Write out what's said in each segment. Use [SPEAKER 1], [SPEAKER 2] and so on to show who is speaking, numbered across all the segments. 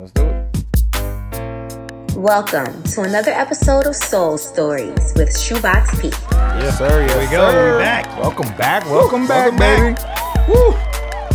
[SPEAKER 1] Let's do it.
[SPEAKER 2] Welcome to another episode of Soul Stories with Shoebox P.
[SPEAKER 1] Yes, sir. Yes,
[SPEAKER 3] we go.
[SPEAKER 1] sir.
[SPEAKER 3] We back.
[SPEAKER 1] Welcome back. Welcome back,
[SPEAKER 3] welcome
[SPEAKER 1] baby. Woo.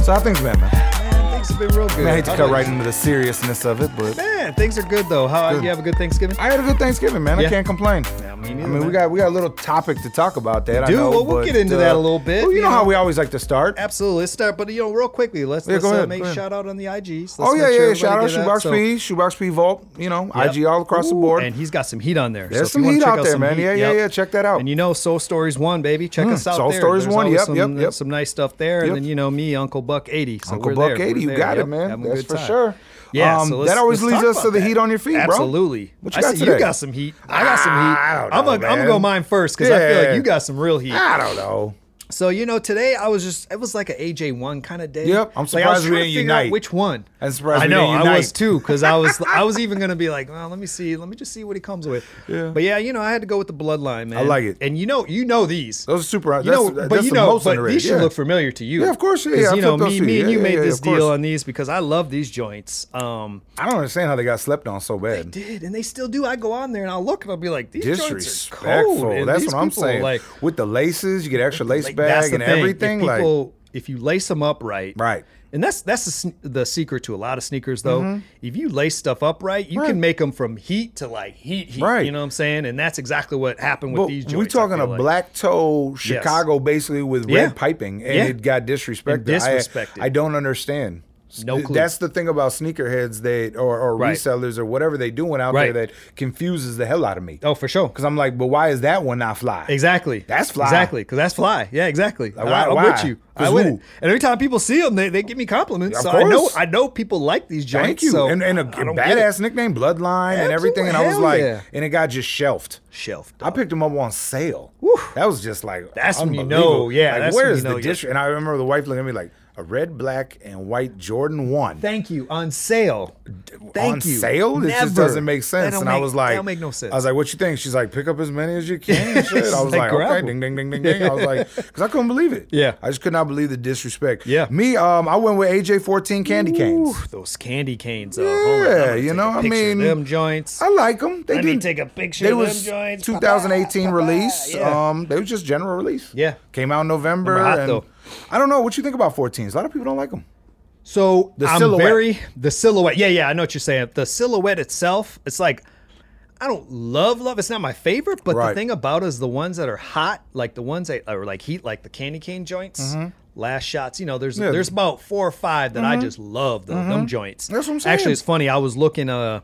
[SPEAKER 1] So how things been, man?
[SPEAKER 3] Man, things have been real good.
[SPEAKER 1] I, mean, I hate to
[SPEAKER 3] How
[SPEAKER 1] cut
[SPEAKER 3] about
[SPEAKER 1] right
[SPEAKER 3] you?
[SPEAKER 1] into the seriousness of it, but
[SPEAKER 3] Man, things are good though. How
[SPEAKER 1] Good.
[SPEAKER 3] you have a good Thanksgiving?
[SPEAKER 1] I had a good Thanksgiving, man. I
[SPEAKER 3] Yeah.
[SPEAKER 1] can't complain.
[SPEAKER 3] Yeah, me
[SPEAKER 1] I
[SPEAKER 3] neither,
[SPEAKER 1] mean, we
[SPEAKER 3] man.
[SPEAKER 1] got we got a little topic to talk about that. I
[SPEAKER 3] do.
[SPEAKER 1] know,
[SPEAKER 3] Well, we'll
[SPEAKER 1] but, uh,
[SPEAKER 3] get into that a little bit,
[SPEAKER 1] Well, you,
[SPEAKER 3] you
[SPEAKER 1] know, how
[SPEAKER 3] know.
[SPEAKER 1] we always like to start.
[SPEAKER 3] Absolutely. Let's start, but you know, real quickly, let's,
[SPEAKER 1] Yeah,
[SPEAKER 3] let's
[SPEAKER 1] go
[SPEAKER 3] uh,
[SPEAKER 1] ahead,
[SPEAKER 3] make
[SPEAKER 1] go ahead.
[SPEAKER 3] shout out on the IGs. Let's
[SPEAKER 1] oh yeah,
[SPEAKER 3] make sure
[SPEAKER 1] yeah. Shout out
[SPEAKER 3] everybody get
[SPEAKER 1] Shoebox
[SPEAKER 3] so-
[SPEAKER 1] P, Shoebox P Vault. You know,
[SPEAKER 3] Yep.
[SPEAKER 1] IG all across the
[SPEAKER 3] Ooh,
[SPEAKER 1] board.
[SPEAKER 3] And he's got some heat on there.
[SPEAKER 1] There's
[SPEAKER 3] so if
[SPEAKER 1] some
[SPEAKER 3] you wanna
[SPEAKER 1] heat
[SPEAKER 3] check
[SPEAKER 1] out there,
[SPEAKER 3] some
[SPEAKER 1] man.
[SPEAKER 3] heat,
[SPEAKER 1] Yeah, yeah,
[SPEAKER 3] yep.
[SPEAKER 1] yeah. Check that out. Hmm,
[SPEAKER 3] And you know, Soul Stories One, baby. Check us out
[SPEAKER 1] Soul
[SPEAKER 3] there.
[SPEAKER 1] Stories
[SPEAKER 3] There's
[SPEAKER 1] One,
[SPEAKER 3] always
[SPEAKER 1] yep,
[SPEAKER 3] some,
[SPEAKER 1] yep, yep.
[SPEAKER 3] some nice stuff there.
[SPEAKER 1] Yep.
[SPEAKER 3] And then you know me, Uncle Buck eighty. So
[SPEAKER 1] Uncle
[SPEAKER 3] we're
[SPEAKER 1] Buck
[SPEAKER 3] there.
[SPEAKER 1] 80,
[SPEAKER 3] We're
[SPEAKER 1] you
[SPEAKER 3] there.
[SPEAKER 1] got
[SPEAKER 3] Yep,
[SPEAKER 1] it, man.
[SPEAKER 3] having a
[SPEAKER 1] That's
[SPEAKER 3] good
[SPEAKER 1] for
[SPEAKER 3] time.
[SPEAKER 1] sure.
[SPEAKER 3] Yeah,
[SPEAKER 1] Um,
[SPEAKER 3] so let's-
[SPEAKER 1] that always
[SPEAKER 3] let's
[SPEAKER 1] leads
[SPEAKER 3] talk
[SPEAKER 1] us to
[SPEAKER 3] about
[SPEAKER 1] the
[SPEAKER 3] that.
[SPEAKER 1] heat on your feet, bro.
[SPEAKER 3] Absolutely.
[SPEAKER 1] What you
[SPEAKER 3] I
[SPEAKER 1] got
[SPEAKER 3] see
[SPEAKER 1] today? Ah,
[SPEAKER 3] You got some heat. I got some heat.
[SPEAKER 1] I don't
[SPEAKER 3] I'm
[SPEAKER 1] know,
[SPEAKER 3] gonna- I'm
[SPEAKER 1] man.
[SPEAKER 3] gonna go mine first because I feel
[SPEAKER 1] Yeah. Ah.
[SPEAKER 3] like you got some real heat.
[SPEAKER 1] I don't know.
[SPEAKER 3] So you know, today I was just it was like an AJ one kind of day.
[SPEAKER 1] Yep, I'm
[SPEAKER 3] Like, I was
[SPEAKER 1] surprised we
[SPEAKER 3] trying to
[SPEAKER 1] didn't
[SPEAKER 3] figure out
[SPEAKER 1] unite.
[SPEAKER 3] Which one?
[SPEAKER 1] I'm surprised
[SPEAKER 3] I
[SPEAKER 1] we
[SPEAKER 3] know
[SPEAKER 1] didn't
[SPEAKER 3] I was
[SPEAKER 1] unite.
[SPEAKER 3] too because I was I was even gonna be like, well, let me see, let me just see what he comes with.
[SPEAKER 1] Yeah.
[SPEAKER 3] But yeah, you know, I had to go with the bloodline, man.
[SPEAKER 1] like it.
[SPEAKER 3] And you know, you know these.
[SPEAKER 1] Those are super.
[SPEAKER 3] you
[SPEAKER 1] that's,
[SPEAKER 3] know,
[SPEAKER 1] that's
[SPEAKER 3] but you
[SPEAKER 1] the
[SPEAKER 3] know,
[SPEAKER 1] most
[SPEAKER 3] but
[SPEAKER 1] underrated.
[SPEAKER 3] these should
[SPEAKER 1] yeah.
[SPEAKER 3] look familiar to you.
[SPEAKER 1] Yeah, of course, yeah,
[SPEAKER 3] 'Cause,
[SPEAKER 1] yeah, I
[SPEAKER 3] you know,
[SPEAKER 1] flipped those
[SPEAKER 3] me,
[SPEAKER 1] to
[SPEAKER 3] me
[SPEAKER 1] you.
[SPEAKER 3] and
[SPEAKER 1] Yeah,
[SPEAKER 3] you
[SPEAKER 1] yeah,
[SPEAKER 3] made
[SPEAKER 1] yeah,
[SPEAKER 3] this
[SPEAKER 1] of course.
[SPEAKER 3] deal on these because I love these joints. Um,
[SPEAKER 1] I don't understand how they got slept on so bad.
[SPEAKER 3] did and they still do. I go on there and I'll look and I'll be like, these joints are
[SPEAKER 1] Disrespectful.
[SPEAKER 3] cold. and
[SPEAKER 1] That's
[SPEAKER 3] these
[SPEAKER 1] what I'm
[SPEAKER 3] people,
[SPEAKER 1] saying.
[SPEAKER 3] Like,
[SPEAKER 1] With the laces, you get extra lace
[SPEAKER 3] Like, that's
[SPEAKER 1] bag
[SPEAKER 3] the
[SPEAKER 1] and
[SPEAKER 3] thing.
[SPEAKER 1] everything.
[SPEAKER 3] If
[SPEAKER 1] Like,
[SPEAKER 3] people, if you lace them up right,
[SPEAKER 1] Right.
[SPEAKER 3] and that's that's the, sn- the secret to a lot of sneakers though. If you lace stuff up right, you
[SPEAKER 1] Mm-hmm. Right.
[SPEAKER 3] can make them from heat to like heat, heat.
[SPEAKER 1] Right.
[SPEAKER 3] You know what I'm saying? And that's exactly what happened with
[SPEAKER 1] but
[SPEAKER 3] these.
[SPEAKER 1] we
[SPEAKER 3] Joints, I
[SPEAKER 1] talking
[SPEAKER 3] feel
[SPEAKER 1] a
[SPEAKER 3] like.
[SPEAKER 1] black toe Chicago basically with
[SPEAKER 3] Yeah.
[SPEAKER 1] red piping, and
[SPEAKER 3] Yeah.
[SPEAKER 1] it got disrespected.
[SPEAKER 3] And
[SPEAKER 1] I-
[SPEAKER 3] disrespected.
[SPEAKER 1] I, don't understand.
[SPEAKER 3] No
[SPEAKER 1] Th-
[SPEAKER 3] clue.
[SPEAKER 1] That's the thing about sneakerheads that or, or
[SPEAKER 3] Right.
[SPEAKER 1] resellers or whatever they doing out
[SPEAKER 3] Right.
[SPEAKER 1] there that confuses the hell out of me.
[SPEAKER 3] Oh, for sure.
[SPEAKER 1] Because I'm like, but why is that one not fly?
[SPEAKER 3] Exactly.
[SPEAKER 1] That's fly.
[SPEAKER 3] Exactly. Because that's fly. Yeah. Exactly.
[SPEAKER 1] why-
[SPEAKER 3] I, am
[SPEAKER 1] why?
[SPEAKER 3] with you.
[SPEAKER 1] 'Cause
[SPEAKER 3] I with
[SPEAKER 1] who?
[SPEAKER 3] it. And every time people see them, they, they give me compliments.
[SPEAKER 1] Of
[SPEAKER 3] so I know
[SPEAKER 1] course.
[SPEAKER 3] I know people like these joints.
[SPEAKER 1] Thank you.
[SPEAKER 3] So
[SPEAKER 1] and and a
[SPEAKER 3] I don't get it.
[SPEAKER 1] badass nickname, Bloodline, and everything. And I was
[SPEAKER 3] Hell
[SPEAKER 1] like,
[SPEAKER 3] yeah.
[SPEAKER 1] and it got just shelved.
[SPEAKER 3] shelf.
[SPEAKER 1] I picked them up on sale. That was just like
[SPEAKER 3] That's when you
[SPEAKER 1] unbelievable.
[SPEAKER 3] know, yeah,
[SPEAKER 1] Like,
[SPEAKER 3] that's
[SPEAKER 1] where
[SPEAKER 3] when
[SPEAKER 1] is
[SPEAKER 3] you
[SPEAKER 1] the
[SPEAKER 3] know, yeah.
[SPEAKER 1] district? And I remember the wife looking at me like a red, black, and white Jordan one
[SPEAKER 3] Thank you on sale. Thank
[SPEAKER 1] on
[SPEAKER 3] you.
[SPEAKER 1] sale. This just
[SPEAKER 3] Never.
[SPEAKER 1] doesn't make
[SPEAKER 3] That
[SPEAKER 1] sense.
[SPEAKER 3] don't
[SPEAKER 1] And I
[SPEAKER 3] make-
[SPEAKER 1] was like,
[SPEAKER 3] that don't make no sense.
[SPEAKER 1] I was like, what you think? She's like, pick up as many as you can. and shit. I was
[SPEAKER 3] She's
[SPEAKER 1] like,
[SPEAKER 3] like, grab
[SPEAKER 1] okay,
[SPEAKER 3] 'em.
[SPEAKER 1] ding, ding, ding, ding, ding. I was like, because I couldn't believe it.
[SPEAKER 3] Yeah.
[SPEAKER 1] I just could not believe the disrespect.
[SPEAKER 3] Yeah.
[SPEAKER 1] me. Um, I went with AJ fourteen candy canes.
[SPEAKER 3] Oof, those candy canes. uh, Yeah,
[SPEAKER 1] Yeah, you know, I mean,
[SPEAKER 3] them joints.
[SPEAKER 1] I like them. They
[SPEAKER 3] Let me
[SPEAKER 1] didn't
[SPEAKER 3] take a picture
[SPEAKER 1] They
[SPEAKER 3] of them
[SPEAKER 1] was
[SPEAKER 3] joints.
[SPEAKER 1] 2018 release.
[SPEAKER 3] yeah.
[SPEAKER 1] Um, they was just general release.
[SPEAKER 3] Yeah.
[SPEAKER 1] came out in November.
[SPEAKER 3] Them are hot,
[SPEAKER 1] and
[SPEAKER 3] though.
[SPEAKER 1] I don't know what you think about 14s. A lot of people don't like them.
[SPEAKER 3] so
[SPEAKER 1] the
[SPEAKER 3] I'm
[SPEAKER 1] silhouette.
[SPEAKER 3] very the silhouette. Yeah, yeah, I know what you're saying. The silhouette itself, it's like I don't love love. It's not my favorite, but
[SPEAKER 1] Right.
[SPEAKER 3] the thing about it is the ones that are hot, like the ones that are like heat, like the candy cane joints. Last shots, you know, there's
[SPEAKER 1] Mm-hmm. Yeah. Mm-hmm.
[SPEAKER 3] there's about four or five that I just love the, them joints.
[SPEAKER 1] That's what I'm saying.
[SPEAKER 3] Actually, it's funny. I was looking, uh,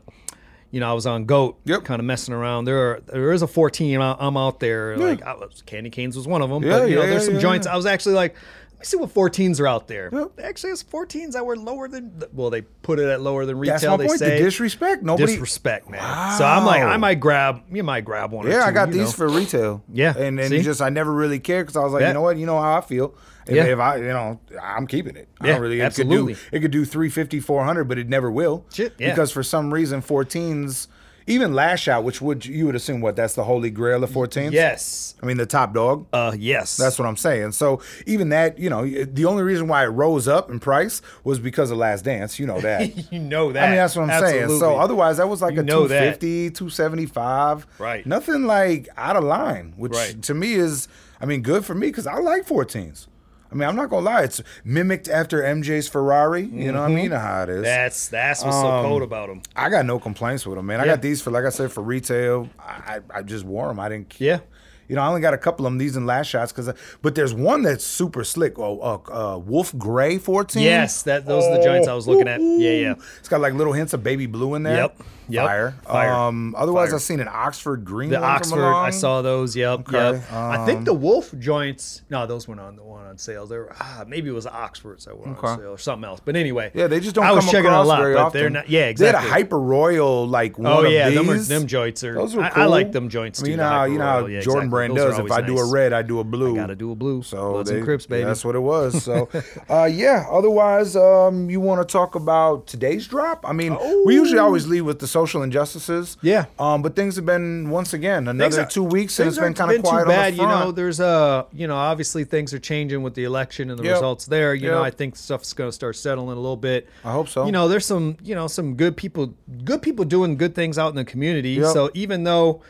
[SPEAKER 3] you know, I was on Goat,
[SPEAKER 1] Yep.
[SPEAKER 3] kind of messing around. There are there is a 14 I- I'm out there. Like I was, candy canes was one of them,
[SPEAKER 1] Yeah,
[SPEAKER 3] but you know,
[SPEAKER 1] yeah,
[SPEAKER 3] there's some
[SPEAKER 1] yeah,
[SPEAKER 3] joints
[SPEAKER 1] yeah.
[SPEAKER 3] I was actually like, let me see what 14s are out there.
[SPEAKER 1] Yep.
[SPEAKER 3] Actually, it's 14s that were lower than, well, they put it at lower than retail.
[SPEAKER 1] That's my
[SPEAKER 3] they
[SPEAKER 1] point.
[SPEAKER 3] say
[SPEAKER 1] the disrespect. Nobody.
[SPEAKER 3] disrespect, man. So I'm like,
[SPEAKER 1] Wow.
[SPEAKER 3] I might grab, you might grab one. or
[SPEAKER 1] yeah, I
[SPEAKER 3] two,
[SPEAKER 1] got
[SPEAKER 3] you
[SPEAKER 1] these for
[SPEAKER 3] know.
[SPEAKER 1] retail.
[SPEAKER 3] Yeah,
[SPEAKER 1] and and
[SPEAKER 3] see?
[SPEAKER 1] just I never really cared because I was like,
[SPEAKER 3] Yeah.
[SPEAKER 1] you know what, you know how I feel. If,
[SPEAKER 3] Yeah.
[SPEAKER 1] if I, you know, I'm keeping it. I
[SPEAKER 3] Yeah,
[SPEAKER 1] don't really. It
[SPEAKER 3] absolutely.
[SPEAKER 1] Could do, it could do 350, 400, but it never will.
[SPEAKER 3] Shit, yeah.
[SPEAKER 1] Because for some reason, 14s, even lash out, which would you would assume what that's the holy grail of 14s.
[SPEAKER 3] Yes.
[SPEAKER 1] I mean the top dog.
[SPEAKER 3] Uh, yes.
[SPEAKER 1] That's what I'm saying. So even that, you know, the only reason why it rose up in price was because of Last Dance. You know that.
[SPEAKER 3] you know that.
[SPEAKER 1] I mean, that's what I'm saying. So
[SPEAKER 3] Absolutely.
[SPEAKER 1] otherwise, that was like
[SPEAKER 3] You
[SPEAKER 1] a
[SPEAKER 3] know that.
[SPEAKER 1] 250, 275.
[SPEAKER 3] Right.
[SPEAKER 1] Nothing like out of line, which
[SPEAKER 3] Right.
[SPEAKER 1] to me is, I mean, good for me because I like 14s. I mean, I'm not gonna lie. It's mimicked after MJ's Ferrari. You know, what I mean, You know
[SPEAKER 3] Mm-hmm.
[SPEAKER 1] how it is.
[SPEAKER 3] that's that's what's so
[SPEAKER 1] Um,
[SPEAKER 3] cold about them.
[SPEAKER 1] I got no complaints with them, man. I
[SPEAKER 3] Yeah.
[SPEAKER 1] got these for, like I said, for retail. I, I, I just wore them. I didn't.
[SPEAKER 3] Yeah.
[SPEAKER 1] You know, I only got a couple of them. These and last shots, because. But there's one that's super slick. Oh, uh, uh, Wolf Gray 14.
[SPEAKER 3] Yes, that those are the joints I was looking at.
[SPEAKER 1] ooh,
[SPEAKER 3] Yeah,
[SPEAKER 1] ooh.
[SPEAKER 3] yeah.
[SPEAKER 1] It's got like little hints of baby blue in there.
[SPEAKER 3] Yep, yep.
[SPEAKER 1] Fire.
[SPEAKER 3] Fire.
[SPEAKER 1] Um. Otherwise,
[SPEAKER 3] Fire.
[SPEAKER 1] I've seen an Oxford green.
[SPEAKER 3] The
[SPEAKER 1] one come
[SPEAKER 3] Oxford, I
[SPEAKER 1] along.
[SPEAKER 3] saw those. Yep,
[SPEAKER 1] Okay, um,
[SPEAKER 3] yep. I think the Wolf joints. No, those went on the one on sale. There, were- ah, maybe it was Oxfords that were on
[SPEAKER 1] Okay.
[SPEAKER 3] sale or something else. But anyway,
[SPEAKER 1] Yeah, they just don't.
[SPEAKER 3] I was
[SPEAKER 1] come
[SPEAKER 3] checking
[SPEAKER 1] across
[SPEAKER 3] a lot,
[SPEAKER 1] very
[SPEAKER 3] but
[SPEAKER 1] often.
[SPEAKER 3] they're not. Yeah,
[SPEAKER 1] They
[SPEAKER 3] exactly.
[SPEAKER 1] had a hyper royal like one
[SPEAKER 3] Oh
[SPEAKER 1] of
[SPEAKER 3] yeah,
[SPEAKER 1] these.
[SPEAKER 3] them, are, them joints are.
[SPEAKER 1] Those are
[SPEAKER 3] I,
[SPEAKER 1] cool.
[SPEAKER 3] I like them joints
[SPEAKER 1] I
[SPEAKER 3] too.
[SPEAKER 1] mean, you
[SPEAKER 3] the
[SPEAKER 1] know how,
[SPEAKER 3] Hyper
[SPEAKER 1] you know how
[SPEAKER 3] Royal. Yeah,
[SPEAKER 1] Jordan
[SPEAKER 3] exactly.
[SPEAKER 1] Brand
[SPEAKER 3] Those are
[SPEAKER 1] does. If
[SPEAKER 3] always
[SPEAKER 1] I do a
[SPEAKER 3] nice.
[SPEAKER 1] red, I do a blue.
[SPEAKER 3] gotta do a blue.
[SPEAKER 1] So
[SPEAKER 3] Bloods
[SPEAKER 1] they,
[SPEAKER 3] and Crips, baby.
[SPEAKER 1] That's what it was. So, uh, yeah. Otherwise, um, you want to talk about today's drop? I mean, we usually always leave with the social injustices.
[SPEAKER 3] Oh. Yeah.
[SPEAKER 1] Um, but things have been once again another
[SPEAKER 3] Things are-
[SPEAKER 1] two weeks, and
[SPEAKER 3] things
[SPEAKER 1] it's been
[SPEAKER 3] aren't
[SPEAKER 1] kind of quiet
[SPEAKER 3] too bad.
[SPEAKER 1] on the front.
[SPEAKER 3] You know, there's uh, you know, obviously things are changing with the election and the
[SPEAKER 1] Yep.
[SPEAKER 3] results there. You know,
[SPEAKER 1] Yep.
[SPEAKER 3] I think stuff's going to start settling a little bit.
[SPEAKER 1] I hope so.
[SPEAKER 3] You know, there's some, you know, some good people, good people doing good things out in the community.
[SPEAKER 1] Yep.
[SPEAKER 3] So even though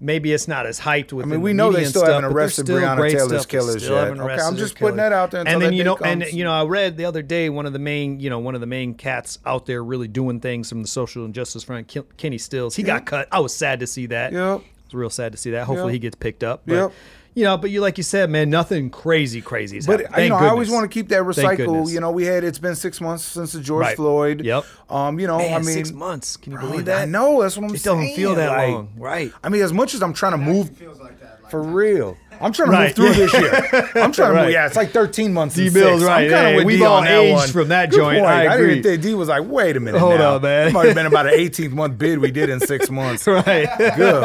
[SPEAKER 3] maybe it's not as hyped with, I
[SPEAKER 1] mean, we know they still haven't arrested Breonna Taylor's killers
[SPEAKER 3] still
[SPEAKER 1] yet.
[SPEAKER 3] haven't
[SPEAKER 1] Okay, I'm
[SPEAKER 3] arrested
[SPEAKER 1] just
[SPEAKER 3] their
[SPEAKER 1] putting that out there until
[SPEAKER 3] And then
[SPEAKER 1] that
[SPEAKER 3] you
[SPEAKER 1] day
[SPEAKER 3] know, and
[SPEAKER 1] comes.
[SPEAKER 3] you know, I read the other day one of the main, you know, one of the main cats out there really doing things from the social injustice front, Ken- Kenny Stills. He got cut. I was sad to see that.
[SPEAKER 1] Yep.
[SPEAKER 3] It's real sad to see that. Hopefully
[SPEAKER 1] Yeah.
[SPEAKER 3] he gets picked up. But,
[SPEAKER 1] Yeah.
[SPEAKER 3] You know, but you like you said, man, nothing crazy, crazy. Is
[SPEAKER 1] But
[SPEAKER 3] happening.
[SPEAKER 1] you
[SPEAKER 3] Thank
[SPEAKER 1] know, I always
[SPEAKER 3] goodness.
[SPEAKER 1] want to keep that
[SPEAKER 3] Thank
[SPEAKER 1] recycle.
[SPEAKER 3] goodness.
[SPEAKER 1] You know, we had it's been six months since the George
[SPEAKER 3] Right.
[SPEAKER 1] Floyd.
[SPEAKER 3] Yep.
[SPEAKER 1] Um, you know,
[SPEAKER 3] Man,
[SPEAKER 1] I mean,
[SPEAKER 3] six months. Can you
[SPEAKER 1] bro,
[SPEAKER 3] believe that?
[SPEAKER 1] I know that's what I'm
[SPEAKER 3] it
[SPEAKER 1] saying.
[SPEAKER 3] doesn't feel that
[SPEAKER 1] like,
[SPEAKER 3] long, right?
[SPEAKER 1] I mean, as much as I'm trying to move
[SPEAKER 4] feels like that. Like,
[SPEAKER 1] for real, I'm trying to
[SPEAKER 3] Right,
[SPEAKER 1] move through
[SPEAKER 3] yeah.
[SPEAKER 1] this year. I'm trying to
[SPEAKER 3] Right.
[SPEAKER 1] move. Yeah, it's like 13 months.
[SPEAKER 3] D
[SPEAKER 1] and
[SPEAKER 3] Bill's
[SPEAKER 1] six.
[SPEAKER 3] right.
[SPEAKER 1] I'm kinda
[SPEAKER 3] Hey,
[SPEAKER 1] with
[SPEAKER 3] we've
[SPEAKER 1] D
[SPEAKER 3] all
[SPEAKER 1] on that
[SPEAKER 3] aged
[SPEAKER 1] one.
[SPEAKER 3] from that
[SPEAKER 1] Good
[SPEAKER 3] joint.
[SPEAKER 1] point.
[SPEAKER 3] I
[SPEAKER 1] didn't
[SPEAKER 3] agree.
[SPEAKER 1] think D was like, wait a minute.
[SPEAKER 3] Hold
[SPEAKER 1] now.
[SPEAKER 3] on, man.
[SPEAKER 1] It might have been about an 18th month bid we did in six months.
[SPEAKER 3] Right.
[SPEAKER 1] Good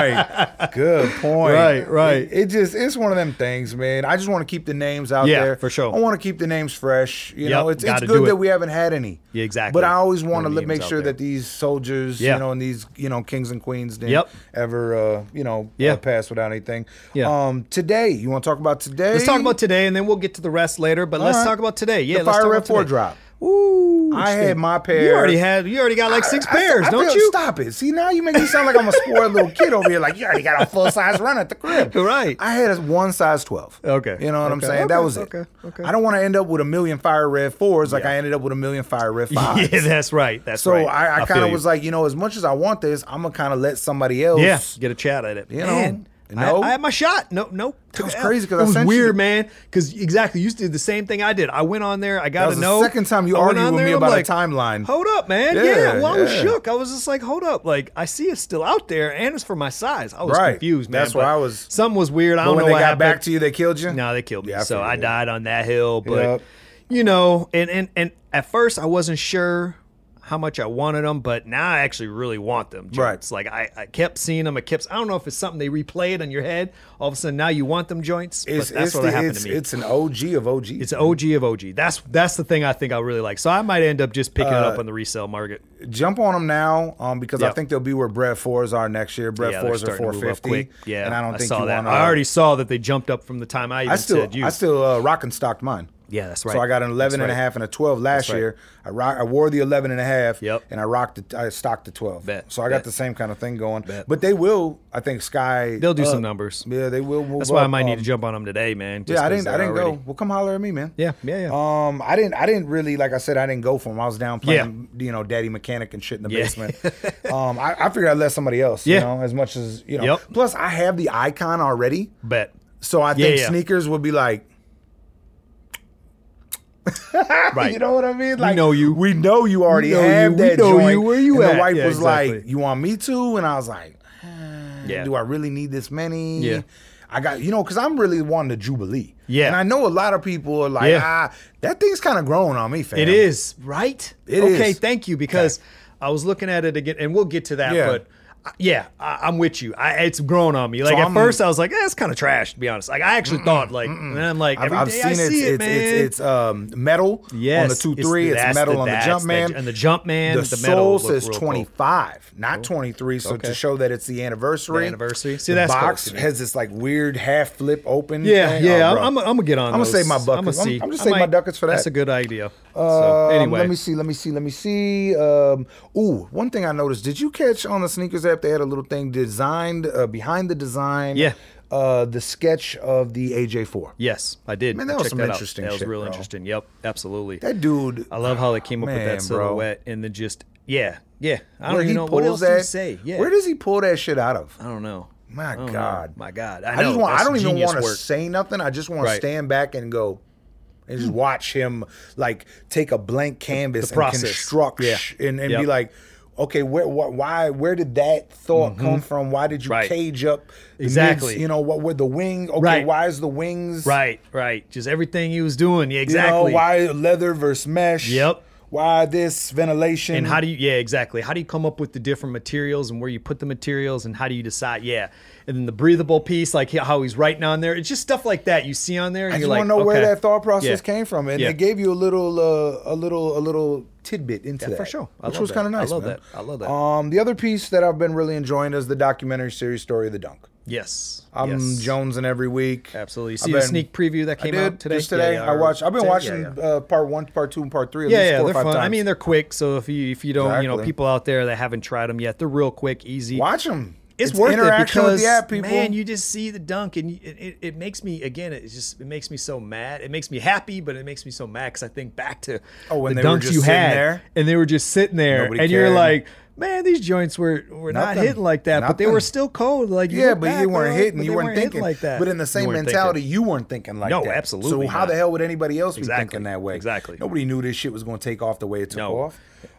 [SPEAKER 1] point. Good point.
[SPEAKER 3] Right, right.
[SPEAKER 1] It, it just it's one of them things, man. I just want to keep the names out
[SPEAKER 3] Yeah,
[SPEAKER 1] there
[SPEAKER 3] for sure.
[SPEAKER 1] I want to keep the names fresh. You
[SPEAKER 3] Yep,
[SPEAKER 1] know, it's, it's
[SPEAKER 3] gotta
[SPEAKER 1] good
[SPEAKER 3] do it.
[SPEAKER 1] that we haven't had any.
[SPEAKER 3] Yeah, exactly.
[SPEAKER 1] But I always want
[SPEAKER 3] Put
[SPEAKER 1] to
[SPEAKER 3] the
[SPEAKER 1] make
[SPEAKER 3] names out
[SPEAKER 1] sure
[SPEAKER 3] there.
[SPEAKER 1] that these soldiers,
[SPEAKER 3] Yeah.
[SPEAKER 1] you know, and these you know kings and queens didn't
[SPEAKER 3] Yep.
[SPEAKER 1] ever uh, you know
[SPEAKER 3] Yeah.
[SPEAKER 1] uh, pass without anything.
[SPEAKER 3] Yeah.
[SPEAKER 1] Um, today, you want to talk about today?
[SPEAKER 3] Let's talk about today, and then we'll get to the rest later. But
[SPEAKER 1] All
[SPEAKER 3] let's
[SPEAKER 1] right.
[SPEAKER 3] talk about today. Yeah,
[SPEAKER 1] The
[SPEAKER 3] let's
[SPEAKER 1] Fire
[SPEAKER 3] talk
[SPEAKER 1] Red
[SPEAKER 3] about
[SPEAKER 1] four
[SPEAKER 3] today.
[SPEAKER 1] drop.
[SPEAKER 3] Ooh,
[SPEAKER 1] I had my pair.
[SPEAKER 3] You already had. You already got like six
[SPEAKER 1] I- I-
[SPEAKER 3] pairs,
[SPEAKER 1] I
[SPEAKER 3] don't
[SPEAKER 1] feel-
[SPEAKER 3] you?
[SPEAKER 1] Stop it. See, now you make me sound like I'm a spoiled little kid over here. Like, you already got a full size run at the crib.
[SPEAKER 3] Right.
[SPEAKER 1] I had a one size 12.
[SPEAKER 3] Okay.
[SPEAKER 1] You know what I'm
[SPEAKER 3] Okay.
[SPEAKER 1] saying? that
[SPEAKER 3] Okay,
[SPEAKER 1] was it.
[SPEAKER 3] okay, okay.
[SPEAKER 1] I don't want to end up with a million fire red fours like I ended up with a million fire red fives.
[SPEAKER 3] Yeah, that's right. That's
[SPEAKER 1] So
[SPEAKER 3] right.
[SPEAKER 1] I, I, kind
[SPEAKER 3] feel
[SPEAKER 1] of
[SPEAKER 3] you.
[SPEAKER 1] was like, you know, as much as I want this, I'm going to kind of let somebody else.
[SPEAKER 3] Yeah, get a chat at it.
[SPEAKER 1] You
[SPEAKER 3] Man,
[SPEAKER 1] know,
[SPEAKER 3] I-
[SPEAKER 1] no.
[SPEAKER 3] I, had my shot. No, no. That
[SPEAKER 1] was crazy 'cause I
[SPEAKER 3] it was
[SPEAKER 1] sent you
[SPEAKER 3] weird,
[SPEAKER 1] the-
[SPEAKER 3] man. Because exactly, you did the same thing I did. I went on there. I got
[SPEAKER 1] was
[SPEAKER 3] to
[SPEAKER 1] the
[SPEAKER 3] know.
[SPEAKER 1] second time you
[SPEAKER 3] I went
[SPEAKER 1] argued
[SPEAKER 3] on
[SPEAKER 1] with
[SPEAKER 3] there,
[SPEAKER 1] me
[SPEAKER 3] I'm
[SPEAKER 1] about a
[SPEAKER 3] like,
[SPEAKER 1] timeline.
[SPEAKER 3] Hold up, man. Yeah.
[SPEAKER 1] Yeah,
[SPEAKER 3] Well, I was
[SPEAKER 1] yeah.
[SPEAKER 3] shook. I was just like, hold up. Like I see it's still out there, and it's for my size. I was
[SPEAKER 1] Right.
[SPEAKER 3] confused, man.
[SPEAKER 1] That's where
[SPEAKER 3] but
[SPEAKER 1] I was-
[SPEAKER 3] Something was weird. I
[SPEAKER 1] But
[SPEAKER 3] don't
[SPEAKER 1] when
[SPEAKER 3] know
[SPEAKER 1] they
[SPEAKER 3] what
[SPEAKER 1] got
[SPEAKER 3] happened.
[SPEAKER 1] back to you, they killed you?
[SPEAKER 3] No, they killed me.
[SPEAKER 1] Yeah, I
[SPEAKER 3] so
[SPEAKER 1] figured
[SPEAKER 3] I
[SPEAKER 1] that.
[SPEAKER 3] died on that hill. But
[SPEAKER 1] Yep.
[SPEAKER 3] you know, and, and and at first I wasn't sure how much I wanted them, but now I actually really want them. Joints.
[SPEAKER 1] Right.
[SPEAKER 3] Like I, I kept seeing them. I kept. I don't know if it's something they replayed on your head. All of a sudden now you want them joints.
[SPEAKER 1] It's,
[SPEAKER 3] but that's
[SPEAKER 1] it's,
[SPEAKER 3] what
[SPEAKER 1] the-
[SPEAKER 3] happened
[SPEAKER 1] it's,
[SPEAKER 3] to me.
[SPEAKER 1] it's an OG of OGs.
[SPEAKER 3] It's OG of OG. That's that's the thing I think I really like. So I might end up just picking it
[SPEAKER 1] Uh,
[SPEAKER 3] up on the resale market.
[SPEAKER 1] jump on them now um, because I
[SPEAKER 3] Yep.
[SPEAKER 1] think they'll be where Brett fours are next year. Brett
[SPEAKER 3] yeah, they're
[SPEAKER 1] fours are
[SPEAKER 3] starting to move up
[SPEAKER 1] 450.
[SPEAKER 3] quick. Yeah,
[SPEAKER 1] and I don't think
[SPEAKER 3] saw
[SPEAKER 1] you
[SPEAKER 3] that.
[SPEAKER 1] want.
[SPEAKER 3] I already saw that they jumped up from the time I even
[SPEAKER 1] I still,
[SPEAKER 3] said you.
[SPEAKER 1] I still uh, rock and stocked mine.
[SPEAKER 3] Yeah, that's
[SPEAKER 1] So I
[SPEAKER 3] right.
[SPEAKER 1] got an 11 and a
[SPEAKER 3] right.
[SPEAKER 1] half and a 12 last
[SPEAKER 3] That's right.
[SPEAKER 1] year. I rock, I wore the 11 and a half
[SPEAKER 3] Yep.
[SPEAKER 1] and I rocked the I stocked the 12.
[SPEAKER 3] Bet,
[SPEAKER 1] So I got
[SPEAKER 3] bet.
[SPEAKER 1] the same kind of thing going. But they will, I think Sky
[SPEAKER 3] They'll do
[SPEAKER 1] up.
[SPEAKER 3] some numbers.
[SPEAKER 1] uh, Yeah, they will move
[SPEAKER 3] That's why I
[SPEAKER 1] up,
[SPEAKER 3] might need
[SPEAKER 1] um,
[SPEAKER 3] to jump on them today, man. just
[SPEAKER 1] Yeah, I
[SPEAKER 3] 'cause
[SPEAKER 1] didn't I
[SPEAKER 3] they're
[SPEAKER 1] didn't
[SPEAKER 3] already-
[SPEAKER 1] go. Well, come holler at me, man.
[SPEAKER 3] Yeah, yeah, yeah.
[SPEAKER 1] Um, I didn't. I didn't really like. I said I didn't go for him. I was down playing, you know, daddy mechanic and shit in the
[SPEAKER 3] Yeah.
[SPEAKER 1] basement. um, I, I figured I'd let somebody else.
[SPEAKER 3] Yeah.
[SPEAKER 1] You know, as much as you know.
[SPEAKER 3] Yep.
[SPEAKER 1] Plus, I have the icon already,
[SPEAKER 3] Bet.
[SPEAKER 1] so I
[SPEAKER 3] Yeah,
[SPEAKER 1] think
[SPEAKER 3] yeah.
[SPEAKER 1] sneakers would be like.
[SPEAKER 3] Right.
[SPEAKER 1] You know what I mean? Like
[SPEAKER 3] know you.
[SPEAKER 1] We know you already
[SPEAKER 3] know
[SPEAKER 1] have
[SPEAKER 3] you. We
[SPEAKER 1] that
[SPEAKER 3] know
[SPEAKER 1] joint.
[SPEAKER 3] you. Where you
[SPEAKER 1] and
[SPEAKER 3] at?
[SPEAKER 1] The wife
[SPEAKER 3] Yeah,
[SPEAKER 1] was like,
[SPEAKER 3] exactly.
[SPEAKER 1] "You want me to?" And I was like,
[SPEAKER 3] yeah.
[SPEAKER 1] do I really need this many?
[SPEAKER 3] Yeah.
[SPEAKER 1] I got you know because I'm really wanting the Jubilee.
[SPEAKER 3] Yeah.
[SPEAKER 1] and I know a lot of people are like,
[SPEAKER 3] Yeah.
[SPEAKER 1] ah, that thing's kind of grown on me, fam.
[SPEAKER 3] It is, right?
[SPEAKER 1] It
[SPEAKER 3] okay,
[SPEAKER 1] is.
[SPEAKER 3] thank you because I was looking at it again, and we'll get to that.
[SPEAKER 1] Yeah.
[SPEAKER 3] But uh, yeah, I, I'm with you. I, it's grown on me. Like
[SPEAKER 1] So
[SPEAKER 3] at
[SPEAKER 1] I'm-
[SPEAKER 3] first, I was like, eh, "It's kind of trash," to be honest. Like I actually thought, like, and I'm like,
[SPEAKER 1] I've,
[SPEAKER 3] every
[SPEAKER 1] I've
[SPEAKER 3] day
[SPEAKER 1] seen
[SPEAKER 3] I
[SPEAKER 1] it's,
[SPEAKER 3] see it,
[SPEAKER 1] it's,
[SPEAKER 3] man.
[SPEAKER 1] it's it's um metal on the
[SPEAKER 3] Yes,
[SPEAKER 1] two three. It's,
[SPEAKER 3] that's
[SPEAKER 1] metal
[SPEAKER 3] the-
[SPEAKER 1] on the
[SPEAKER 3] that's
[SPEAKER 1] Jumpman.
[SPEAKER 3] and the Jumpman.
[SPEAKER 1] the,
[SPEAKER 3] the metal
[SPEAKER 1] soul
[SPEAKER 3] look
[SPEAKER 1] says
[SPEAKER 3] real cool.
[SPEAKER 1] 25, not 23. So
[SPEAKER 3] Okay.
[SPEAKER 1] to show that it's the anniversary.
[SPEAKER 3] The anniversary. See,
[SPEAKER 1] the
[SPEAKER 3] that's cool
[SPEAKER 1] box
[SPEAKER 3] to me.
[SPEAKER 1] has this like weird half flip open.
[SPEAKER 3] Yeah,
[SPEAKER 1] thing.
[SPEAKER 3] yeah.
[SPEAKER 1] Oh,
[SPEAKER 3] I'm-
[SPEAKER 1] bro.
[SPEAKER 3] I'm, I'm gonna get on.
[SPEAKER 1] I'ma
[SPEAKER 3] those.
[SPEAKER 1] save my
[SPEAKER 3] I'ma
[SPEAKER 1] buckets. I'm-
[SPEAKER 3] see.
[SPEAKER 1] I'm just
[SPEAKER 3] I
[SPEAKER 1] saving my
[SPEAKER 3] might-
[SPEAKER 1] duckets for
[SPEAKER 3] That's
[SPEAKER 1] that.
[SPEAKER 3] a good idea.
[SPEAKER 1] Um,
[SPEAKER 3] so anyway,
[SPEAKER 1] let me see. Let me see. Let me see. Um, ooh, one thing I noticed. Did you catch on the sneakers app? They had a little thing designed uh, behind the design.
[SPEAKER 3] Yeah.
[SPEAKER 1] Uh, the sketch of the AJ4.
[SPEAKER 3] Yes, I did.
[SPEAKER 1] Man,
[SPEAKER 3] I
[SPEAKER 1] that was
[SPEAKER 3] checked
[SPEAKER 1] some
[SPEAKER 3] out.
[SPEAKER 1] interesting
[SPEAKER 3] That was
[SPEAKER 1] shit,
[SPEAKER 3] real
[SPEAKER 1] bro.
[SPEAKER 3] interesting. Yep, absolutely.
[SPEAKER 1] That dude.
[SPEAKER 3] I love how they came up with
[SPEAKER 1] Man,
[SPEAKER 3] that
[SPEAKER 1] bro.
[SPEAKER 3] silhwatt and then just yeah, yeah. I don't
[SPEAKER 1] where
[SPEAKER 3] even
[SPEAKER 1] he
[SPEAKER 3] know what
[SPEAKER 1] pulls
[SPEAKER 3] else
[SPEAKER 1] that,
[SPEAKER 3] to say. Yeah,
[SPEAKER 1] Where does he pull that shit out of?
[SPEAKER 3] I don't know.
[SPEAKER 1] My
[SPEAKER 3] I don't know.
[SPEAKER 1] God.
[SPEAKER 3] my God. I,
[SPEAKER 1] I,
[SPEAKER 3] know.
[SPEAKER 1] just want. I
[SPEAKER 3] That's
[SPEAKER 1] don't even
[SPEAKER 3] genius
[SPEAKER 1] want to
[SPEAKER 3] work.
[SPEAKER 1] say nothing. I just want
[SPEAKER 3] Right.
[SPEAKER 1] to stand back and go. And just watch him like take a blank canvas and
[SPEAKER 3] process.
[SPEAKER 1] construct
[SPEAKER 3] Yeah.
[SPEAKER 1] sh- and, and
[SPEAKER 3] Yep.
[SPEAKER 1] be like, okay, where what why where did that thought come from? Why did you
[SPEAKER 3] Mm-hmm. Right.
[SPEAKER 1] cage up the mids?
[SPEAKER 3] Exactly.
[SPEAKER 1] you know what were the wing? Okay,
[SPEAKER 3] Right.
[SPEAKER 1] why is the wings
[SPEAKER 3] Right, right. Just everything he was doing. Yeah,
[SPEAKER 1] You
[SPEAKER 3] exactly.
[SPEAKER 1] know why leather versus mesh?
[SPEAKER 3] Yep.
[SPEAKER 1] Why this ventilation?
[SPEAKER 3] and how do you? Yeah, exactly. How do you come up with the different materials and where you put the materials and how do you decide? Yeah, and then the breathable piece, like he- how he's writing on there. It's just stuff like that you see on there. And
[SPEAKER 1] I
[SPEAKER 3] you're
[SPEAKER 1] just
[SPEAKER 3] like,
[SPEAKER 1] want to know where
[SPEAKER 3] okay.
[SPEAKER 1] that thought process
[SPEAKER 3] Yeah.
[SPEAKER 1] came from, and
[SPEAKER 3] Yeah.
[SPEAKER 1] it gave you a little, uh, a little, a little tidbit into
[SPEAKER 3] Yeah,
[SPEAKER 1] that
[SPEAKER 3] for sure. I
[SPEAKER 1] which
[SPEAKER 3] love
[SPEAKER 1] was
[SPEAKER 3] that.
[SPEAKER 1] kind of
[SPEAKER 3] I
[SPEAKER 1] nice.
[SPEAKER 3] love
[SPEAKER 1] man.
[SPEAKER 3] that. I love that.
[SPEAKER 1] Um, the other piece that I've been really enjoying is the documentary series "Story of the Dunk."
[SPEAKER 3] Yes.
[SPEAKER 1] I'm
[SPEAKER 3] yes.
[SPEAKER 1] jonesing every week.
[SPEAKER 3] Absolutely. You
[SPEAKER 1] I've
[SPEAKER 3] see the
[SPEAKER 1] been-
[SPEAKER 3] sneak preview that
[SPEAKER 1] I
[SPEAKER 3] came
[SPEAKER 1] did,
[SPEAKER 3] out today.
[SPEAKER 1] Just today,
[SPEAKER 3] Yeah, yeah,
[SPEAKER 1] I
[SPEAKER 3] or
[SPEAKER 1] watched. I've been
[SPEAKER 3] today. Yeah,
[SPEAKER 1] watching
[SPEAKER 3] yeah.
[SPEAKER 1] Uh, part one, part two, and part three. At
[SPEAKER 3] Yeah,
[SPEAKER 1] least
[SPEAKER 3] yeah,
[SPEAKER 1] four or
[SPEAKER 3] they're
[SPEAKER 1] five
[SPEAKER 3] fun. I
[SPEAKER 1] times.
[SPEAKER 3] mean, they're quick. So if you if you don't, you know,
[SPEAKER 1] Exactly.
[SPEAKER 3] people out there that haven't tried them yet, they're real quick, easy.
[SPEAKER 1] watch them.
[SPEAKER 3] It's, worth it
[SPEAKER 1] interaction
[SPEAKER 3] because
[SPEAKER 1] with the app, people.
[SPEAKER 3] man, you just see the dunk, and you- it, it, it makes me again. It just it makes me so mad. It makes me happy, but it makes me so mad because I think back to
[SPEAKER 1] Oh, when
[SPEAKER 3] the
[SPEAKER 1] they
[SPEAKER 3] dunks
[SPEAKER 1] were just
[SPEAKER 3] you
[SPEAKER 1] sitting
[SPEAKER 3] had,
[SPEAKER 1] there?
[SPEAKER 3] and they were just sitting there,
[SPEAKER 1] Nobody
[SPEAKER 3] and you're
[SPEAKER 1] cared.
[SPEAKER 3] like, man, these joints were were not
[SPEAKER 1] Nothing.
[SPEAKER 3] hitting like that, but they were
[SPEAKER 1] Nothing.
[SPEAKER 3] still cold. Like you
[SPEAKER 1] yeah,
[SPEAKER 3] look
[SPEAKER 1] but
[SPEAKER 3] back,
[SPEAKER 1] you weren't
[SPEAKER 3] they're like,
[SPEAKER 1] hitting.
[SPEAKER 3] but
[SPEAKER 1] You
[SPEAKER 3] they
[SPEAKER 1] weren't,
[SPEAKER 3] hitting
[SPEAKER 1] thinking
[SPEAKER 3] like that.
[SPEAKER 1] But in the
[SPEAKER 3] You
[SPEAKER 1] same
[SPEAKER 3] weren't thinking.
[SPEAKER 1] mentality, you weren't thinking like
[SPEAKER 3] No,
[SPEAKER 1] that.
[SPEAKER 3] absolutely
[SPEAKER 1] So how
[SPEAKER 3] not.
[SPEAKER 1] the hell would anybody else
[SPEAKER 3] Exactly.
[SPEAKER 1] be thinking that way?
[SPEAKER 3] Exactly.
[SPEAKER 1] Nobody knew this shit was going to take off the way it took
[SPEAKER 3] No.
[SPEAKER 1] off.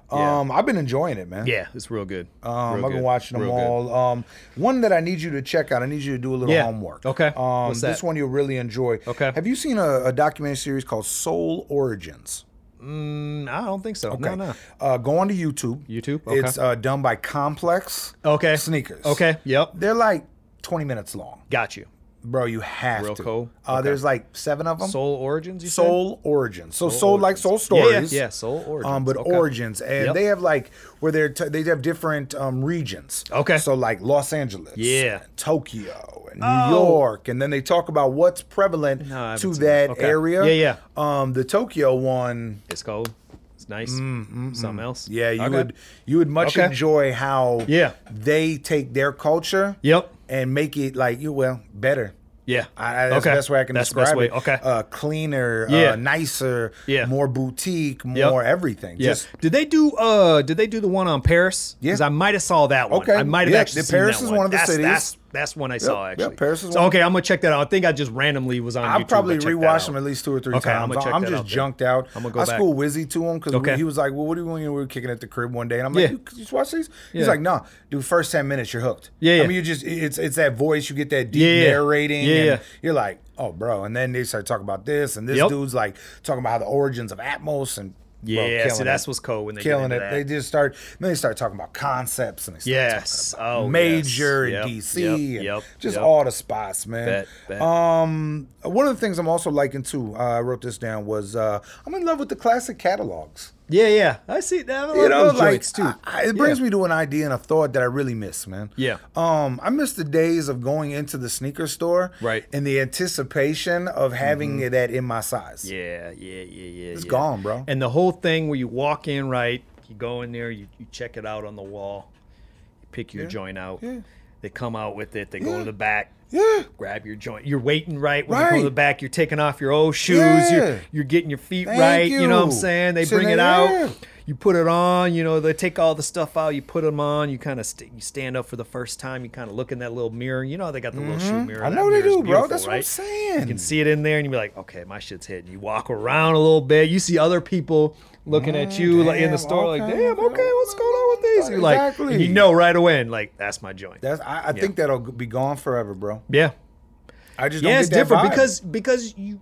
[SPEAKER 3] Yeah.
[SPEAKER 1] Um, I've been enjoying it, man.
[SPEAKER 3] Yeah, it's real good.
[SPEAKER 1] Um,
[SPEAKER 3] Real
[SPEAKER 1] I've been
[SPEAKER 3] good.
[SPEAKER 1] watching them
[SPEAKER 3] Real good.
[SPEAKER 1] all. Um, one that I need you to check out. I need you to do a little
[SPEAKER 3] Yeah.
[SPEAKER 1] homework.
[SPEAKER 3] Okay.
[SPEAKER 1] Um,
[SPEAKER 3] What's
[SPEAKER 1] this
[SPEAKER 3] that?
[SPEAKER 1] one you'll really enjoy.
[SPEAKER 3] Okay.
[SPEAKER 1] Have you seen a, a documentary series called Soul Origins?
[SPEAKER 3] Mm, I don't think so. No, no.
[SPEAKER 1] Uh, go on to YouTube.
[SPEAKER 3] YouTube? Okay.
[SPEAKER 1] It's uh, done by Complex.
[SPEAKER 3] Okay.
[SPEAKER 1] Sneakers.
[SPEAKER 3] Okay. Yep.
[SPEAKER 1] They're like 20 minutes long,
[SPEAKER 3] Got you.
[SPEAKER 1] bro. You have
[SPEAKER 3] Real
[SPEAKER 1] to.
[SPEAKER 3] cool.
[SPEAKER 1] Uh, There's like seven of them.
[SPEAKER 3] Soul Origins. You said?
[SPEAKER 1] Soul Origins. So Soul, like Soul
[SPEAKER 3] Yeah, yeah,
[SPEAKER 1] Stories.
[SPEAKER 3] Yeah, Soul Origins.
[SPEAKER 1] Um, but
[SPEAKER 3] Okay.
[SPEAKER 1] origins, and
[SPEAKER 3] Yep.
[SPEAKER 1] they have like where they're t- they have different um, regions.
[SPEAKER 3] Okay.
[SPEAKER 1] so like Los Angeles,
[SPEAKER 3] Yeah.
[SPEAKER 1] and Tokyo, and New
[SPEAKER 3] Oh.
[SPEAKER 1] York, and then they talk about what's prevalent
[SPEAKER 3] No, I haven't
[SPEAKER 1] to
[SPEAKER 3] seen
[SPEAKER 1] that
[SPEAKER 3] that. Okay.
[SPEAKER 1] area.
[SPEAKER 3] Yeah,
[SPEAKER 1] yeah. Um, the Tokyo one,
[SPEAKER 3] It's cold. It's nice. Something else.
[SPEAKER 1] Mm, yeah, you
[SPEAKER 3] Okay.
[SPEAKER 1] would you would much
[SPEAKER 3] Okay.
[SPEAKER 1] enjoy how
[SPEAKER 3] Yeah.
[SPEAKER 1] they take their culture,
[SPEAKER 3] Yep.
[SPEAKER 1] and make it like you well better.
[SPEAKER 3] Yeah.
[SPEAKER 1] I, I- that's the best way I can
[SPEAKER 3] That's the
[SPEAKER 1] describe
[SPEAKER 3] best
[SPEAKER 1] it.
[SPEAKER 3] way. Okay.
[SPEAKER 1] uh, cleaner,
[SPEAKER 3] Yeah.
[SPEAKER 1] uh, nicer,
[SPEAKER 3] Yeah.
[SPEAKER 1] more boutique,
[SPEAKER 3] Yep.
[SPEAKER 1] more everything.
[SPEAKER 3] yeah.
[SPEAKER 1] Just
[SPEAKER 3] did they do uh did they do the one on Paris? Because
[SPEAKER 1] Yeah.
[SPEAKER 3] I might have saw that one.
[SPEAKER 1] Okay.
[SPEAKER 3] I might have
[SPEAKER 1] Yeah,
[SPEAKER 3] actually
[SPEAKER 1] the
[SPEAKER 3] seen that
[SPEAKER 1] Paris is one of the
[SPEAKER 3] that's,
[SPEAKER 1] cities.
[SPEAKER 3] That's that's one I saw
[SPEAKER 1] yep,
[SPEAKER 3] actually.
[SPEAKER 1] Paris is
[SPEAKER 3] so,
[SPEAKER 1] one.
[SPEAKER 3] okay, I'm gonna check that out. I think I just randomly was on YouTube.
[SPEAKER 1] I've probably
[SPEAKER 3] I checked that
[SPEAKER 1] rewatched them
[SPEAKER 3] out.
[SPEAKER 1] at least two or three
[SPEAKER 3] Okay, I'm
[SPEAKER 1] times.
[SPEAKER 3] gonna check
[SPEAKER 1] I'm,
[SPEAKER 3] that
[SPEAKER 1] just
[SPEAKER 3] out then.
[SPEAKER 1] junked out.
[SPEAKER 3] I'm gonna go
[SPEAKER 1] I
[SPEAKER 3] back.
[SPEAKER 1] schooled Wizzy to him because
[SPEAKER 3] Okay.
[SPEAKER 1] he was like, "Well, what do you mean? We were kicking at the crib one day." And I'm like,
[SPEAKER 3] Yeah.
[SPEAKER 1] "You, you just watch these." He's
[SPEAKER 3] Yeah.
[SPEAKER 1] like, "No, dude. First ten minutes, you're hooked.
[SPEAKER 3] Yeah, yeah.
[SPEAKER 1] I mean, you just it's it's that voice. You get that deep
[SPEAKER 3] Yeah, yeah.
[SPEAKER 1] narrating.
[SPEAKER 3] Yeah,
[SPEAKER 1] and
[SPEAKER 3] yeah.
[SPEAKER 1] You're like, oh, bro. And then they start talking about this and this
[SPEAKER 3] Yep.
[SPEAKER 1] dude's like talking about how the origins of Atmos and bro,
[SPEAKER 3] Yeah, see,
[SPEAKER 1] killing
[SPEAKER 3] that's
[SPEAKER 1] it.
[SPEAKER 3] what's cool when they get
[SPEAKER 1] killing
[SPEAKER 3] into
[SPEAKER 1] it.
[SPEAKER 3] that.
[SPEAKER 1] They just start then they start talking about concepts and they start
[SPEAKER 3] Yes.
[SPEAKER 1] talking
[SPEAKER 3] Oh
[SPEAKER 1] about major
[SPEAKER 3] yes.
[SPEAKER 1] and
[SPEAKER 3] Yep,
[SPEAKER 1] DC
[SPEAKER 3] Yep.
[SPEAKER 1] and
[SPEAKER 3] yep,
[SPEAKER 1] just
[SPEAKER 3] yep.
[SPEAKER 1] all the spots, man.
[SPEAKER 3] Bet, bet.
[SPEAKER 1] Um, one of the things I'm also liking too. Uh, I wrote this down was uh, I'm in love with the classic catalogs.
[SPEAKER 3] Yeah, yeah. I see that. I love
[SPEAKER 1] You know,
[SPEAKER 3] those
[SPEAKER 1] like
[SPEAKER 3] joints, too.
[SPEAKER 1] I- I- it brings
[SPEAKER 3] Yeah.
[SPEAKER 1] me to an idea and a thought that I really miss, man.
[SPEAKER 3] Yeah.
[SPEAKER 1] Um, I miss the days of going into the sneaker store,
[SPEAKER 3] Right. Mm-hmm.
[SPEAKER 1] and the anticipation of having that in my size.
[SPEAKER 3] Yeah, yeah, yeah, yeah.
[SPEAKER 1] It's
[SPEAKER 3] yeah.
[SPEAKER 1] gone, bro.
[SPEAKER 3] And the whole thing where you walk in, right? You go in there, you, you check it out on the wall, you pick your joint out.
[SPEAKER 1] yeah.
[SPEAKER 3] They come out with it, they go
[SPEAKER 1] Yeah.
[SPEAKER 3] to the back.
[SPEAKER 1] Yeah.
[SPEAKER 3] Grab your joint. You're waiting right when you go to the
[SPEAKER 1] Right.
[SPEAKER 3] back. You're taking off your old shoes.
[SPEAKER 1] Yeah.
[SPEAKER 3] You're, you're getting your feet
[SPEAKER 1] Thank
[SPEAKER 3] right. You. know what I'm
[SPEAKER 1] you.
[SPEAKER 3] saying? They
[SPEAKER 1] So
[SPEAKER 3] bring
[SPEAKER 1] they-
[SPEAKER 3] it
[SPEAKER 1] yeah.
[SPEAKER 3] out. You put it on. You know they take all the stuff out. You put them on. You kind of st- you stand up for the first time. You kind of look in that little mirror. You know how they got the little shoe mirror.
[SPEAKER 1] Mm-hmm. I
[SPEAKER 3] That
[SPEAKER 1] know they
[SPEAKER 3] mirror's
[SPEAKER 1] do, bro.
[SPEAKER 3] beautiful,
[SPEAKER 1] That's what I'm
[SPEAKER 3] right?
[SPEAKER 1] saying.
[SPEAKER 3] You can see it in there, and you be like, okay, my shit's hitting. You walk around a little bit, you see other people looking at you like in the
[SPEAKER 1] Mm, damn,
[SPEAKER 3] store, like,
[SPEAKER 1] okay,
[SPEAKER 3] damn,
[SPEAKER 1] okay,
[SPEAKER 3] okay, what's going on with these? You're like,
[SPEAKER 1] Exactly.
[SPEAKER 3] and you know right away, and like, that's my joint.
[SPEAKER 1] That's I, I think that'll be gone forever, bro.
[SPEAKER 3] yeah,
[SPEAKER 1] I just
[SPEAKER 3] yeah,
[SPEAKER 1] don't
[SPEAKER 3] it's
[SPEAKER 1] get that
[SPEAKER 3] different
[SPEAKER 1] vibe.
[SPEAKER 3] because because you,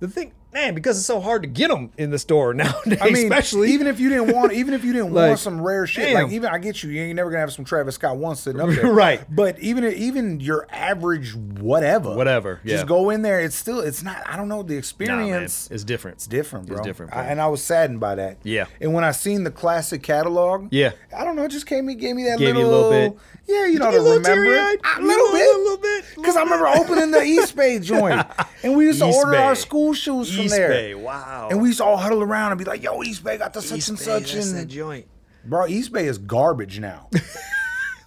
[SPEAKER 3] the thing, man, because it's so hard to get them in the store nowadays,
[SPEAKER 1] I mean,
[SPEAKER 3] especially
[SPEAKER 1] even if you didn't want, even if you didn't
[SPEAKER 3] Like,
[SPEAKER 1] want some rare shit,
[SPEAKER 3] damn.
[SPEAKER 1] like even I get you, you ain't never gonna have some Travis Scott one sitting up there,
[SPEAKER 3] Right.
[SPEAKER 1] But even even your average whatever,
[SPEAKER 3] Whatever, yeah.
[SPEAKER 1] just go in there. It's still, it's not. I don't know the
[SPEAKER 3] Nah, man,
[SPEAKER 1] experience.
[SPEAKER 3] it's different.
[SPEAKER 1] it's different, bro.
[SPEAKER 3] It's different.
[SPEAKER 1] I-
[SPEAKER 3] bro.
[SPEAKER 1] and I was saddened by that.
[SPEAKER 3] Yeah.
[SPEAKER 1] And when I seen the classic catalog,
[SPEAKER 3] Yeah.
[SPEAKER 1] I don't know, it just gave me gave me that
[SPEAKER 3] Gave you a
[SPEAKER 1] little,
[SPEAKER 3] little bit.
[SPEAKER 1] Yeah, you know, to
[SPEAKER 3] you get a little
[SPEAKER 1] remember
[SPEAKER 3] teary-eyed?
[SPEAKER 1] a
[SPEAKER 3] You
[SPEAKER 1] little
[SPEAKER 3] know, a
[SPEAKER 1] bit,
[SPEAKER 3] little bit, a
[SPEAKER 1] Because I remember opening the East Bay joint, and we used to
[SPEAKER 3] East
[SPEAKER 1] order our
[SPEAKER 3] Bay.
[SPEAKER 1] school shoes from
[SPEAKER 3] East
[SPEAKER 1] there.
[SPEAKER 3] Bay, wow.
[SPEAKER 1] And we used to all huddle around and be like, "Yo, East Bay got the such
[SPEAKER 3] East
[SPEAKER 1] and
[SPEAKER 3] Bay,
[SPEAKER 1] such."
[SPEAKER 3] that's that
[SPEAKER 1] and
[SPEAKER 3] joint.
[SPEAKER 1] bro, East Bay is garbage now.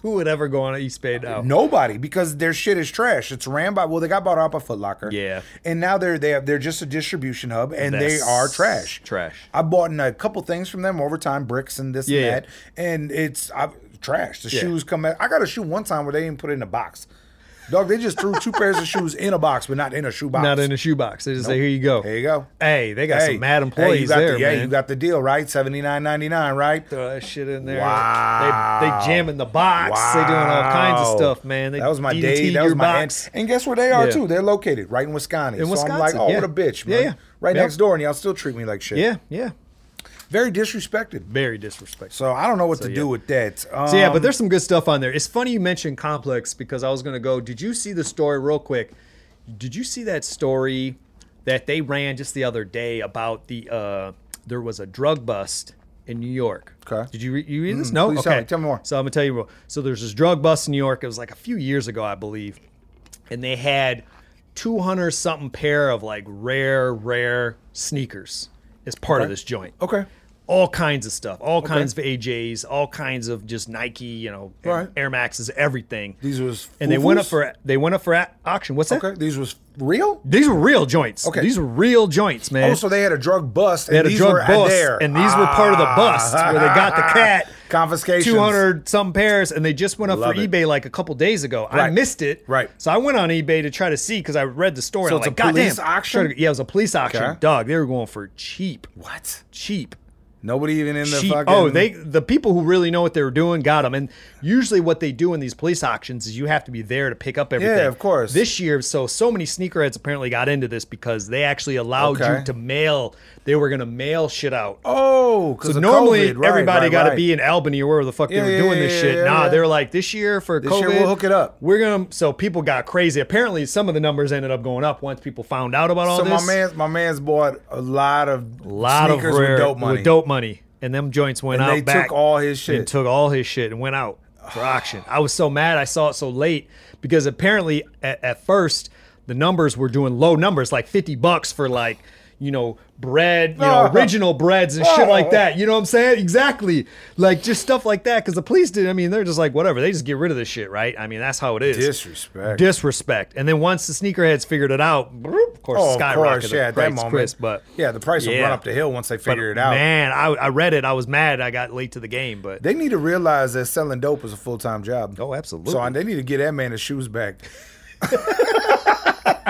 [SPEAKER 3] Who would ever go on an East Bay now?
[SPEAKER 1] Nobody because their shit is trash. It's ran by well, they got bought out by Foot Locker.
[SPEAKER 3] Yeah.
[SPEAKER 1] and now they're they have, they're just a distribution hub, and they
[SPEAKER 3] That's
[SPEAKER 1] are trash.
[SPEAKER 3] trash.
[SPEAKER 1] I bought in a couple things from them over time, bricks and this
[SPEAKER 3] Yeah.
[SPEAKER 1] and that, and it's I, trash. The
[SPEAKER 3] Yeah.
[SPEAKER 1] shoes come. Out. I got a shoe one time where they didn't put it in a box. Dog, they just threw two pairs of shoes in a box, but not in a shoe box.
[SPEAKER 3] Not in a shoebox. They just say, here you go.
[SPEAKER 1] There you go.
[SPEAKER 3] Hey, they got some mad
[SPEAKER 1] hey, you
[SPEAKER 3] employees
[SPEAKER 1] got
[SPEAKER 3] there,
[SPEAKER 1] the, yeah,
[SPEAKER 3] man.
[SPEAKER 1] you got the deal right, seventy nine ninety nine, right?
[SPEAKER 3] throw that shit in there.
[SPEAKER 1] Wow.
[SPEAKER 3] They, they jam in the box. They doing all kinds of
[SPEAKER 1] Wow.
[SPEAKER 3] stuff, man. They
[SPEAKER 1] that was my
[SPEAKER 3] DDT
[SPEAKER 1] day. That
[SPEAKER 3] your
[SPEAKER 1] was my
[SPEAKER 3] box.
[SPEAKER 1] And, and guess where they are
[SPEAKER 3] Yeah.
[SPEAKER 1] too? They're located right in Wisconsin.
[SPEAKER 3] In
[SPEAKER 1] so I'm like,
[SPEAKER 3] Wisconsin,
[SPEAKER 1] oh,
[SPEAKER 3] yeah.
[SPEAKER 1] what a bitch,
[SPEAKER 3] Yeah,
[SPEAKER 1] man.
[SPEAKER 3] yeah.
[SPEAKER 1] Right
[SPEAKER 3] Yeah.
[SPEAKER 1] next door, and y'all still treat me like shit.
[SPEAKER 3] Yeah, yeah.
[SPEAKER 1] Very disrespected.
[SPEAKER 3] Very disrespectful.
[SPEAKER 1] So I don't know what to do
[SPEAKER 3] yeah.
[SPEAKER 1] with that. Um,
[SPEAKER 3] So yeah, but there's some good stuff on there. It's funny you mentioned complex because I was gonna go. Did you see the story real quick? Did you see that story that they ran just the other day about the uh there was a drug bust in New York.
[SPEAKER 1] Okay. Mm-hmm.
[SPEAKER 3] Did you re- you read this? no.
[SPEAKER 1] please
[SPEAKER 3] okay.
[SPEAKER 1] tell me. Tell me more.
[SPEAKER 3] So I'm gonna tell you more. So there's this drug bust in New York. It was like a few years ago, I believe, and they had 200 something pair of like rare, rare sneakers as part of this joint
[SPEAKER 1] Okay.
[SPEAKER 3] all kinds of stuff, all kinds of AJs, all kinds of just Nike, you know, Air-
[SPEAKER 1] Right.
[SPEAKER 3] Air Maxes, everything.
[SPEAKER 1] These was
[SPEAKER 3] and they went up
[SPEAKER 1] fufus?
[SPEAKER 3] for they went up for a- auction. What's that?
[SPEAKER 1] Okay. These was real.
[SPEAKER 3] These were real joints.
[SPEAKER 1] Okay.
[SPEAKER 3] these were real joints, man.
[SPEAKER 1] Oh, so they had a drug bust.
[SPEAKER 3] they had
[SPEAKER 1] and
[SPEAKER 3] a
[SPEAKER 1] these
[SPEAKER 3] drug
[SPEAKER 1] were
[SPEAKER 3] bust,
[SPEAKER 1] there. Ah.
[SPEAKER 3] and these were part of the bust where they got the cat.
[SPEAKER 1] Confiscations.
[SPEAKER 3] Two hundred some pairs, and they just went up
[SPEAKER 1] Love
[SPEAKER 3] for
[SPEAKER 1] it.
[SPEAKER 3] eBay like a couple days ago. I
[SPEAKER 1] Right.
[SPEAKER 3] missed it,
[SPEAKER 1] Right.
[SPEAKER 3] So I went on eBay to try to see because I read the story.
[SPEAKER 1] So
[SPEAKER 3] I'm
[SPEAKER 1] it's
[SPEAKER 3] like,
[SPEAKER 1] a
[SPEAKER 3] "God
[SPEAKER 1] police
[SPEAKER 3] damn."
[SPEAKER 1] auction?
[SPEAKER 3] Sure, Yeah, it was a police auction.
[SPEAKER 1] Okay.
[SPEAKER 3] Dog, they were going for cheap,
[SPEAKER 1] What?
[SPEAKER 3] cheap.
[SPEAKER 1] Nobody even in the
[SPEAKER 3] cheap-
[SPEAKER 1] fucking.
[SPEAKER 3] Oh, they the people who really know what they were doing got them. And usually, what they do in these police auctions is you have to be there to pick up everything.
[SPEAKER 1] of course.
[SPEAKER 3] This year, so so many sneakerheads apparently got into this because they actually allowed
[SPEAKER 1] Okay.
[SPEAKER 3] you to mail. They were going to mail shit out.
[SPEAKER 1] Oh, because
[SPEAKER 3] So normally
[SPEAKER 1] COVID. Right,
[SPEAKER 3] everybody
[SPEAKER 1] right,
[SPEAKER 3] got to
[SPEAKER 1] right.
[SPEAKER 3] be in Albany or wherever the fuck
[SPEAKER 1] Yeah,
[SPEAKER 3] they were
[SPEAKER 1] yeah,
[SPEAKER 3] doing
[SPEAKER 1] yeah,
[SPEAKER 3] this
[SPEAKER 1] yeah,
[SPEAKER 3] shit.
[SPEAKER 1] yeah,
[SPEAKER 3] nah,
[SPEAKER 1] yeah.
[SPEAKER 3] they're like this year for
[SPEAKER 1] This
[SPEAKER 3] COVID.
[SPEAKER 1] year we'll hook it up.
[SPEAKER 3] We're gonna. So people got crazy. Apparently, some of the numbers ended up going up once people found out about all
[SPEAKER 1] So
[SPEAKER 3] this.
[SPEAKER 1] my man's my man's bought a lot of
[SPEAKER 3] lot of
[SPEAKER 1] sneakers
[SPEAKER 3] rare,
[SPEAKER 1] with dope money.
[SPEAKER 3] and them joints went
[SPEAKER 1] And
[SPEAKER 3] out
[SPEAKER 1] they took
[SPEAKER 3] back
[SPEAKER 1] all his shit.
[SPEAKER 3] and took all his shit and went out for auction. I was so mad I saw it so late because apparently at, at first the numbers were doing low numbers like 50 bucks for like you know bread, you know
[SPEAKER 1] Oh.
[SPEAKER 3] original breads and shit like that. You know what I'm saying? Exactly. Like just stuff like that cuz the police did I mean they're just like whatever. They just get rid of this shit, right? I mean that's how it is.
[SPEAKER 1] Disrespect.
[SPEAKER 3] Disrespect. And then once the sneakerheads figured it out, bloop, of course
[SPEAKER 1] Oh, of
[SPEAKER 3] skyrocketed.
[SPEAKER 1] course,
[SPEAKER 3] the
[SPEAKER 1] yeah. At
[SPEAKER 3] price,
[SPEAKER 1] that moment,
[SPEAKER 3] Chris, but
[SPEAKER 1] yeah, the price will
[SPEAKER 3] Yeah.
[SPEAKER 1] run up the hill once they
[SPEAKER 3] but
[SPEAKER 1] figure it out.
[SPEAKER 3] Man, I, I read it. I was mad. I got late to the game, but
[SPEAKER 1] They need to realize that selling dope is a full time job.
[SPEAKER 3] Oh, absolutely.
[SPEAKER 1] So and they need to get that man his shoes back.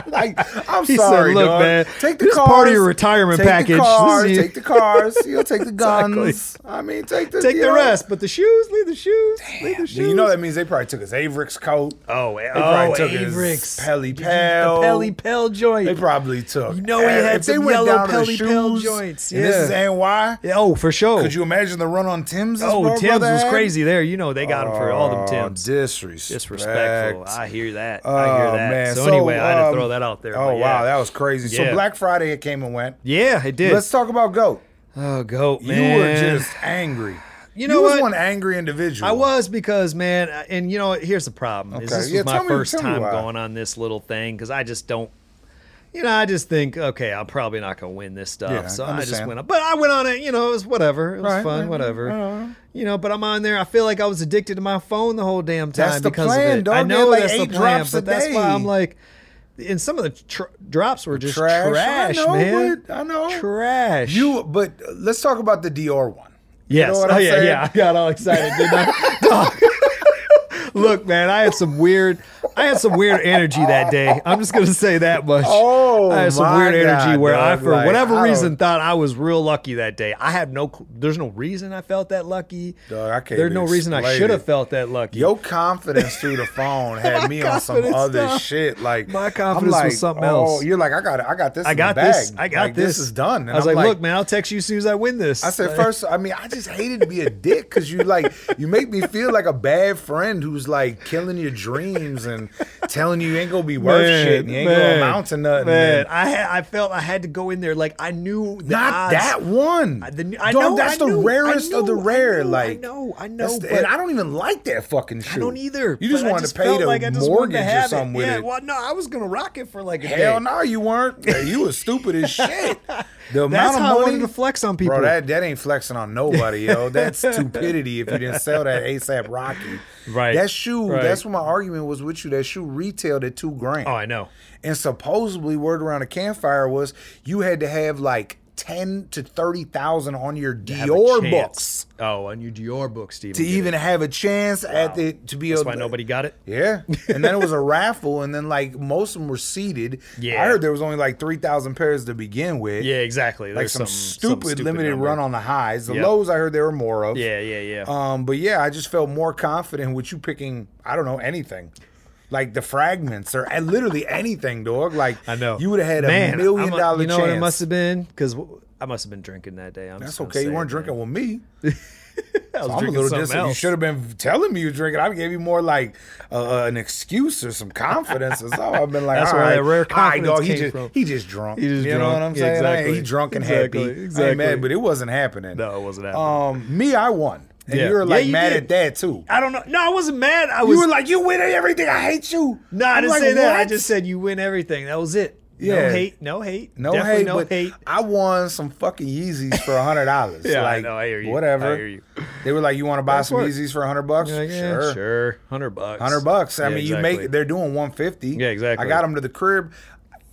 [SPEAKER 1] like, I'm
[SPEAKER 3] He said,
[SPEAKER 1] sorry,
[SPEAKER 3] "Look,
[SPEAKER 1] dog.
[SPEAKER 3] man,
[SPEAKER 1] Take the
[SPEAKER 3] this
[SPEAKER 1] cars,
[SPEAKER 3] part of your retirement
[SPEAKER 1] take
[SPEAKER 3] package. This
[SPEAKER 1] The cars,
[SPEAKER 3] is-
[SPEAKER 1] take the cars. You'll take the guns.
[SPEAKER 3] Exactly.
[SPEAKER 1] I mean, take the
[SPEAKER 3] take
[SPEAKER 1] you
[SPEAKER 3] the
[SPEAKER 1] know.
[SPEAKER 3] rest. But the shoes, leave the shoes, leave the shoes.
[SPEAKER 1] You know that means they probably took his Avericks coat.
[SPEAKER 3] Oh,
[SPEAKER 1] They
[SPEAKER 3] eh,
[SPEAKER 1] probably
[SPEAKER 3] oh,
[SPEAKER 1] took his
[SPEAKER 3] Avricks.
[SPEAKER 1] Pelly
[SPEAKER 3] The Pelly
[SPEAKER 1] Pell.
[SPEAKER 3] Pell joint.
[SPEAKER 1] They probably took.
[SPEAKER 3] You know he had
[SPEAKER 1] if they
[SPEAKER 3] some
[SPEAKER 1] went
[SPEAKER 3] yellow
[SPEAKER 1] down to the
[SPEAKER 3] Pelly Pell
[SPEAKER 1] shoes,
[SPEAKER 3] joints,
[SPEAKER 1] And this is
[SPEAKER 3] yeah.
[SPEAKER 1] NY.
[SPEAKER 3] Yeah, oh, for sure.
[SPEAKER 1] Could you imagine the run on Tim's?
[SPEAKER 3] oh, Tim's was crazy there. You know they got him for all
[SPEAKER 1] Oh,
[SPEAKER 3] them Tim's.
[SPEAKER 1] Disrespect.
[SPEAKER 3] Disrespectful. I hear that. I hear
[SPEAKER 1] Oh
[SPEAKER 3] that.
[SPEAKER 1] man.
[SPEAKER 3] So, anyway, I had to
[SPEAKER 1] um,
[SPEAKER 3] throw that out there.
[SPEAKER 1] Oh
[SPEAKER 3] but yeah.
[SPEAKER 1] wow, that was crazy. So
[SPEAKER 3] Yeah.
[SPEAKER 1] Black Friday it came and went.
[SPEAKER 3] yeah, it did.
[SPEAKER 1] Let's talk about Goat.
[SPEAKER 3] oh, go man.
[SPEAKER 1] You were just angry.
[SPEAKER 3] You know
[SPEAKER 1] was
[SPEAKER 3] what?
[SPEAKER 1] one angry individual.
[SPEAKER 3] I was because man, I- and you know, here's the problem. Is
[SPEAKER 1] Okay,
[SPEAKER 3] this
[SPEAKER 1] yeah,
[SPEAKER 3] was my
[SPEAKER 1] tell me-
[SPEAKER 3] first
[SPEAKER 1] tell me
[SPEAKER 3] time
[SPEAKER 1] why.
[SPEAKER 3] going on this little thing because I just don't. You know, I just think, okay, I'm probably not gonna win this stuff,
[SPEAKER 1] Yeah,
[SPEAKER 3] so I just
[SPEAKER 1] understand.
[SPEAKER 3] went up. But I went on it. You know, it was whatever. It was
[SPEAKER 1] Right,
[SPEAKER 3] fun,
[SPEAKER 1] right,
[SPEAKER 3] whatever.
[SPEAKER 1] right, right, right.
[SPEAKER 3] You know, but I'm on there. I feel like I was addicted to my phone the whole damn time
[SPEAKER 1] That's the
[SPEAKER 3] because
[SPEAKER 1] plan,
[SPEAKER 3] of it.
[SPEAKER 1] dog.
[SPEAKER 3] I
[SPEAKER 1] They
[SPEAKER 3] know
[SPEAKER 1] had like
[SPEAKER 3] that's the
[SPEAKER 1] eight
[SPEAKER 3] plan,
[SPEAKER 1] drops a
[SPEAKER 3] but that's why
[SPEAKER 1] day.
[SPEAKER 3] I'm like, and some of the tr- drops were just
[SPEAKER 1] Trash. I
[SPEAKER 3] trash,
[SPEAKER 1] know
[SPEAKER 3] man.
[SPEAKER 1] it. I know.
[SPEAKER 3] trash.
[SPEAKER 1] You but uh, let's talk about the Dior one.
[SPEAKER 3] Yes.
[SPEAKER 1] You know what
[SPEAKER 3] oh,
[SPEAKER 1] I'm
[SPEAKER 3] yeah,
[SPEAKER 1] saying?
[SPEAKER 3] yeah. I got all excited, didn't I? Dog. Look, man, I had some weird I had some weird energy that day. I'm just gonna say that much.
[SPEAKER 1] Oh,
[SPEAKER 3] I had some
[SPEAKER 1] my
[SPEAKER 3] weird energy
[SPEAKER 1] God,
[SPEAKER 3] where I
[SPEAKER 1] dog,
[SPEAKER 3] for
[SPEAKER 1] like,
[SPEAKER 3] whatever
[SPEAKER 1] I don't-
[SPEAKER 3] reason thought I was real lucky that day. I have no cl- there's no reason I felt that lucky.
[SPEAKER 1] Dog, I can't
[SPEAKER 3] there's
[SPEAKER 1] even
[SPEAKER 3] no reason I
[SPEAKER 1] explain
[SPEAKER 3] should have
[SPEAKER 1] it.
[SPEAKER 3] felt that lucky.
[SPEAKER 1] Your confidence through the phone had
[SPEAKER 3] My
[SPEAKER 1] me on some
[SPEAKER 3] confidence,
[SPEAKER 1] other
[SPEAKER 3] dog.
[SPEAKER 1] shit. Like
[SPEAKER 3] My
[SPEAKER 1] I'm
[SPEAKER 3] confidence was
[SPEAKER 1] like,
[SPEAKER 3] something
[SPEAKER 1] oh,
[SPEAKER 3] else.
[SPEAKER 1] You're like, I got, it. I got this.
[SPEAKER 3] I
[SPEAKER 1] in
[SPEAKER 3] got
[SPEAKER 1] the
[SPEAKER 3] this.
[SPEAKER 1] bag.
[SPEAKER 3] I got
[SPEAKER 1] Like,
[SPEAKER 3] this.
[SPEAKER 1] is done. And
[SPEAKER 3] I was
[SPEAKER 1] I'm
[SPEAKER 3] like, look, man, I'll text you as soon as I win this.
[SPEAKER 1] I said first. I mean, I just hated to be a dick because you like you make me feel like a bad friend who's like killing your dreams and telling you you ain't gonna be worth shit and you ain't gonna amount to nothing.
[SPEAKER 3] Man,
[SPEAKER 1] and
[SPEAKER 3] I had, I felt I had to go in there like I knew the
[SPEAKER 1] not
[SPEAKER 3] odds.
[SPEAKER 1] that one.
[SPEAKER 3] I- the- I
[SPEAKER 1] Dog,
[SPEAKER 3] know,
[SPEAKER 1] that's
[SPEAKER 3] I
[SPEAKER 1] the
[SPEAKER 3] knew, I
[SPEAKER 1] rarest of the
[SPEAKER 3] knew, I
[SPEAKER 1] rare.
[SPEAKER 3] knew, I
[SPEAKER 1] like
[SPEAKER 3] know, I
[SPEAKER 1] that's
[SPEAKER 3] know,
[SPEAKER 1] the-
[SPEAKER 3] but-
[SPEAKER 1] and I don't even like that fucking shoe.
[SPEAKER 3] I don't either.
[SPEAKER 1] You just
[SPEAKER 3] but I
[SPEAKER 1] wanted to pay
[SPEAKER 3] felt
[SPEAKER 1] the
[SPEAKER 3] like I just wanted
[SPEAKER 1] mortgage
[SPEAKER 3] to
[SPEAKER 1] or
[SPEAKER 3] have
[SPEAKER 1] something
[SPEAKER 3] it.
[SPEAKER 1] with
[SPEAKER 3] yeah,
[SPEAKER 1] it.
[SPEAKER 3] Well, no, I was gonna rock it for like a
[SPEAKER 1] Hell
[SPEAKER 3] day.
[SPEAKER 1] no, you weren't. Yeah, You was stupid as shit. The amount
[SPEAKER 3] That's
[SPEAKER 1] of
[SPEAKER 3] how I
[SPEAKER 1] money
[SPEAKER 3] wanted to flex on people.
[SPEAKER 1] Bro, that, that ain't flexing on nobody, yo. That's stupidity if you didn't sell that ASAP Rocky.
[SPEAKER 3] Right.
[SPEAKER 1] That shoe,
[SPEAKER 3] Right.
[SPEAKER 1] that's what my argument was with you. That shoe retailed at two grand.
[SPEAKER 3] Oh, I know.
[SPEAKER 1] And supposedly word around the campfire was you had to have like ten to thirty thousand on your
[SPEAKER 3] Have a
[SPEAKER 1] Dior
[SPEAKER 3] chance.
[SPEAKER 1] books
[SPEAKER 3] Oh, on your Dior books, Steven.
[SPEAKER 1] to even have a chance at the to be
[SPEAKER 3] That's
[SPEAKER 1] a
[SPEAKER 3] why nobody got it.
[SPEAKER 1] yeah, and then it was a raffle, and then like most of them were seated.
[SPEAKER 3] Yeah.
[SPEAKER 1] I heard there was only like three thousand pairs to begin with.
[SPEAKER 3] Yeah, exactly.
[SPEAKER 1] like
[SPEAKER 3] There's
[SPEAKER 1] some,
[SPEAKER 3] some
[SPEAKER 1] stupid, limited
[SPEAKER 3] number.
[SPEAKER 1] run on the highs. The
[SPEAKER 3] Yep.
[SPEAKER 1] lows I heard there were more of.
[SPEAKER 3] Yeah, yeah, yeah.
[SPEAKER 1] Um, but yeah, I just felt more confident with you picking. I don't know anything, like the fragments or and literally anything, dog. Like
[SPEAKER 3] I know.
[SPEAKER 1] you would have had
[SPEAKER 3] Man,
[SPEAKER 1] a million
[SPEAKER 3] I'm
[SPEAKER 1] dollar
[SPEAKER 3] You know
[SPEAKER 1] chance.
[SPEAKER 3] what it must have been? Because I must have been drinking that day. I'm
[SPEAKER 1] That's
[SPEAKER 3] just gonna
[SPEAKER 1] okay.
[SPEAKER 3] say
[SPEAKER 1] You
[SPEAKER 3] it,
[SPEAKER 1] weren't
[SPEAKER 3] man.
[SPEAKER 1] drinking with me.
[SPEAKER 3] I
[SPEAKER 1] I'm
[SPEAKER 3] was
[SPEAKER 1] a
[SPEAKER 3] drinking
[SPEAKER 1] little
[SPEAKER 3] something
[SPEAKER 1] disappointed. You
[SPEAKER 3] else.
[SPEAKER 1] should have been telling me you drink it. I gave you more like uh, an excuse or some confidence or something. I've been like,
[SPEAKER 3] That's
[SPEAKER 1] all
[SPEAKER 3] where
[SPEAKER 1] right,
[SPEAKER 3] that rare
[SPEAKER 1] all right, dog,
[SPEAKER 3] confidence
[SPEAKER 1] he
[SPEAKER 3] came
[SPEAKER 1] just
[SPEAKER 3] from.
[SPEAKER 1] he just drunk.
[SPEAKER 3] He just
[SPEAKER 1] you know
[SPEAKER 3] drunk.
[SPEAKER 1] what I'm
[SPEAKER 3] Yeah,
[SPEAKER 1] saying?
[SPEAKER 3] exactly.
[SPEAKER 1] He drunk and
[SPEAKER 3] Exactly,
[SPEAKER 1] happy. I
[SPEAKER 3] exactly.
[SPEAKER 1] ain't mad, but it wasn't happening.
[SPEAKER 3] No, it wasn't happening.
[SPEAKER 1] Um, me, I won, and
[SPEAKER 3] Yeah.
[SPEAKER 1] you were
[SPEAKER 3] Yeah,
[SPEAKER 1] like
[SPEAKER 3] you
[SPEAKER 1] mad
[SPEAKER 3] did.
[SPEAKER 1] at that too.
[SPEAKER 3] I don't know. No, I wasn't mad. I was.
[SPEAKER 1] You were like, you win at everything. I hate you.
[SPEAKER 3] no, I
[SPEAKER 1] I'm
[SPEAKER 3] didn't
[SPEAKER 1] like,
[SPEAKER 3] say that. I
[SPEAKER 1] what?
[SPEAKER 3] just said you win everything. That was it.
[SPEAKER 1] Yeah.
[SPEAKER 3] No hate. No hate.
[SPEAKER 1] No
[SPEAKER 3] Definitely
[SPEAKER 1] hate,
[SPEAKER 3] No
[SPEAKER 1] but
[SPEAKER 3] hate.
[SPEAKER 1] I won some fucking Yeezys for a hundred dollars.
[SPEAKER 3] Yeah, I
[SPEAKER 1] like,
[SPEAKER 3] know, I hear you.
[SPEAKER 1] Whatever.
[SPEAKER 3] I hear you.
[SPEAKER 1] They were like, "You want to buy
[SPEAKER 3] That's
[SPEAKER 1] some
[SPEAKER 3] what-
[SPEAKER 1] Yeezys for a hundred bucks?"
[SPEAKER 3] You're like, yeah, sure. Hundred bucks.
[SPEAKER 1] Hundred bucks. I
[SPEAKER 3] Yeah,
[SPEAKER 1] mean, you
[SPEAKER 3] exactly.
[SPEAKER 1] make they're doing one fifty.
[SPEAKER 3] Yeah, exactly.
[SPEAKER 1] I got them to the crib,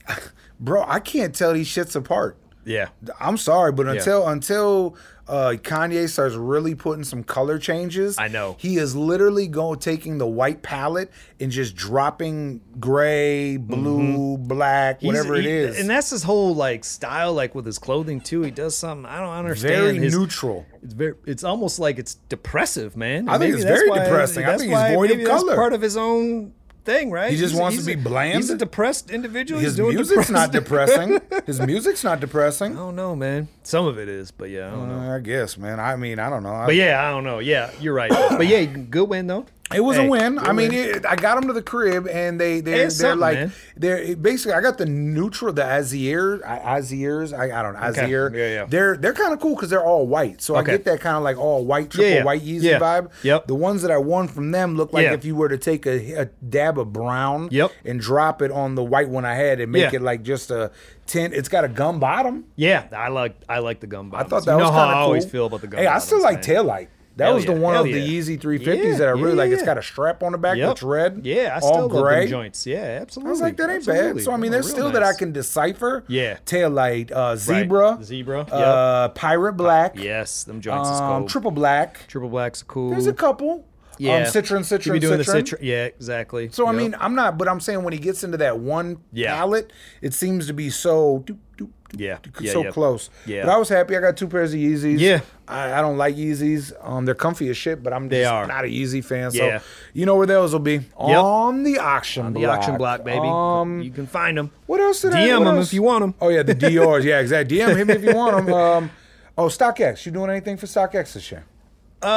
[SPEAKER 1] bro. I can't tell these shits apart.
[SPEAKER 3] Yeah.
[SPEAKER 1] I'm sorry, but until until uh, Kanye starts really putting some color changes,
[SPEAKER 3] I know.
[SPEAKER 1] he is literally going taking the white palette and just dropping gray, blue, black,
[SPEAKER 3] Mm-hmm. He's-
[SPEAKER 1] whatever
[SPEAKER 3] he-
[SPEAKER 1] it is.
[SPEAKER 3] And that's his whole like style, like with his clothing too. He does something I don't understand.
[SPEAKER 1] very
[SPEAKER 3] his,
[SPEAKER 1] neutral.
[SPEAKER 3] It's very. It's almost like it's depressive, man.
[SPEAKER 1] I think it's very depressing. I
[SPEAKER 3] that's
[SPEAKER 1] think he's void of
[SPEAKER 3] maybe that's
[SPEAKER 1] color.
[SPEAKER 3] part of his own thing, right?
[SPEAKER 1] He just
[SPEAKER 3] He's-
[SPEAKER 1] wants
[SPEAKER 3] he's
[SPEAKER 1] to be
[SPEAKER 3] a-
[SPEAKER 1] bland.
[SPEAKER 3] He's a depressed individual. he's
[SPEAKER 1] His
[SPEAKER 3] doing Oh.
[SPEAKER 1] music's not
[SPEAKER 3] depressed-
[SPEAKER 1] depressing. His music's not depressing.
[SPEAKER 3] I don't know, man. Some of it is, but yeah, I don't know.
[SPEAKER 1] Uh, I guess, man. I mean, I don't know. I-
[SPEAKER 3] But yeah, I don't know. Yeah, you're right. but yeah, good win though.
[SPEAKER 1] It was
[SPEAKER 3] Hey,
[SPEAKER 1] a win.
[SPEAKER 3] good
[SPEAKER 1] I mean, it, I got them to the crib, and they they
[SPEAKER 3] It's
[SPEAKER 1] they're
[SPEAKER 3] something,
[SPEAKER 1] like
[SPEAKER 3] man.
[SPEAKER 1] they're basically. I got the neutral, the Aziers, I- Aziers. I, I don't know,
[SPEAKER 3] Okay.
[SPEAKER 1] Azier.
[SPEAKER 3] Yeah, yeah.
[SPEAKER 1] They're they're kind of cool because they're all white, so
[SPEAKER 3] Okay.
[SPEAKER 1] I get that kind of like all white, triple
[SPEAKER 3] Yeah, yeah.
[SPEAKER 1] white Yeezy
[SPEAKER 3] Yeah.
[SPEAKER 1] vibe.
[SPEAKER 3] Yep.
[SPEAKER 1] The ones that I won from them look like
[SPEAKER 3] Yeah.
[SPEAKER 1] if you were to take a, a dab of brown,
[SPEAKER 3] Yep.
[SPEAKER 1] and drop it on the white one I had and make
[SPEAKER 3] Yeah.
[SPEAKER 1] it like just a tint. It's got a gum bottom.
[SPEAKER 3] Yeah, I like I like the gum
[SPEAKER 1] I
[SPEAKER 3] bottoms.
[SPEAKER 1] thought that
[SPEAKER 3] you know
[SPEAKER 1] was
[SPEAKER 3] how
[SPEAKER 1] kind of
[SPEAKER 3] I
[SPEAKER 1] cool.
[SPEAKER 3] always feel about the gum
[SPEAKER 1] Hey, I still like
[SPEAKER 3] bottoms, man.
[SPEAKER 1] tail light. That
[SPEAKER 3] Hell
[SPEAKER 1] was the
[SPEAKER 3] yeah,
[SPEAKER 1] one
[SPEAKER 3] hell
[SPEAKER 1] of the
[SPEAKER 3] yeah.
[SPEAKER 1] Yeezy 350s
[SPEAKER 3] Yeah,
[SPEAKER 1] that I really like. It's
[SPEAKER 3] yeah.
[SPEAKER 1] got a strap on the back
[SPEAKER 3] Yep.
[SPEAKER 1] that's red.
[SPEAKER 3] Yeah, I still
[SPEAKER 1] all
[SPEAKER 3] love
[SPEAKER 1] gray.
[SPEAKER 3] them joints. Yeah, absolutely.
[SPEAKER 1] I was like, that ain't bad. So I mean, there's still that I can decipher.
[SPEAKER 3] Yeah.
[SPEAKER 1] tail light, uh, zebra,
[SPEAKER 3] Zebra, yep.
[SPEAKER 1] uh, pirate black,
[SPEAKER 3] Yes, them joints is
[SPEAKER 1] um,
[SPEAKER 3] cool.
[SPEAKER 1] triple black.
[SPEAKER 3] Triple black's cool.
[SPEAKER 1] There's a couple.
[SPEAKER 3] yeah.
[SPEAKER 1] um, citron,
[SPEAKER 3] You
[SPEAKER 1] citron,
[SPEAKER 3] be doing
[SPEAKER 1] citron.
[SPEAKER 3] The citron. Yeah, exactly.
[SPEAKER 1] So I
[SPEAKER 3] Yep.
[SPEAKER 1] mean, I'm not, but I'm saying when he gets into that one
[SPEAKER 3] Yeah.
[SPEAKER 1] palette, it seems to be so. doop, doop, doop,
[SPEAKER 3] Yeah,
[SPEAKER 1] doop,
[SPEAKER 3] yeah,
[SPEAKER 1] so
[SPEAKER 3] yeah.
[SPEAKER 1] close.
[SPEAKER 3] Yeah.
[SPEAKER 1] But I was happy. I got two pairs of Yeezys.
[SPEAKER 3] Yeah.
[SPEAKER 1] I, I don't like Yeezys. Um, they're comfy as shit, but I'm
[SPEAKER 3] They
[SPEAKER 1] just
[SPEAKER 3] are.
[SPEAKER 1] not a Yeezy fan. So
[SPEAKER 3] Yeah.
[SPEAKER 1] you know where those will be on the auction
[SPEAKER 3] the
[SPEAKER 1] block.
[SPEAKER 3] auction block, baby.
[SPEAKER 1] Um,
[SPEAKER 3] you can find them.
[SPEAKER 1] what else did I?
[SPEAKER 3] DM
[SPEAKER 1] what
[SPEAKER 3] them
[SPEAKER 1] else?
[SPEAKER 3] if you want them.
[SPEAKER 1] Oh yeah, the Dior's. yeah, exactly. DM him if you want them. Um, oh StockX, you doing anything for StockX this year?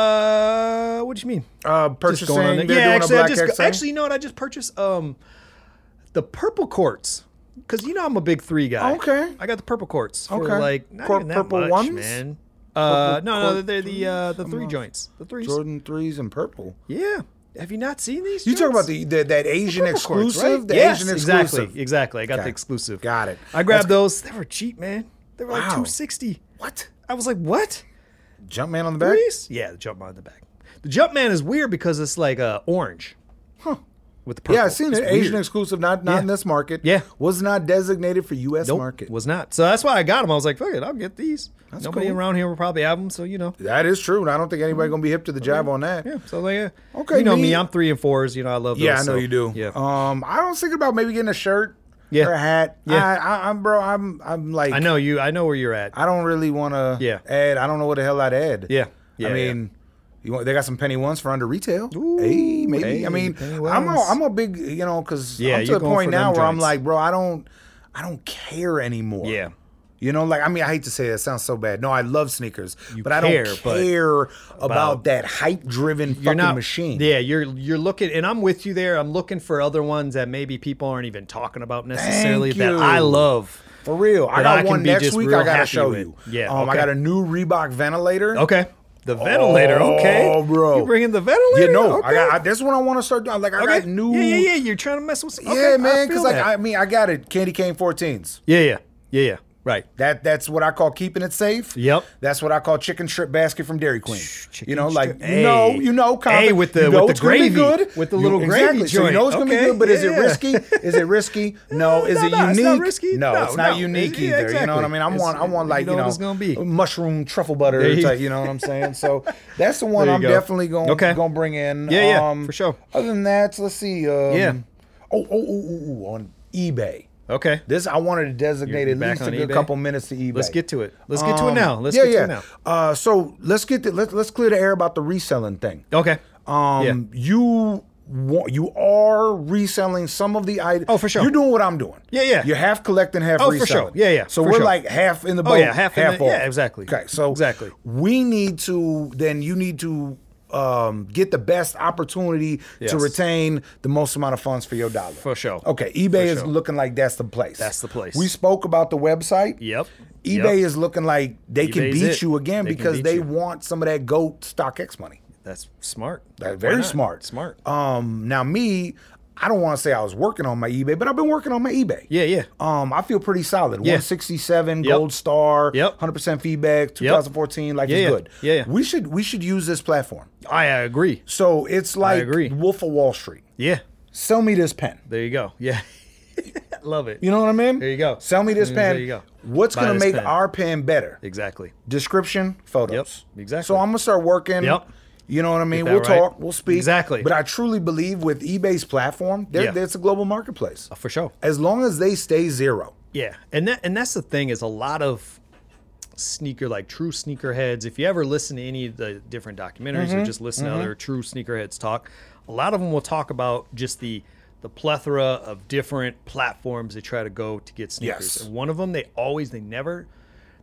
[SPEAKER 3] Uh, what do you mean?
[SPEAKER 1] Uh,
[SPEAKER 3] Just
[SPEAKER 1] purchasing.
[SPEAKER 3] going on there.
[SPEAKER 1] they're
[SPEAKER 3] yeah,
[SPEAKER 1] doing
[SPEAKER 3] actually,
[SPEAKER 1] a
[SPEAKER 3] I
[SPEAKER 1] black
[SPEAKER 3] just
[SPEAKER 1] X thing?
[SPEAKER 3] actually, you know what? I just purchased um, the purple quartz. Cause you know I'm a big three guy.
[SPEAKER 1] Oh, Okay.
[SPEAKER 3] I got the purple quartz for
[SPEAKER 1] Okay.
[SPEAKER 3] like not
[SPEAKER 1] Cor-
[SPEAKER 3] even that
[SPEAKER 1] purple
[SPEAKER 3] much,
[SPEAKER 1] ones?
[SPEAKER 3] man. Uh,
[SPEAKER 1] Purple
[SPEAKER 3] no, no,
[SPEAKER 1] quartz
[SPEAKER 3] they're the uh, the three joints, the threes.
[SPEAKER 1] Jordan threes and purple.
[SPEAKER 3] Yeah. Have you not seen these?
[SPEAKER 1] You talk
[SPEAKER 3] joints?
[SPEAKER 1] about the, the that Asian
[SPEAKER 3] Purple Quartz,
[SPEAKER 1] exclusive,
[SPEAKER 3] right?
[SPEAKER 1] the
[SPEAKER 3] yes,
[SPEAKER 1] Asian
[SPEAKER 3] exactly,
[SPEAKER 1] exclusive.
[SPEAKER 3] Exactly. I got the
[SPEAKER 1] Okay.
[SPEAKER 3] exclusive.
[SPEAKER 1] Got it.
[SPEAKER 3] I grabbed those. They were cheap, man. They were like
[SPEAKER 1] Wow.
[SPEAKER 3] 260.
[SPEAKER 1] What?
[SPEAKER 3] I was like, "What?
[SPEAKER 1] Jumpman on the back?
[SPEAKER 3] Threes? Yeah, the jump on the back. The jump man is weird because it's like uh, orange. Huh. With the purple.
[SPEAKER 1] Yeah, I seen
[SPEAKER 3] It's
[SPEAKER 1] it. Asian
[SPEAKER 3] weird.
[SPEAKER 1] exclusive, not not
[SPEAKER 3] Yeah.
[SPEAKER 1] in this market.
[SPEAKER 3] Yeah.
[SPEAKER 1] was not designated for U.S.
[SPEAKER 3] Nope,
[SPEAKER 1] market.
[SPEAKER 3] was not. So that's why I got them. I was like, "Fuck it, I'll get these."
[SPEAKER 1] That's
[SPEAKER 3] Nobody
[SPEAKER 1] cool.
[SPEAKER 3] around here will probably have them, so you know.
[SPEAKER 1] that is true, and I don't think anybody gonna be hip to the job on that.
[SPEAKER 3] Yeah. So like, uh,
[SPEAKER 1] Okay,
[SPEAKER 3] You know me.
[SPEAKER 1] me-
[SPEAKER 3] I'm three and fours. You know I love.
[SPEAKER 1] Yeah,
[SPEAKER 3] those,
[SPEAKER 1] I know
[SPEAKER 3] so,
[SPEAKER 1] you do.
[SPEAKER 3] Yeah.
[SPEAKER 1] Um, I was thinking about maybe getting a shirt
[SPEAKER 3] Yeah.
[SPEAKER 1] or a hat.
[SPEAKER 3] Yeah.
[SPEAKER 1] I, I, I'm bro. I'm I'm like
[SPEAKER 3] I know you. I know where you're at.
[SPEAKER 1] I don't really want to.
[SPEAKER 3] Yeah.
[SPEAKER 1] Add. I don't know what the hell I'd add.
[SPEAKER 3] Yeah. Yeah,
[SPEAKER 1] I
[SPEAKER 3] yeah.
[SPEAKER 1] mean, you want, they got some penny ones for under retail.
[SPEAKER 3] Ooh,
[SPEAKER 1] hey, maybe.
[SPEAKER 3] hey,
[SPEAKER 1] I mean,
[SPEAKER 3] penny
[SPEAKER 1] I'm a,
[SPEAKER 3] ones.
[SPEAKER 1] I'm a big you know because
[SPEAKER 3] Yeah,
[SPEAKER 1] I'm to
[SPEAKER 3] you're
[SPEAKER 1] the
[SPEAKER 3] going
[SPEAKER 1] point
[SPEAKER 3] for them
[SPEAKER 1] now where I'm
[SPEAKER 3] joints.
[SPEAKER 1] like, bro, I don't I don't care anymore.
[SPEAKER 3] Yeah.
[SPEAKER 1] You know, like I mean, I hate to say that sounds so bad. No, I love sneakers, but I
[SPEAKER 3] care,
[SPEAKER 1] don't
[SPEAKER 3] but
[SPEAKER 1] care about, that hype-driven fucking machine.
[SPEAKER 3] Yeah, you're you're looking, and I'm with you there. I'm looking for other ones that maybe people aren't even talking about necessarily
[SPEAKER 1] Thank
[SPEAKER 3] that
[SPEAKER 1] you.
[SPEAKER 3] I love.
[SPEAKER 1] For real, I
[SPEAKER 3] That
[SPEAKER 1] got
[SPEAKER 3] I can
[SPEAKER 1] one
[SPEAKER 3] be
[SPEAKER 1] next
[SPEAKER 3] just
[SPEAKER 1] week.
[SPEAKER 3] real
[SPEAKER 1] I gotta
[SPEAKER 3] happy
[SPEAKER 1] show
[SPEAKER 3] with.
[SPEAKER 1] you.
[SPEAKER 3] Yeah,
[SPEAKER 1] um, I
[SPEAKER 3] okay.
[SPEAKER 1] got a new Reebok ventilator.
[SPEAKER 3] Okay, the ventilator. Okay,
[SPEAKER 1] Oh, bro.
[SPEAKER 3] you bringing the ventilator?
[SPEAKER 1] You know,
[SPEAKER 3] okay.
[SPEAKER 1] I got I, that's what I want to start doing. Like I
[SPEAKER 3] okay.
[SPEAKER 1] got new.
[SPEAKER 3] Yeah, yeah, yeah. You're trying to mess with. Some,
[SPEAKER 1] Yeah,
[SPEAKER 3] okay,
[SPEAKER 1] man. Because like I
[SPEAKER 3] I, feel that.
[SPEAKER 1] mean, I got it. Candy cane 14s.
[SPEAKER 3] yeah, yeah, yeah, yeah. Right.
[SPEAKER 1] That that's what I call keeping it safe.
[SPEAKER 3] Yep.
[SPEAKER 1] That's what I call chicken strip basket from Dairy Queen. you know,
[SPEAKER 3] chicken
[SPEAKER 1] like
[SPEAKER 3] strip-
[SPEAKER 1] you know,
[SPEAKER 3] Hey.
[SPEAKER 1] you know,
[SPEAKER 3] Hey,
[SPEAKER 1] confi-
[SPEAKER 3] with the-
[SPEAKER 1] you know
[SPEAKER 3] with the
[SPEAKER 1] it's gonna be
[SPEAKER 3] gravy,
[SPEAKER 1] good.
[SPEAKER 3] with the
[SPEAKER 1] You-
[SPEAKER 3] little gravy
[SPEAKER 1] exactly. So you know it's gonna be
[SPEAKER 3] joint.
[SPEAKER 1] good, but is it
[SPEAKER 3] Okay,
[SPEAKER 1] risky? Is it risky? No. Is it
[SPEAKER 3] No, no, it's
[SPEAKER 1] unique?
[SPEAKER 3] not risky.
[SPEAKER 1] No,
[SPEAKER 3] No,
[SPEAKER 1] it's not
[SPEAKER 3] no.
[SPEAKER 1] unique
[SPEAKER 3] Yeah,
[SPEAKER 1] either. You know what I
[SPEAKER 3] exactly.
[SPEAKER 1] mean? I
[SPEAKER 3] It's-
[SPEAKER 1] want, I want
[SPEAKER 3] you
[SPEAKER 1] like you
[SPEAKER 3] know what
[SPEAKER 1] know,
[SPEAKER 3] it's gonna be.
[SPEAKER 1] mushroom truffle
[SPEAKER 3] There
[SPEAKER 1] butter.
[SPEAKER 3] you-
[SPEAKER 1] Type, you know what I'm saying? So that's the one
[SPEAKER 3] There you
[SPEAKER 1] I'm
[SPEAKER 3] go.
[SPEAKER 1] definitely going
[SPEAKER 3] Okay.
[SPEAKER 1] gonna bring in. Um,
[SPEAKER 3] Yeah, yeah, for sure.
[SPEAKER 1] Other than that, let's see. Um,
[SPEAKER 3] Yeah.
[SPEAKER 1] Oh, oh, oh, oh, oh, on eBay.
[SPEAKER 3] Okay.
[SPEAKER 1] This I wanted to designate
[SPEAKER 3] You're
[SPEAKER 1] at
[SPEAKER 3] back
[SPEAKER 1] least a
[SPEAKER 3] on
[SPEAKER 1] good
[SPEAKER 3] eBay?
[SPEAKER 1] couple minutes to eBay.
[SPEAKER 3] Let's get to it. Let's get to it
[SPEAKER 1] Um,
[SPEAKER 3] now. Let's
[SPEAKER 1] yeah,
[SPEAKER 3] get to
[SPEAKER 1] yeah.
[SPEAKER 3] it now.
[SPEAKER 1] Uh, so let's get the, let's let's clear the air about the reselling thing.
[SPEAKER 3] Okay.
[SPEAKER 1] Um, you wa- you are reselling some of the items.
[SPEAKER 3] Oh, for sure.
[SPEAKER 1] You're doing what I'm doing.
[SPEAKER 3] Yeah, yeah.
[SPEAKER 1] You're half collecting, half
[SPEAKER 3] Oh, for sure.
[SPEAKER 1] reselling.
[SPEAKER 3] Yeah, yeah,
[SPEAKER 1] So
[SPEAKER 3] for
[SPEAKER 1] we're
[SPEAKER 3] sure.
[SPEAKER 1] like half in the boat.
[SPEAKER 3] Oh, yeah, half in the-
[SPEAKER 1] off.
[SPEAKER 3] yeah, exactly.
[SPEAKER 1] Okay, so
[SPEAKER 3] Exactly.
[SPEAKER 1] We need to. Then you need to um, get the best opportunity
[SPEAKER 3] Yes.
[SPEAKER 1] to retain the most amount of funds for your dollar.
[SPEAKER 3] For sure.
[SPEAKER 1] Okay, eBay
[SPEAKER 3] For
[SPEAKER 1] is
[SPEAKER 3] sure.
[SPEAKER 1] looking like that's the place.
[SPEAKER 3] That's the place.
[SPEAKER 1] We spoke about the website.
[SPEAKER 3] Yep.
[SPEAKER 1] eBay
[SPEAKER 3] Yep.
[SPEAKER 1] is looking like they can
[SPEAKER 3] eBay's
[SPEAKER 1] beat
[SPEAKER 3] it.
[SPEAKER 1] you again
[SPEAKER 3] They can
[SPEAKER 1] because
[SPEAKER 3] beat
[SPEAKER 1] they
[SPEAKER 3] you.
[SPEAKER 1] want some of that goat StockX money.
[SPEAKER 3] That's smart.
[SPEAKER 1] That's
[SPEAKER 3] Why
[SPEAKER 1] very
[SPEAKER 3] not?
[SPEAKER 1] smart.
[SPEAKER 3] Smart.
[SPEAKER 1] Um, now me, I don't want to say I was working on my eBay, but I've been working on my eBay.
[SPEAKER 3] yeah, yeah.
[SPEAKER 1] Um, I feel pretty solid.
[SPEAKER 3] Yeah.
[SPEAKER 1] 167
[SPEAKER 3] Yep.
[SPEAKER 1] gold star.
[SPEAKER 3] Yep.
[SPEAKER 1] 100% feedback. 2014. Like
[SPEAKER 3] Yeah,
[SPEAKER 1] it's
[SPEAKER 3] yeah.
[SPEAKER 1] good.
[SPEAKER 3] Yeah, yeah.
[SPEAKER 1] We should we should use this platform.
[SPEAKER 3] I uh, agree.
[SPEAKER 1] So it's like
[SPEAKER 3] agree.
[SPEAKER 1] Wolf of Wall Street.
[SPEAKER 3] Yeah.
[SPEAKER 1] Sell me this pen.
[SPEAKER 3] There you go. Yeah. Love it.
[SPEAKER 1] You know what I mean?
[SPEAKER 3] There you go. Mm,
[SPEAKER 1] Sell me this
[SPEAKER 3] There
[SPEAKER 1] pen.
[SPEAKER 3] you go.
[SPEAKER 1] What's
[SPEAKER 3] Buy
[SPEAKER 1] gonna
[SPEAKER 3] this
[SPEAKER 1] make
[SPEAKER 3] pen.
[SPEAKER 1] our pen better?
[SPEAKER 3] exactly.
[SPEAKER 1] description, photos.
[SPEAKER 3] Yep, exactly.
[SPEAKER 1] So I'm gonna start working.
[SPEAKER 3] Yep.
[SPEAKER 1] You know what I mean?
[SPEAKER 3] that
[SPEAKER 1] We'll
[SPEAKER 3] right.
[SPEAKER 1] talk. We'll speak.
[SPEAKER 3] Exactly.
[SPEAKER 1] But I truly believe with eBay's platform, there,
[SPEAKER 3] Yeah.
[SPEAKER 1] there's a global marketplace.
[SPEAKER 3] Uh, For sure.
[SPEAKER 1] As long as they stay zero.
[SPEAKER 3] Yeah, and that and that's the thing is a lot of sneaker like true sneakerheads. If you ever listen to any of the different documentaries
[SPEAKER 1] Mm-hmm.
[SPEAKER 3] or just listen to other true sneakerheads talk, a lot of them will talk about just the the plethora of different platforms they try to go to get sneakers.
[SPEAKER 1] Yes.
[SPEAKER 3] And one of them they always they never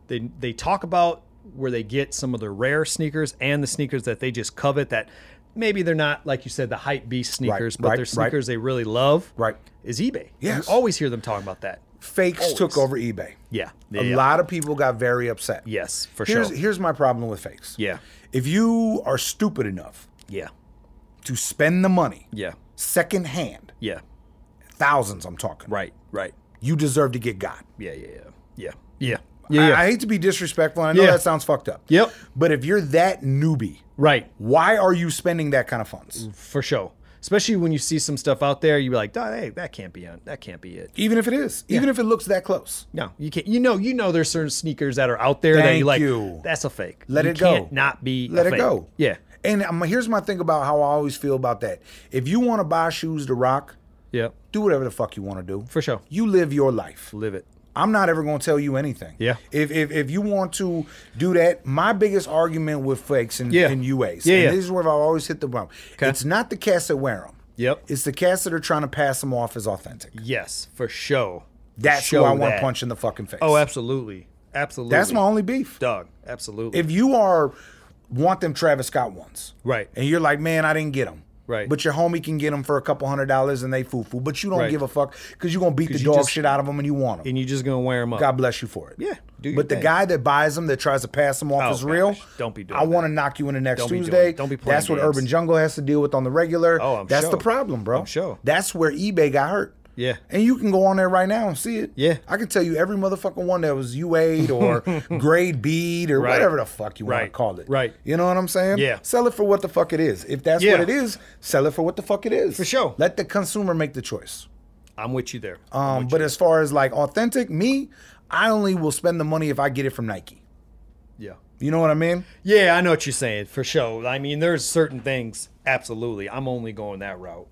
[SPEAKER 3] they they talk about where they get some of the rare sneakers and the sneakers that they just covet that maybe they're not like you said the hype beast sneakers but
[SPEAKER 1] right,
[SPEAKER 3] they're
[SPEAKER 1] right.
[SPEAKER 3] sneakers they really love
[SPEAKER 1] Right.
[SPEAKER 3] is ebay
[SPEAKER 1] Yes.
[SPEAKER 3] you always hear them talking about that
[SPEAKER 1] Fakes took over eBay.
[SPEAKER 3] yeah,
[SPEAKER 1] a
[SPEAKER 3] yeah.
[SPEAKER 1] lot of people got very upset.
[SPEAKER 3] Yes, for
[SPEAKER 1] Here's
[SPEAKER 3] sure.
[SPEAKER 1] here's my problem with fakes.
[SPEAKER 3] Yeah.
[SPEAKER 1] If you are stupid enough
[SPEAKER 3] Yeah.
[SPEAKER 1] to spend the money
[SPEAKER 3] Yeah.
[SPEAKER 1] secondhand,
[SPEAKER 3] Yeah.
[SPEAKER 1] thousands I'm talking,
[SPEAKER 3] Right. Right.
[SPEAKER 1] you deserve to get got.
[SPEAKER 3] Yeah. Yeah. Yeah. Yeah. Yeah. Yeah.
[SPEAKER 1] I, I hate to be disrespectful. And I know
[SPEAKER 3] Yeah.
[SPEAKER 1] that sounds fucked up.
[SPEAKER 3] Yep.
[SPEAKER 1] But if you're that newbie,
[SPEAKER 3] right.
[SPEAKER 1] why are you spending that kind of funds?
[SPEAKER 3] For sure. Especially when you see some stuff out there, you be like, "Duh, hey, that can't be on. That can't be it.
[SPEAKER 1] Even if it is, even if it looks that close.
[SPEAKER 3] No, you can't. You know, you know, there's certain sneakers that are out there that
[SPEAKER 1] Thank
[SPEAKER 3] you like.
[SPEAKER 1] you.
[SPEAKER 3] That's a fake.
[SPEAKER 1] Let
[SPEAKER 3] You
[SPEAKER 1] it go.
[SPEAKER 3] Can't not be. a
[SPEAKER 1] Let it
[SPEAKER 3] fake."
[SPEAKER 1] go.
[SPEAKER 3] Yeah.
[SPEAKER 1] And um, here's my thing about how I always feel about that. If you want to buy shoes to rock,
[SPEAKER 3] Yeah.
[SPEAKER 1] do whatever the fuck you want to do.
[SPEAKER 3] For sure.
[SPEAKER 1] You live your life.
[SPEAKER 3] Live it.
[SPEAKER 1] I'm not ever going to tell you anything.
[SPEAKER 3] Yeah.
[SPEAKER 1] If, if if you want to do that, my biggest argument with fakes and,
[SPEAKER 3] Yeah.
[SPEAKER 1] and UAs,
[SPEAKER 3] Yeah,
[SPEAKER 1] and
[SPEAKER 3] yeah.
[SPEAKER 1] this is where I've always hit the bump. It's not the cats that wear them.
[SPEAKER 3] Yep.
[SPEAKER 1] It's the cats that are trying to pass them off as authentic.
[SPEAKER 3] Yes. For sure.
[SPEAKER 1] That's who
[SPEAKER 3] Show
[SPEAKER 1] I want to
[SPEAKER 3] that.
[SPEAKER 1] punch in the fucking face.
[SPEAKER 3] Oh, absolutely. Absolutely.
[SPEAKER 1] That's my only beef.
[SPEAKER 3] dog. Absolutely.
[SPEAKER 1] If you are want them Travis Scott ones,
[SPEAKER 3] Right.
[SPEAKER 1] And you're like, man, I didn't get them.
[SPEAKER 3] Right.
[SPEAKER 1] But your homie can get them for a couple hundred dollars and they foo foo. But you don't
[SPEAKER 3] Right.
[SPEAKER 1] give a fuck because you're gonna beat the
[SPEAKER 3] you
[SPEAKER 1] dog
[SPEAKER 3] just-
[SPEAKER 1] shit out of them and you want them.
[SPEAKER 3] and you're just gonna wear them up.
[SPEAKER 1] God bless you for it.
[SPEAKER 3] Yeah, do your
[SPEAKER 1] But the
[SPEAKER 3] thing.
[SPEAKER 1] guy that buys them, that tries to pass them off
[SPEAKER 3] Oh,
[SPEAKER 1] as real,
[SPEAKER 3] gosh, don't be doing
[SPEAKER 1] I want to
[SPEAKER 3] that.
[SPEAKER 1] knock you in the next
[SPEAKER 3] Don't be doing-
[SPEAKER 1] Tuesday.
[SPEAKER 3] don't be playing
[SPEAKER 1] That's what
[SPEAKER 3] games.
[SPEAKER 1] Urban Jungle has to deal with on the regular.
[SPEAKER 3] Oh, I'm
[SPEAKER 1] That's the
[SPEAKER 3] sure.
[SPEAKER 1] problem, bro.
[SPEAKER 3] I'm sure.
[SPEAKER 1] That's where eBay got hurt.
[SPEAKER 3] Yeah.
[SPEAKER 1] And you can go on there right now and see it.
[SPEAKER 3] Yeah.
[SPEAKER 1] I can tell you every motherfucking one that was U8 or grade bead or
[SPEAKER 3] Right.
[SPEAKER 1] whatever the fuck you want to
[SPEAKER 3] Right.
[SPEAKER 1] call it.
[SPEAKER 3] Right.
[SPEAKER 1] You know what I'm saying?
[SPEAKER 3] Yeah.
[SPEAKER 1] Sell it for what the fuck it is. If that's what
[SPEAKER 3] Yeah.
[SPEAKER 1] it is, sell it for what the fuck it is.
[SPEAKER 3] For sure.
[SPEAKER 1] Let the consumer make the choice.
[SPEAKER 3] I'm with you there.
[SPEAKER 1] Um, but as far as like authentic, me, I only will spend the money if I get it from Nike.
[SPEAKER 3] yeah.
[SPEAKER 1] You know what I mean?
[SPEAKER 3] Yeah, I know what you're saying for sure. I mean, there's certain things. Absolutely, I'm only going that route.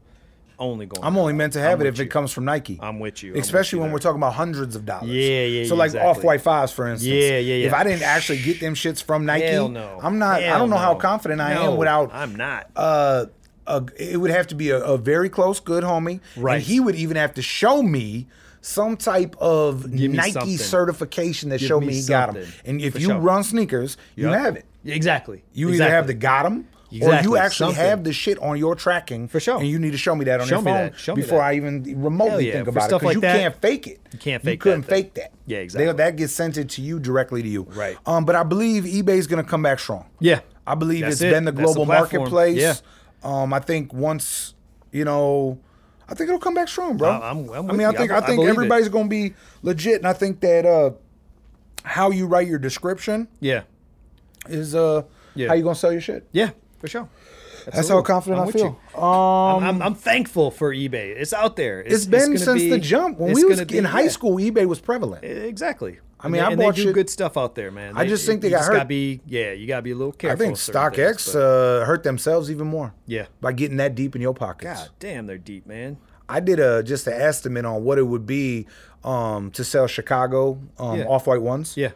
[SPEAKER 3] Only going.
[SPEAKER 1] I'm
[SPEAKER 3] that
[SPEAKER 1] only
[SPEAKER 3] route.
[SPEAKER 1] meant to have
[SPEAKER 3] I'm
[SPEAKER 1] it
[SPEAKER 3] with
[SPEAKER 1] if
[SPEAKER 3] you.
[SPEAKER 1] it comes from Nike.
[SPEAKER 3] I'm with you. I'm with
[SPEAKER 1] Especially
[SPEAKER 3] you
[SPEAKER 1] when
[SPEAKER 3] there.
[SPEAKER 1] we're talking about hundreds of dollars.
[SPEAKER 3] Yeah, yeah,
[SPEAKER 1] So
[SPEAKER 3] yeah,
[SPEAKER 1] like
[SPEAKER 3] exactly.
[SPEAKER 1] off white fives, for instance.
[SPEAKER 3] Yeah, yeah,
[SPEAKER 1] If
[SPEAKER 3] yeah.
[SPEAKER 1] I didn't actually get them shits from Nike,
[SPEAKER 3] Hell no.
[SPEAKER 1] I'm not. I
[SPEAKER 3] Hell
[SPEAKER 1] don't know how
[SPEAKER 3] no.
[SPEAKER 1] confident I
[SPEAKER 3] No,
[SPEAKER 1] am without.
[SPEAKER 3] I'm not.
[SPEAKER 1] Uh, a, it would have to be a, a very close, good homie.
[SPEAKER 3] Right.
[SPEAKER 1] And he would even have to show me some type of
[SPEAKER 3] Give me
[SPEAKER 1] Nike
[SPEAKER 3] something.
[SPEAKER 1] certification that showed
[SPEAKER 3] me
[SPEAKER 1] me he got them.
[SPEAKER 3] something.
[SPEAKER 1] And if
[SPEAKER 3] For
[SPEAKER 1] you
[SPEAKER 3] sure.
[SPEAKER 1] run sneakers, you
[SPEAKER 3] Yep.
[SPEAKER 1] have it.
[SPEAKER 3] Yeah, exactly.
[SPEAKER 1] You
[SPEAKER 3] exactly.
[SPEAKER 1] either have the got 'em or you
[SPEAKER 3] Exactly,
[SPEAKER 1] actually
[SPEAKER 3] something.
[SPEAKER 1] have the shit on your tracking
[SPEAKER 3] For sure.
[SPEAKER 1] and you need to show me that on
[SPEAKER 3] Show
[SPEAKER 1] your
[SPEAKER 3] me
[SPEAKER 1] phone
[SPEAKER 3] that, show me
[SPEAKER 1] before
[SPEAKER 3] that.
[SPEAKER 1] I even remotely
[SPEAKER 3] yeah,
[SPEAKER 1] think
[SPEAKER 3] for
[SPEAKER 1] about it
[SPEAKER 3] stuff
[SPEAKER 1] 'cause
[SPEAKER 3] like
[SPEAKER 1] you
[SPEAKER 3] that,
[SPEAKER 1] can't fake it.
[SPEAKER 3] you can't
[SPEAKER 1] You
[SPEAKER 3] fake
[SPEAKER 1] couldn't
[SPEAKER 3] that thing.
[SPEAKER 1] fake that.
[SPEAKER 3] Yeah,
[SPEAKER 1] They-
[SPEAKER 3] exactly.
[SPEAKER 1] that gets sent it to you directly to you.
[SPEAKER 3] Right.
[SPEAKER 1] Um, but I believe eBay's going to come back strong.
[SPEAKER 3] Yeah.
[SPEAKER 1] I believe
[SPEAKER 3] That's
[SPEAKER 1] it's
[SPEAKER 3] it.
[SPEAKER 1] been the
[SPEAKER 3] That's the
[SPEAKER 1] global
[SPEAKER 3] platform.
[SPEAKER 1] marketplace.
[SPEAKER 3] Yeah.
[SPEAKER 1] Um, I think once you know, I think it'll come back strong, bro.
[SPEAKER 3] I- I'm- I'm
[SPEAKER 1] I
[SPEAKER 3] with
[SPEAKER 1] mean,
[SPEAKER 3] you.
[SPEAKER 1] I think
[SPEAKER 3] I-
[SPEAKER 1] I
[SPEAKER 3] I
[SPEAKER 1] think
[SPEAKER 3] believe it.
[SPEAKER 1] everybody's going to be legit, and I think that uh, how you write your description
[SPEAKER 3] Yeah.
[SPEAKER 1] is uh
[SPEAKER 3] Yeah.
[SPEAKER 1] how you gonna sell your shit.
[SPEAKER 3] Yeah. For sure.
[SPEAKER 1] That's how
[SPEAKER 3] Absolutely.
[SPEAKER 1] confident
[SPEAKER 3] I'm
[SPEAKER 1] i
[SPEAKER 3] with
[SPEAKER 1] feel.
[SPEAKER 3] you.
[SPEAKER 1] Um,
[SPEAKER 3] I'm, I'm, I'm thankful for eBay. It's out there.
[SPEAKER 1] it's been
[SPEAKER 3] gonna
[SPEAKER 1] since the
[SPEAKER 3] be-
[SPEAKER 1] jump when
[SPEAKER 3] it's
[SPEAKER 1] we was
[SPEAKER 3] gonna be-
[SPEAKER 1] in high
[SPEAKER 3] yeah.
[SPEAKER 1] school. eBay was prevalent.
[SPEAKER 3] Exactly. I
[SPEAKER 1] mean, I
[SPEAKER 3] and they
[SPEAKER 1] bought
[SPEAKER 3] do
[SPEAKER 1] shit-
[SPEAKER 3] good stuff out there, man.
[SPEAKER 1] I just think they
[SPEAKER 3] you
[SPEAKER 1] got
[SPEAKER 3] just
[SPEAKER 1] hurt.
[SPEAKER 3] Gotta be, yeah, you gotta be a little
[SPEAKER 1] I
[SPEAKER 3] careful.
[SPEAKER 1] think
[SPEAKER 3] of certain
[SPEAKER 1] StockX
[SPEAKER 3] things, but-
[SPEAKER 1] uh, hurt themselves even more.
[SPEAKER 3] Yeah.
[SPEAKER 1] by getting that deep in your pockets.
[SPEAKER 3] God damn, they're deep, man.
[SPEAKER 1] I did a just an estimate on what it would be um, to sell Chicago um,
[SPEAKER 3] Yeah.
[SPEAKER 1] off white ones.
[SPEAKER 3] Yeah.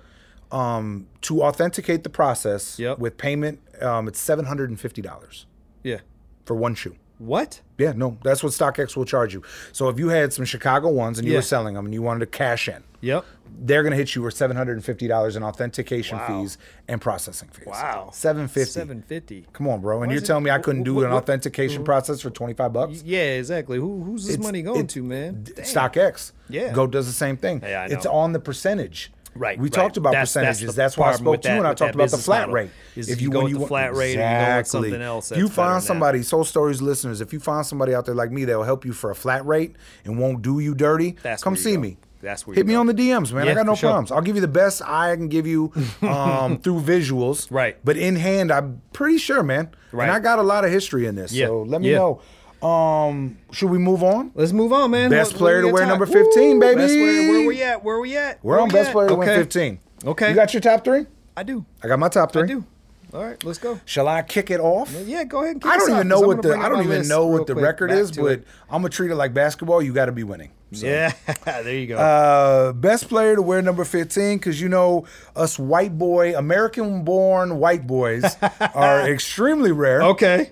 [SPEAKER 1] Um, to authenticate the process
[SPEAKER 3] Yep.
[SPEAKER 1] with payment, um, it's seven hundred and fifty dollars
[SPEAKER 3] Yeah.
[SPEAKER 1] for one shoe.
[SPEAKER 3] What?
[SPEAKER 1] Yeah, no, that's what StockX will charge you. So if you had some Chicago ones and you
[SPEAKER 3] Yeah.
[SPEAKER 1] were selling them and you wanted to cash in,
[SPEAKER 3] Yep.
[SPEAKER 1] they're going to hit you with seven hundred and fifty dollars in authentication
[SPEAKER 3] Wow.
[SPEAKER 1] fees and processing fees.
[SPEAKER 3] Wow.
[SPEAKER 1] seven fifty.
[SPEAKER 3] Seven fifty.
[SPEAKER 1] Come on, bro. And
[SPEAKER 3] Why
[SPEAKER 1] you're
[SPEAKER 3] is it-
[SPEAKER 1] telling me I couldn't
[SPEAKER 3] wh- Mm-hmm.
[SPEAKER 1] do
[SPEAKER 3] wh-
[SPEAKER 1] an
[SPEAKER 3] wh-
[SPEAKER 1] authentication process for twenty five bucks?
[SPEAKER 3] Yeah, exactly. Who who's this
[SPEAKER 1] It's-
[SPEAKER 3] money going
[SPEAKER 1] it-
[SPEAKER 3] to, man?
[SPEAKER 1] d- e-
[SPEAKER 3] Dang.
[SPEAKER 1] StockX.
[SPEAKER 3] Yeah.
[SPEAKER 1] Go does the same thing.
[SPEAKER 3] Yeah, I
[SPEAKER 1] It's
[SPEAKER 3] know.
[SPEAKER 1] on the percentage.
[SPEAKER 3] Right,
[SPEAKER 1] We
[SPEAKER 3] right.
[SPEAKER 1] talked about
[SPEAKER 3] That's- that's
[SPEAKER 1] percentages.
[SPEAKER 3] the
[SPEAKER 1] That's, why I
[SPEAKER 3] problem with
[SPEAKER 1] spoke to
[SPEAKER 3] that-
[SPEAKER 1] you and I
[SPEAKER 3] with
[SPEAKER 1] talked
[SPEAKER 3] that
[SPEAKER 1] about the
[SPEAKER 3] business
[SPEAKER 1] flat
[SPEAKER 3] model,
[SPEAKER 1] rate.
[SPEAKER 3] is you go
[SPEAKER 1] when
[SPEAKER 3] with the
[SPEAKER 1] want-
[SPEAKER 3] flat rate and you go with
[SPEAKER 1] exactly.
[SPEAKER 3] something else,
[SPEAKER 1] you
[SPEAKER 3] that's better than
[SPEAKER 1] find
[SPEAKER 3] that.
[SPEAKER 1] somebody, Soul Stories listeners, if you find somebody out there like me that'll help you for a flat rate and won't do you dirty,
[SPEAKER 3] That's
[SPEAKER 1] come
[SPEAKER 3] where you
[SPEAKER 1] see
[SPEAKER 3] go.
[SPEAKER 1] me.
[SPEAKER 3] That's where
[SPEAKER 1] Hit
[SPEAKER 3] you
[SPEAKER 1] me
[SPEAKER 3] go.
[SPEAKER 1] on the DMs, man. I
[SPEAKER 3] Yeah,
[SPEAKER 1] got no
[SPEAKER 3] for sure.
[SPEAKER 1] problems. I'll give you the best I can give you um, through visuals.
[SPEAKER 3] Right.
[SPEAKER 1] But in hand, I'm pretty sure, man.
[SPEAKER 3] Right.
[SPEAKER 1] And I got a lot of history in this.
[SPEAKER 3] Yeah,
[SPEAKER 1] So let me
[SPEAKER 3] yeah.
[SPEAKER 1] know. Um, should we move on?
[SPEAKER 3] Let's move on, man.
[SPEAKER 1] Best
[SPEAKER 3] What-
[SPEAKER 1] player
[SPEAKER 3] we
[SPEAKER 1] to
[SPEAKER 3] got
[SPEAKER 1] wear
[SPEAKER 3] time?
[SPEAKER 1] number 15, baby.
[SPEAKER 3] Best player, where we at? Where we at?
[SPEAKER 1] We're
[SPEAKER 3] Where
[SPEAKER 1] on
[SPEAKER 3] we
[SPEAKER 1] best
[SPEAKER 3] at?
[SPEAKER 1] player to
[SPEAKER 3] Okay.
[SPEAKER 1] win 15.
[SPEAKER 3] Okay.
[SPEAKER 1] You got your top three?
[SPEAKER 3] I do.
[SPEAKER 1] I got my top three.
[SPEAKER 3] I do. All right, let's go.
[SPEAKER 1] Shall I kick it off?
[SPEAKER 3] Yeah, go ahead. And kick
[SPEAKER 1] I
[SPEAKER 3] us
[SPEAKER 1] don't
[SPEAKER 3] off,
[SPEAKER 1] even
[SPEAKER 3] 'cause
[SPEAKER 1] know
[SPEAKER 3] I'm
[SPEAKER 1] what
[SPEAKER 3] gonna
[SPEAKER 1] the
[SPEAKER 3] bring
[SPEAKER 1] I
[SPEAKER 3] up
[SPEAKER 1] don't
[SPEAKER 3] my
[SPEAKER 1] even
[SPEAKER 3] list
[SPEAKER 1] know
[SPEAKER 3] real
[SPEAKER 1] what the
[SPEAKER 3] quick.
[SPEAKER 1] record
[SPEAKER 3] Back
[SPEAKER 1] is,
[SPEAKER 3] to
[SPEAKER 1] but
[SPEAKER 3] it.
[SPEAKER 1] I'm gonna treat it like basketball. You got to be winning.
[SPEAKER 3] yeah, there you go.
[SPEAKER 1] Uh, best player to wear number 15 because you know us white boy, American-born white boys are extremely rare.
[SPEAKER 3] okay.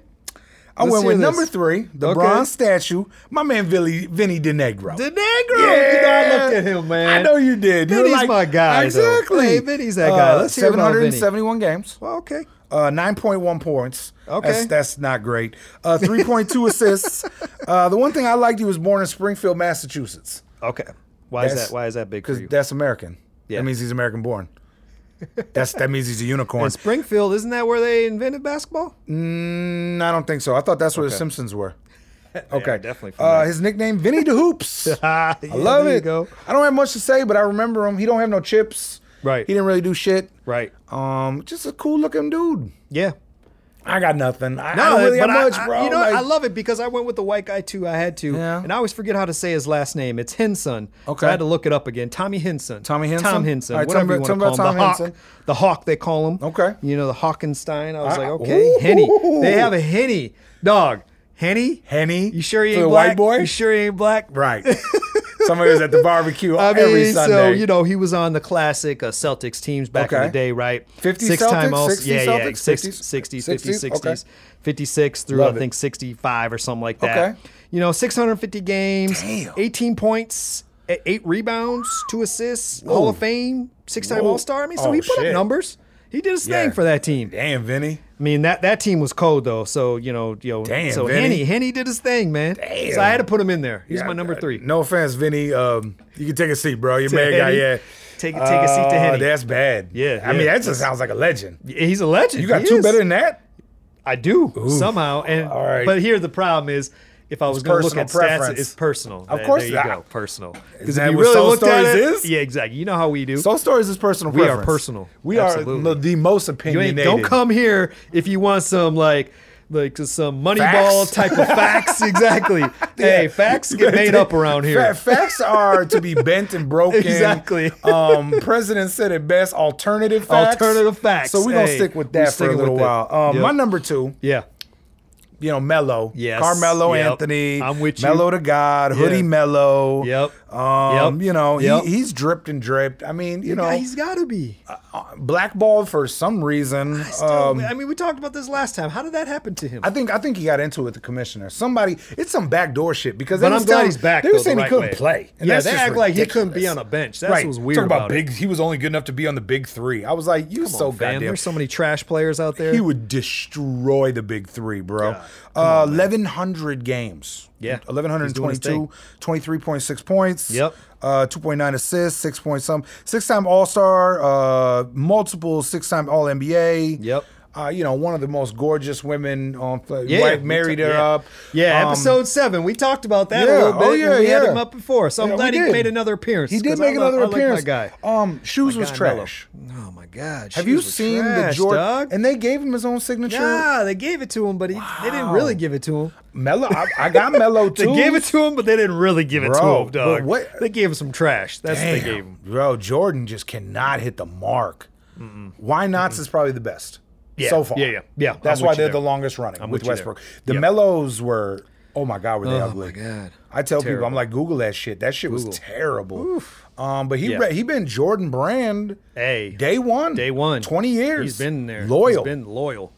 [SPEAKER 1] I
[SPEAKER 3] let's
[SPEAKER 1] went with
[SPEAKER 3] hear
[SPEAKER 1] number
[SPEAKER 3] this.
[SPEAKER 1] three, the
[SPEAKER 3] Okay.
[SPEAKER 1] bronze statue, my man Vinny, Vinny DeNegro.
[SPEAKER 3] The Negro. You know, I looked at him, man.
[SPEAKER 1] I know you did. You were
[SPEAKER 3] Vinny's
[SPEAKER 1] like-
[SPEAKER 3] my guy, though.
[SPEAKER 1] Exactly. Uh,
[SPEAKER 3] Hey, Vinny's that guy. Let's hear about Vinny.
[SPEAKER 1] 771 games.
[SPEAKER 3] Well, okay.
[SPEAKER 1] Uh, 9.1 points.
[SPEAKER 3] Okay.
[SPEAKER 1] That's, that's not great. Uh, 3.2 assists. Uh, the one thing I liked, he was born in Springfield, Massachusetts.
[SPEAKER 3] Okay. Why is
[SPEAKER 1] That's-
[SPEAKER 3] that? Why is that big for
[SPEAKER 1] Because
[SPEAKER 3] you?
[SPEAKER 1] that's American.
[SPEAKER 3] Yeah.
[SPEAKER 1] That means he's American born. That's That means he's a unicorn.
[SPEAKER 3] In Springfield, isn't that where they invented basketball?
[SPEAKER 1] Mm, I don't think so. I thought that's where the Simpsons were. Okay.
[SPEAKER 3] definitely from
[SPEAKER 1] Uh,
[SPEAKER 3] there.
[SPEAKER 1] his nickname, Vinny the Hoops.
[SPEAKER 3] Ah,
[SPEAKER 1] I love it.
[SPEAKER 3] Go.
[SPEAKER 1] I don't have much to say, but I remember him. He don't have no chips.
[SPEAKER 3] Right.
[SPEAKER 1] He didn't really do shit.
[SPEAKER 3] Right.
[SPEAKER 1] Um, just a cool looking dude.
[SPEAKER 3] Yeah.
[SPEAKER 1] I got nothing. I, I don't really have
[SPEAKER 3] but I-
[SPEAKER 1] much,
[SPEAKER 3] I-
[SPEAKER 1] bro.
[SPEAKER 3] you know,
[SPEAKER 1] Like,
[SPEAKER 3] I love it because I went with the white guy too. I had to,
[SPEAKER 1] Yeah.
[SPEAKER 3] and I always forget how to say his last name. It's Henson.
[SPEAKER 1] Okay.
[SPEAKER 3] I had to look it up again. Tommy Henson.
[SPEAKER 1] Tommy
[SPEAKER 3] Tom
[SPEAKER 1] Henson?
[SPEAKER 3] Henson.
[SPEAKER 1] All right,
[SPEAKER 3] whatever
[SPEAKER 1] tell me-
[SPEAKER 3] you
[SPEAKER 1] tell me
[SPEAKER 3] want to
[SPEAKER 1] about
[SPEAKER 3] call him. The
[SPEAKER 1] Tom
[SPEAKER 3] Hawk.
[SPEAKER 1] Henson.
[SPEAKER 3] The Hawk. They call him.
[SPEAKER 1] Okay.
[SPEAKER 3] You know the Hawkenstein. I was
[SPEAKER 1] I-
[SPEAKER 3] like, okay, Henny. They
[SPEAKER 1] Ooh.
[SPEAKER 3] have a Henny dog. Henny.
[SPEAKER 1] Henny.
[SPEAKER 3] You sure he
[SPEAKER 1] For
[SPEAKER 3] ain't
[SPEAKER 1] the
[SPEAKER 3] black?
[SPEAKER 1] white boy?
[SPEAKER 3] You sure he ain't black?
[SPEAKER 1] Right. Somebody was at the barbecue
[SPEAKER 3] I mean,
[SPEAKER 1] every Sunday.
[SPEAKER 3] so you know, he was on the classic uh, Celtics teams back in
[SPEAKER 1] Okay.
[SPEAKER 3] the day, right?
[SPEAKER 1] 50
[SPEAKER 3] Six-time
[SPEAKER 1] Celtics,
[SPEAKER 3] All-
[SPEAKER 1] 60
[SPEAKER 3] yeah, yeah,
[SPEAKER 1] Celtics,
[SPEAKER 3] 60,
[SPEAKER 1] 50s,
[SPEAKER 3] 60, 50,
[SPEAKER 1] 60s, okay.
[SPEAKER 3] 60s, 56 through
[SPEAKER 1] Love
[SPEAKER 3] I
[SPEAKER 1] it.
[SPEAKER 3] think 65 or something like that.
[SPEAKER 1] Okay.
[SPEAKER 3] You know, 650 games,
[SPEAKER 1] Damn.
[SPEAKER 3] 18 points, e- eight rebounds, two assists, Hall of Fame, six-time
[SPEAKER 1] Whoa.
[SPEAKER 3] All-Star. I mean, so
[SPEAKER 1] Oh,
[SPEAKER 3] he put up
[SPEAKER 1] shit.
[SPEAKER 3] numbers. He did his
[SPEAKER 1] Yeah.
[SPEAKER 3] thing for that team.
[SPEAKER 1] Damn, Vinny.
[SPEAKER 3] I mean that that team was cold though, so you know, yo,
[SPEAKER 1] Damn,
[SPEAKER 3] so
[SPEAKER 1] Vinny.
[SPEAKER 3] Henny Henny did his thing, man.
[SPEAKER 1] Damn.
[SPEAKER 3] So I had to put him in there. He's
[SPEAKER 1] Yeah,
[SPEAKER 3] my number
[SPEAKER 1] uh,
[SPEAKER 3] three.
[SPEAKER 1] No offense, Vinny. Um, you can take a seat, bro. Your man got
[SPEAKER 3] Henny.
[SPEAKER 1] yeah.
[SPEAKER 3] Take- take a seat to
[SPEAKER 1] Oh,
[SPEAKER 3] Henny.
[SPEAKER 1] That's bad.
[SPEAKER 3] Yeah,
[SPEAKER 1] I mean,
[SPEAKER 3] yeah.
[SPEAKER 1] that just sounds like a legend.
[SPEAKER 3] He's a legend.
[SPEAKER 1] You got
[SPEAKER 3] He
[SPEAKER 1] two
[SPEAKER 3] is.
[SPEAKER 1] better than that?
[SPEAKER 3] I do somehow. And
[SPEAKER 1] All right.
[SPEAKER 3] but here the problem is, if I was going to look
[SPEAKER 1] personal
[SPEAKER 3] at stats,
[SPEAKER 1] preference.
[SPEAKER 3] it's personal. There-
[SPEAKER 1] course
[SPEAKER 3] there you
[SPEAKER 1] that-
[SPEAKER 3] go, personal. Because
[SPEAKER 1] that what Soul Stories is?
[SPEAKER 3] yeah, exactly. You know how we do.
[SPEAKER 1] Soul Stories is personal
[SPEAKER 3] We are
[SPEAKER 1] preference.
[SPEAKER 3] personal.
[SPEAKER 1] We
[SPEAKER 3] Absolutely.
[SPEAKER 1] are the most
[SPEAKER 3] you
[SPEAKER 1] opinionated.
[SPEAKER 3] ain't, don't come here if you want some like. Like some Moneyball
[SPEAKER 1] Facts?
[SPEAKER 3] type of facts, exactly. Hey, facts
[SPEAKER 1] You
[SPEAKER 3] get
[SPEAKER 1] gotta
[SPEAKER 3] made
[SPEAKER 1] take-
[SPEAKER 3] up around here.
[SPEAKER 1] Fa- facts are to be bent and broken.
[SPEAKER 3] Exactly.
[SPEAKER 1] um, president said it best: alternative facts.
[SPEAKER 3] Alternative facts.
[SPEAKER 1] So we're gonna
[SPEAKER 3] Hey,
[SPEAKER 1] stick with
[SPEAKER 3] we
[SPEAKER 1] that for
[SPEAKER 3] sticking
[SPEAKER 1] a little
[SPEAKER 3] with it.
[SPEAKER 1] while. Um,
[SPEAKER 3] Yep.
[SPEAKER 1] My number two,
[SPEAKER 3] yeah,
[SPEAKER 1] you know, Mello.
[SPEAKER 3] Yes.
[SPEAKER 1] Carmelo
[SPEAKER 3] Yep.
[SPEAKER 1] Anthony.
[SPEAKER 3] I'm with you.
[SPEAKER 1] Mello to God. Hoodie Mello.
[SPEAKER 3] Yep.
[SPEAKER 1] Um,
[SPEAKER 3] Yep.
[SPEAKER 1] you know,
[SPEAKER 3] Yep.
[SPEAKER 1] he, he's dripped and dripped. I mean, you know, Um,
[SPEAKER 3] Yeah, he's got to be.
[SPEAKER 1] blackballed for some reason.
[SPEAKER 3] Still,
[SPEAKER 1] um,
[SPEAKER 3] I mean, we talked about this last time. How did that happen to him?
[SPEAKER 1] I think I think he got into it with the commissioner. Somebody, it's some backdoor shit because. they
[SPEAKER 3] But
[SPEAKER 1] was
[SPEAKER 3] I'm glad
[SPEAKER 1] telling-
[SPEAKER 3] he's back.
[SPEAKER 1] They were
[SPEAKER 3] though, the
[SPEAKER 1] saying
[SPEAKER 3] right
[SPEAKER 1] he couldn't
[SPEAKER 3] way.
[SPEAKER 1] play. and
[SPEAKER 3] Yeah,
[SPEAKER 1] that's
[SPEAKER 3] they
[SPEAKER 1] just
[SPEAKER 3] act like he couldn't be
[SPEAKER 1] ridiculous.
[SPEAKER 3] on a bench. That's
[SPEAKER 1] right.
[SPEAKER 3] what's weird
[SPEAKER 1] Talk about,
[SPEAKER 3] it.
[SPEAKER 1] big. He was only good enough to be on the big three. I was like, you so
[SPEAKER 3] Come on, fam.
[SPEAKER 1] goddamn.
[SPEAKER 3] There's so many trash players out there.
[SPEAKER 1] He would destroy the big three, bro. uh, 1,100 games.
[SPEAKER 3] Yeah. He's doing his
[SPEAKER 1] 1,122,
[SPEAKER 3] thing.
[SPEAKER 1] 23.6 points.
[SPEAKER 3] Yep.
[SPEAKER 1] Uh, 2.9 assists, 6 point some. Six time All Star, uh, multiple six time All NBA.
[SPEAKER 3] Yep.
[SPEAKER 1] Uh, you know, one of the most gorgeous women on fl-
[SPEAKER 3] yeah,
[SPEAKER 1] wife
[SPEAKER 3] we
[SPEAKER 1] married
[SPEAKER 3] ta-
[SPEAKER 1] her
[SPEAKER 3] yeah.
[SPEAKER 1] up.
[SPEAKER 3] Yeah,
[SPEAKER 1] Um,
[SPEAKER 3] episode seven. We talked about that a
[SPEAKER 1] yeah,
[SPEAKER 3] little bit.
[SPEAKER 1] oh,
[SPEAKER 3] and
[SPEAKER 1] yeah,
[SPEAKER 3] we had
[SPEAKER 1] yeah.
[SPEAKER 3] him up before, so I'm
[SPEAKER 1] Yeah,
[SPEAKER 3] glad
[SPEAKER 1] we
[SPEAKER 3] he
[SPEAKER 1] did.
[SPEAKER 3] made another appearance.
[SPEAKER 1] He
[SPEAKER 3] 'cause
[SPEAKER 1] did
[SPEAKER 3] I
[SPEAKER 1] make
[SPEAKER 3] love-
[SPEAKER 1] another
[SPEAKER 3] I like my
[SPEAKER 1] appearance.
[SPEAKER 3] guy.
[SPEAKER 1] Um, shoes was
[SPEAKER 3] Guy
[SPEAKER 1] trash.
[SPEAKER 3] Mello. Oh my
[SPEAKER 1] Have
[SPEAKER 3] god! shoes
[SPEAKER 1] you
[SPEAKER 3] was
[SPEAKER 1] seen the
[SPEAKER 3] trash,
[SPEAKER 1] Jordan?
[SPEAKER 3] Dog?
[SPEAKER 1] And they gave him his own signature.
[SPEAKER 3] yeah, they gave it to him, but he, they didn't really give it to him.
[SPEAKER 1] Mellow, I, I got Mellow too.
[SPEAKER 3] They gave it to him, but they didn't really give it
[SPEAKER 1] Bro,
[SPEAKER 3] to him,
[SPEAKER 1] but
[SPEAKER 3] dog.
[SPEAKER 1] what-
[SPEAKER 3] They gave him some trash. That's what they
[SPEAKER 1] Damn,
[SPEAKER 3] gave him.
[SPEAKER 1] Bro, Jordan just cannot hit the mark. Why nots is probably the best
[SPEAKER 3] Yeah,
[SPEAKER 1] so far.
[SPEAKER 3] yeah, yeah, yeah.
[SPEAKER 1] That's
[SPEAKER 3] I'm
[SPEAKER 1] why
[SPEAKER 3] with you
[SPEAKER 1] they're
[SPEAKER 3] there.
[SPEAKER 1] the longest running
[SPEAKER 3] I'm
[SPEAKER 1] with
[SPEAKER 3] with you there.
[SPEAKER 1] Westbrook. The
[SPEAKER 3] Yep.
[SPEAKER 1] Mellows were, oh my God, were they
[SPEAKER 3] Oh
[SPEAKER 1] ugly?
[SPEAKER 3] my God.
[SPEAKER 1] I tell people, I'm
[SPEAKER 3] Terrible.
[SPEAKER 1] like, Google that shit. That shit was
[SPEAKER 3] Google.
[SPEAKER 1] terrible. Um, but he
[SPEAKER 3] Yeah.
[SPEAKER 1] re- he been Jordan Brand
[SPEAKER 3] Hey,
[SPEAKER 1] day one,
[SPEAKER 3] day one,
[SPEAKER 1] twenty years.
[SPEAKER 3] He's been there.
[SPEAKER 1] loyal.
[SPEAKER 3] He's been loyal.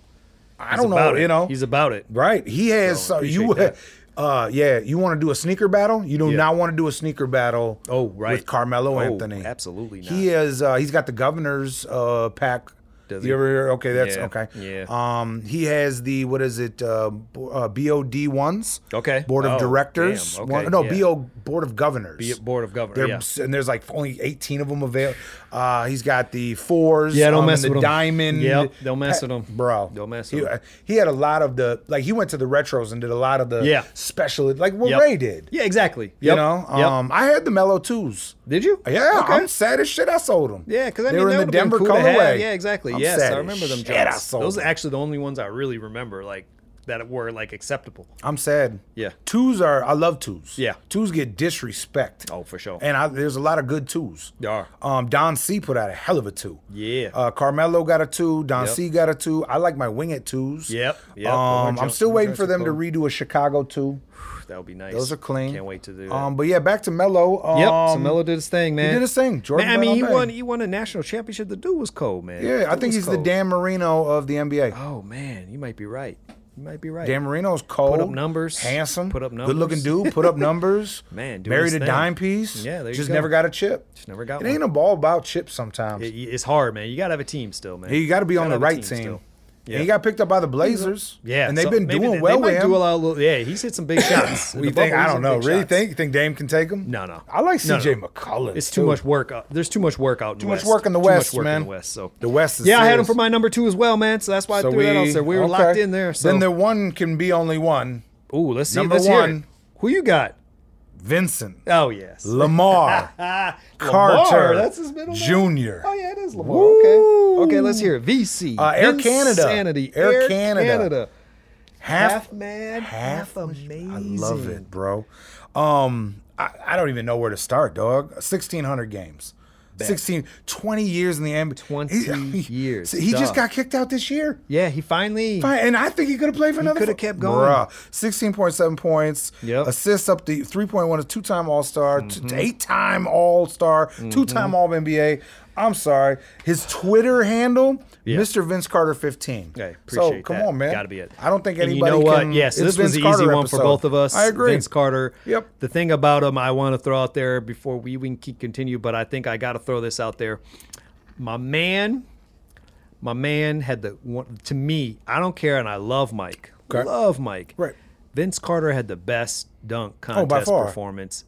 [SPEAKER 1] I don't know,
[SPEAKER 3] about it.
[SPEAKER 1] you know.
[SPEAKER 3] he's about it.
[SPEAKER 1] Right. He has
[SPEAKER 3] So, I
[SPEAKER 1] so, you
[SPEAKER 3] appreciate that.
[SPEAKER 1] uh yeah, you want to do a sneaker battle? You do
[SPEAKER 3] Yeah.
[SPEAKER 1] not want to do a sneaker battle
[SPEAKER 3] Oh, right.
[SPEAKER 1] with Carmelo
[SPEAKER 3] Oh,
[SPEAKER 1] Anthony.
[SPEAKER 3] absolutely not.
[SPEAKER 1] He is uh he's got the governor's uh pack.
[SPEAKER 3] Does
[SPEAKER 1] you
[SPEAKER 3] he?
[SPEAKER 1] ever hear okay, that's
[SPEAKER 3] Yeah.
[SPEAKER 1] okay.
[SPEAKER 3] Yeah.
[SPEAKER 1] Um he has the what is it? Uh, bo- uh BOD ones.
[SPEAKER 3] Okay.
[SPEAKER 1] Board of
[SPEAKER 3] Oh,
[SPEAKER 1] directors.
[SPEAKER 3] damn.
[SPEAKER 1] One-
[SPEAKER 3] Okay,
[SPEAKER 1] no,
[SPEAKER 3] yeah.
[SPEAKER 1] BO board of governors.
[SPEAKER 3] Be it board of
[SPEAKER 1] They're-
[SPEAKER 3] governors. Yeah.
[SPEAKER 1] And there's like only 18 of them available. Uh, he's got the fours.
[SPEAKER 3] Yeah, don't
[SPEAKER 1] um, and
[SPEAKER 3] mess
[SPEAKER 1] the
[SPEAKER 3] with 'em.
[SPEAKER 1] Diamond.
[SPEAKER 3] Yep, don't mess
[SPEAKER 1] pa-
[SPEAKER 3] with 'em.
[SPEAKER 1] bro.
[SPEAKER 3] Don't mess
[SPEAKER 1] he,
[SPEAKER 3] with 'em.
[SPEAKER 1] He had a lot of the like. He went to the retros and did a lot of the
[SPEAKER 3] Yeah.
[SPEAKER 1] special, like what
[SPEAKER 3] Yep.
[SPEAKER 1] Ray did.
[SPEAKER 3] Yeah, exactly.
[SPEAKER 1] You
[SPEAKER 3] Yep.
[SPEAKER 1] know,
[SPEAKER 3] Yep.
[SPEAKER 1] um, I had the Mellow Twos.
[SPEAKER 3] Did you?
[SPEAKER 1] Yeah,
[SPEAKER 3] Okay.
[SPEAKER 1] I'm sad as shit. I sold them.
[SPEAKER 3] Yeah, because I
[SPEAKER 1] they
[SPEAKER 3] mean,
[SPEAKER 1] were in
[SPEAKER 3] that
[SPEAKER 1] the
[SPEAKER 3] would've been
[SPEAKER 1] Denver
[SPEAKER 3] cool to have.
[SPEAKER 1] colorway.
[SPEAKER 3] Yeah, exactly.
[SPEAKER 1] I'm
[SPEAKER 3] yes,
[SPEAKER 1] sad
[SPEAKER 3] I
[SPEAKER 1] as
[SPEAKER 3] remember them.
[SPEAKER 1] shit I
[SPEAKER 3] Joints.
[SPEAKER 1] sold
[SPEAKER 3] Those are
[SPEAKER 1] them.
[SPEAKER 3] actually the only ones I really remember, like that were like acceptable.
[SPEAKER 1] I'm sad.
[SPEAKER 3] Yeah.
[SPEAKER 1] twos are. I love twos.
[SPEAKER 3] Yeah.
[SPEAKER 1] twos get disrespect.
[SPEAKER 3] Oh, for sure.
[SPEAKER 1] And I, there's a lot of good twos.
[SPEAKER 3] There are.
[SPEAKER 1] Um, Don C put out a hell of a two.
[SPEAKER 3] Yeah.
[SPEAKER 1] Uh, Carmelo got a two. Don
[SPEAKER 3] Yep.
[SPEAKER 1] C got a two. I like my wing at twos.
[SPEAKER 3] Yep, yep.
[SPEAKER 1] Um,
[SPEAKER 3] Those are
[SPEAKER 1] I'm still
[SPEAKER 3] jump-
[SPEAKER 1] waiting
[SPEAKER 3] those
[SPEAKER 1] for
[SPEAKER 3] are
[SPEAKER 1] them to
[SPEAKER 3] cool.
[SPEAKER 1] redo a Chicago two.
[SPEAKER 3] that would be nice.
[SPEAKER 1] Those are clean.
[SPEAKER 3] Can't wait to do that.
[SPEAKER 1] Um, but yeah, back to Mello. Um,
[SPEAKER 3] yep. so Melo did his thing, man.
[SPEAKER 1] did his thing. Jordan
[SPEAKER 3] Man, I
[SPEAKER 1] went
[SPEAKER 3] mean,
[SPEAKER 1] all
[SPEAKER 3] he
[SPEAKER 1] day.
[SPEAKER 3] won. He won a national championship. The dude was cold, man.
[SPEAKER 1] Yeah, I
[SPEAKER 3] Dude
[SPEAKER 1] think
[SPEAKER 3] was
[SPEAKER 1] he's the
[SPEAKER 3] cold.
[SPEAKER 1] Dan Marino of the NBA.
[SPEAKER 3] Oh man, you might be right. You might be right.
[SPEAKER 1] Dan Marino's cold.
[SPEAKER 3] numbers.
[SPEAKER 1] Handsome.
[SPEAKER 3] Put up
[SPEAKER 1] Good looking
[SPEAKER 3] numbers.
[SPEAKER 1] dude. Put up numbers.
[SPEAKER 3] Man, doing
[SPEAKER 1] Married
[SPEAKER 3] his
[SPEAKER 1] a
[SPEAKER 3] thing.
[SPEAKER 1] dime piece.
[SPEAKER 3] Yeah, there you
[SPEAKER 1] Just
[SPEAKER 3] go.
[SPEAKER 1] never got a chip.
[SPEAKER 3] Just never got
[SPEAKER 1] It ain't
[SPEAKER 3] one.
[SPEAKER 1] a ball about chips sometimes.
[SPEAKER 3] It- it's hard, man. You gotta have a team still, man.
[SPEAKER 1] He got to be on the
[SPEAKER 3] have a
[SPEAKER 1] right team.
[SPEAKER 3] still.
[SPEAKER 1] And he got picked up by the Blazers.
[SPEAKER 3] Yeah,
[SPEAKER 1] and they've
[SPEAKER 3] so
[SPEAKER 1] been
[SPEAKER 3] maybe
[SPEAKER 1] doing
[SPEAKER 3] they-
[SPEAKER 1] well
[SPEAKER 3] they
[SPEAKER 1] with
[SPEAKER 3] might
[SPEAKER 1] him.
[SPEAKER 3] Do a lot of little, yeah, he's hit some big shots.
[SPEAKER 1] we think I don't know. Really think you think Dame can take him?
[SPEAKER 3] No, no.
[SPEAKER 1] I like
[SPEAKER 3] No,
[SPEAKER 1] CJ
[SPEAKER 3] no.
[SPEAKER 1] McCollum.
[SPEAKER 3] It's too much work. Out, there's too much work out. In
[SPEAKER 1] Too
[SPEAKER 3] the
[SPEAKER 1] much
[SPEAKER 3] West.
[SPEAKER 1] work in the
[SPEAKER 3] Too much
[SPEAKER 1] West,
[SPEAKER 3] work in
[SPEAKER 1] man.
[SPEAKER 3] the West. So
[SPEAKER 1] The West is
[SPEAKER 3] yeah, I had him
[SPEAKER 1] serious.
[SPEAKER 3] for my number two as well, man. So that's why I threw that out there. We were
[SPEAKER 1] okay.
[SPEAKER 3] locked in there. So
[SPEAKER 1] Then the one can be only one.
[SPEAKER 3] ooh, let's see.
[SPEAKER 1] number
[SPEAKER 3] let's hear it.
[SPEAKER 1] one.
[SPEAKER 3] who you got?
[SPEAKER 1] Vincent
[SPEAKER 3] Oh yes,
[SPEAKER 1] Lamar
[SPEAKER 3] ah,
[SPEAKER 1] Carter.
[SPEAKER 3] Lamar, that's his middle name.
[SPEAKER 1] Junior.
[SPEAKER 3] Oh yeah, it is Lamar. Okay, okay, let's hear it. VC.
[SPEAKER 1] Uh, Air Canada.
[SPEAKER 3] Insanity.
[SPEAKER 1] Air Canada.
[SPEAKER 3] Half mad, half
[SPEAKER 1] I love
[SPEAKER 3] amazing.
[SPEAKER 1] it, bro. Um, I, I don't even know where to start, dog. Sixteen hundred games. 16, 20 years in the NBA.
[SPEAKER 3] 20 years,
[SPEAKER 1] He just
[SPEAKER 3] dog.
[SPEAKER 1] got kicked out this year.
[SPEAKER 3] Yeah, he finally.
[SPEAKER 1] Fine, And I think he could have played for another.
[SPEAKER 3] coulda
[SPEAKER 1] f-
[SPEAKER 3] kept going.
[SPEAKER 1] Bruh, 16.7 points.
[SPEAKER 3] Yep. Mm-hmm.
[SPEAKER 1] Assists up to 3.1 is two time All Star, eight time All Star, two time All NBA. I'm sorry. His Twitter handle,
[SPEAKER 3] Yeah.
[SPEAKER 1] Mr. Vince Carter 15.
[SPEAKER 3] Okay,
[SPEAKER 1] so
[SPEAKER 3] appreciate
[SPEAKER 1] come
[SPEAKER 3] that.
[SPEAKER 1] on, man.
[SPEAKER 3] Gotta be it.
[SPEAKER 1] I don't think
[SPEAKER 3] And
[SPEAKER 1] anybody
[SPEAKER 3] You know
[SPEAKER 1] can-
[SPEAKER 3] what? Yes,
[SPEAKER 1] it's
[SPEAKER 3] this was
[SPEAKER 1] Vince
[SPEAKER 3] the
[SPEAKER 1] Carter
[SPEAKER 3] easy one for
[SPEAKER 1] episode.
[SPEAKER 3] both of us.
[SPEAKER 1] I agree.
[SPEAKER 3] Vince Carter.
[SPEAKER 1] Yep.
[SPEAKER 3] The thing about him, I want to throw out there before we even keep continue, but I think I got to throw this out there. My man, my man had the one to me. I don't care, and I love Mike.
[SPEAKER 1] Okay.
[SPEAKER 3] Love Mike.
[SPEAKER 1] Right. Oh,
[SPEAKER 3] Vince Carter had the best dunk
[SPEAKER 1] by
[SPEAKER 3] contest
[SPEAKER 1] far.
[SPEAKER 3] performance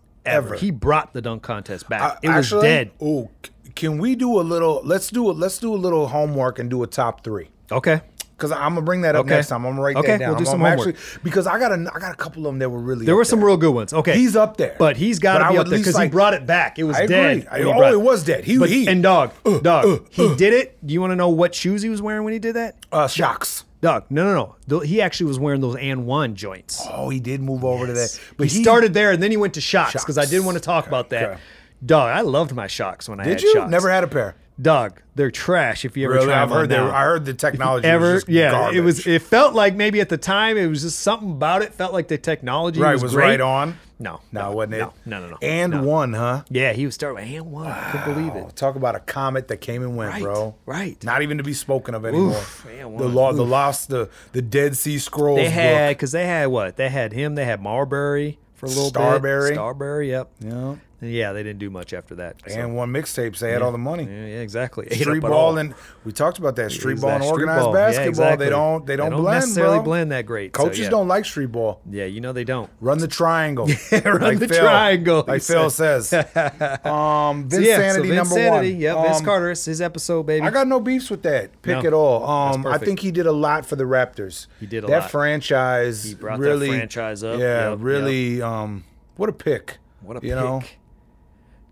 [SPEAKER 1] Ever.
[SPEAKER 3] ever. He brought the dunk contest back.
[SPEAKER 1] I-
[SPEAKER 3] it was
[SPEAKER 1] actually,
[SPEAKER 3] dead.
[SPEAKER 1] Oh, c- can we do a little? Let's do a let's do a little homework and do a top three.
[SPEAKER 3] Okay.
[SPEAKER 1] Cause I'm gonna bring that up
[SPEAKER 3] Okay.
[SPEAKER 1] next time. I'm gonna write
[SPEAKER 3] Okay,
[SPEAKER 1] that down.
[SPEAKER 3] we'll do
[SPEAKER 1] I'm,
[SPEAKER 3] some
[SPEAKER 1] I'm
[SPEAKER 3] homework.
[SPEAKER 1] actually because I got a I got a couple of them that were really up
[SPEAKER 3] There were some real good ones. Okay.
[SPEAKER 1] He's up there.
[SPEAKER 3] But he's
[SPEAKER 1] But
[SPEAKER 3] got
[SPEAKER 1] I
[SPEAKER 3] to be
[SPEAKER 1] would
[SPEAKER 3] up
[SPEAKER 1] at
[SPEAKER 3] there
[SPEAKER 1] least
[SPEAKER 3] because he
[SPEAKER 1] like-
[SPEAKER 3] brought it back. It was
[SPEAKER 1] I agree.
[SPEAKER 3] dead.
[SPEAKER 1] I-
[SPEAKER 3] when he
[SPEAKER 1] oh,
[SPEAKER 3] brought
[SPEAKER 1] it was dead. He- he- Uh,
[SPEAKER 3] and dog, dog, he did it. Do you want to know what shoes he was wearing when he did that?
[SPEAKER 1] uh, shocks.
[SPEAKER 3] Dog, no, no, no. Th- He actually was wearing those and one joints.
[SPEAKER 1] Oh, he did move over to that. But
[SPEAKER 3] he, started there and then he went to shocks because I did
[SPEAKER 1] Shocks.
[SPEAKER 3] want to talk about that.
[SPEAKER 1] okay.
[SPEAKER 3] Dog, I loved my shocks when I
[SPEAKER 1] Did
[SPEAKER 3] had
[SPEAKER 1] you
[SPEAKER 3] shocks.
[SPEAKER 1] never had a pair?
[SPEAKER 3] Dog, they're trash if you ever
[SPEAKER 1] Really,
[SPEAKER 3] try
[SPEAKER 1] I've
[SPEAKER 3] them on
[SPEAKER 1] heard that.
[SPEAKER 3] now.
[SPEAKER 1] I heard the technology.
[SPEAKER 3] ever
[SPEAKER 1] was just
[SPEAKER 3] yeah
[SPEAKER 1] garbage.
[SPEAKER 3] it was it felt like maybe at the time it was just something about it felt like the technology
[SPEAKER 1] right.
[SPEAKER 3] was,
[SPEAKER 1] Was
[SPEAKER 3] great.
[SPEAKER 1] right on.
[SPEAKER 3] no
[SPEAKER 1] No, it wasn't it?
[SPEAKER 3] no no no, no
[SPEAKER 1] And
[SPEAKER 3] no.
[SPEAKER 1] one, huh?
[SPEAKER 3] yeah he was starting with and one I couldn't believe
[SPEAKER 1] Oh,
[SPEAKER 3] it
[SPEAKER 1] talk about a comet that came and went,
[SPEAKER 3] Right,
[SPEAKER 1] bro.
[SPEAKER 3] right.
[SPEAKER 1] Not even to be spoken of anymore.
[SPEAKER 3] man,
[SPEAKER 1] the
[SPEAKER 3] one-
[SPEAKER 1] law, the lost, the the Dead Sea Scrolls.
[SPEAKER 3] they
[SPEAKER 1] book.
[SPEAKER 3] had because they had what they had him they had Marbury for a little
[SPEAKER 1] Starberry.
[SPEAKER 3] bit Starberry yep
[SPEAKER 1] Yeah.
[SPEAKER 3] yeah they didn't do much after that so-
[SPEAKER 1] and one mixtapes. They had all the money.
[SPEAKER 3] yeah, yeah exactly Ate
[SPEAKER 1] Street
[SPEAKER 3] up at
[SPEAKER 1] ball
[SPEAKER 3] all.
[SPEAKER 1] and we talked about that street
[SPEAKER 3] It was
[SPEAKER 1] ball
[SPEAKER 3] that
[SPEAKER 1] and
[SPEAKER 3] street
[SPEAKER 1] organized
[SPEAKER 3] ball. Yeah,
[SPEAKER 1] basketball.
[SPEAKER 3] exactly.
[SPEAKER 1] They don't they don't blend
[SPEAKER 3] necessarily
[SPEAKER 1] bro.
[SPEAKER 3] blend that great so,
[SPEAKER 1] Coaches
[SPEAKER 3] yeah.
[SPEAKER 1] don't like street ball.
[SPEAKER 3] yeah you know they don't
[SPEAKER 1] Run the triangle.
[SPEAKER 3] Run
[SPEAKER 1] Like
[SPEAKER 3] the triangle, he
[SPEAKER 1] Like Phil says. um, Vince
[SPEAKER 3] yeah
[SPEAKER 1] Sanity
[SPEAKER 3] so Vince
[SPEAKER 1] number
[SPEAKER 3] Sanity,
[SPEAKER 1] one.
[SPEAKER 3] yep Vince
[SPEAKER 1] Um,
[SPEAKER 3] Carter it's his episode baby
[SPEAKER 1] I got no beefs with that pick
[SPEAKER 3] No.
[SPEAKER 1] at all. Um, I
[SPEAKER 3] perfect.
[SPEAKER 1] think he did a lot for the Raptors. He
[SPEAKER 3] did a
[SPEAKER 1] that
[SPEAKER 3] lot.
[SPEAKER 1] franchise.
[SPEAKER 3] He brought that
[SPEAKER 1] really,
[SPEAKER 3] franchise up.
[SPEAKER 1] Yeah,
[SPEAKER 3] Yep,
[SPEAKER 1] really. Um, what a pick.
[SPEAKER 3] What a
[SPEAKER 1] you
[SPEAKER 3] pick.
[SPEAKER 1] know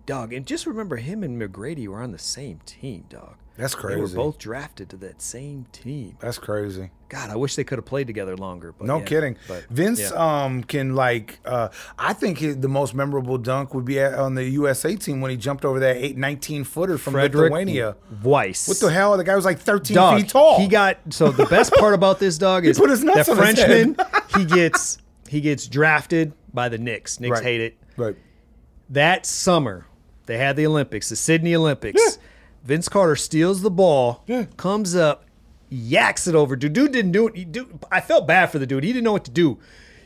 [SPEAKER 3] Dog, and just remember him and McGrady were on the same team, dog.
[SPEAKER 1] That's
[SPEAKER 3] They were
[SPEAKER 1] crazy.
[SPEAKER 3] both drafted to that same team.
[SPEAKER 1] that's crazy.
[SPEAKER 3] God, I wish they could have played together longer. But
[SPEAKER 1] No
[SPEAKER 3] yeah,
[SPEAKER 1] kidding.
[SPEAKER 3] But
[SPEAKER 1] Vince
[SPEAKER 3] yeah.
[SPEAKER 1] um, can like. Uh, I think his, the most memorable dunk would be at, on the USA team when he jumped over that eight, 19 footer from Lithuania.
[SPEAKER 3] Weiss.
[SPEAKER 1] What the hell? The guy was like thirteen
[SPEAKER 3] Dog,
[SPEAKER 1] feet tall.
[SPEAKER 3] He got so the best part about this dog is
[SPEAKER 1] put his nuts
[SPEAKER 3] that
[SPEAKER 1] on his head.
[SPEAKER 3] Frenchman. he gets he gets drafted by the Knicks. Knicks
[SPEAKER 1] Right.
[SPEAKER 3] hate it.
[SPEAKER 1] Right.
[SPEAKER 3] that summer they had the Olympics, the Sydney Olympics. Vince Carter steals the ball, comes up, yaks it over. Dude, dude didn't do it. He- Dude, I felt bad for the dude. He didn't know what to do.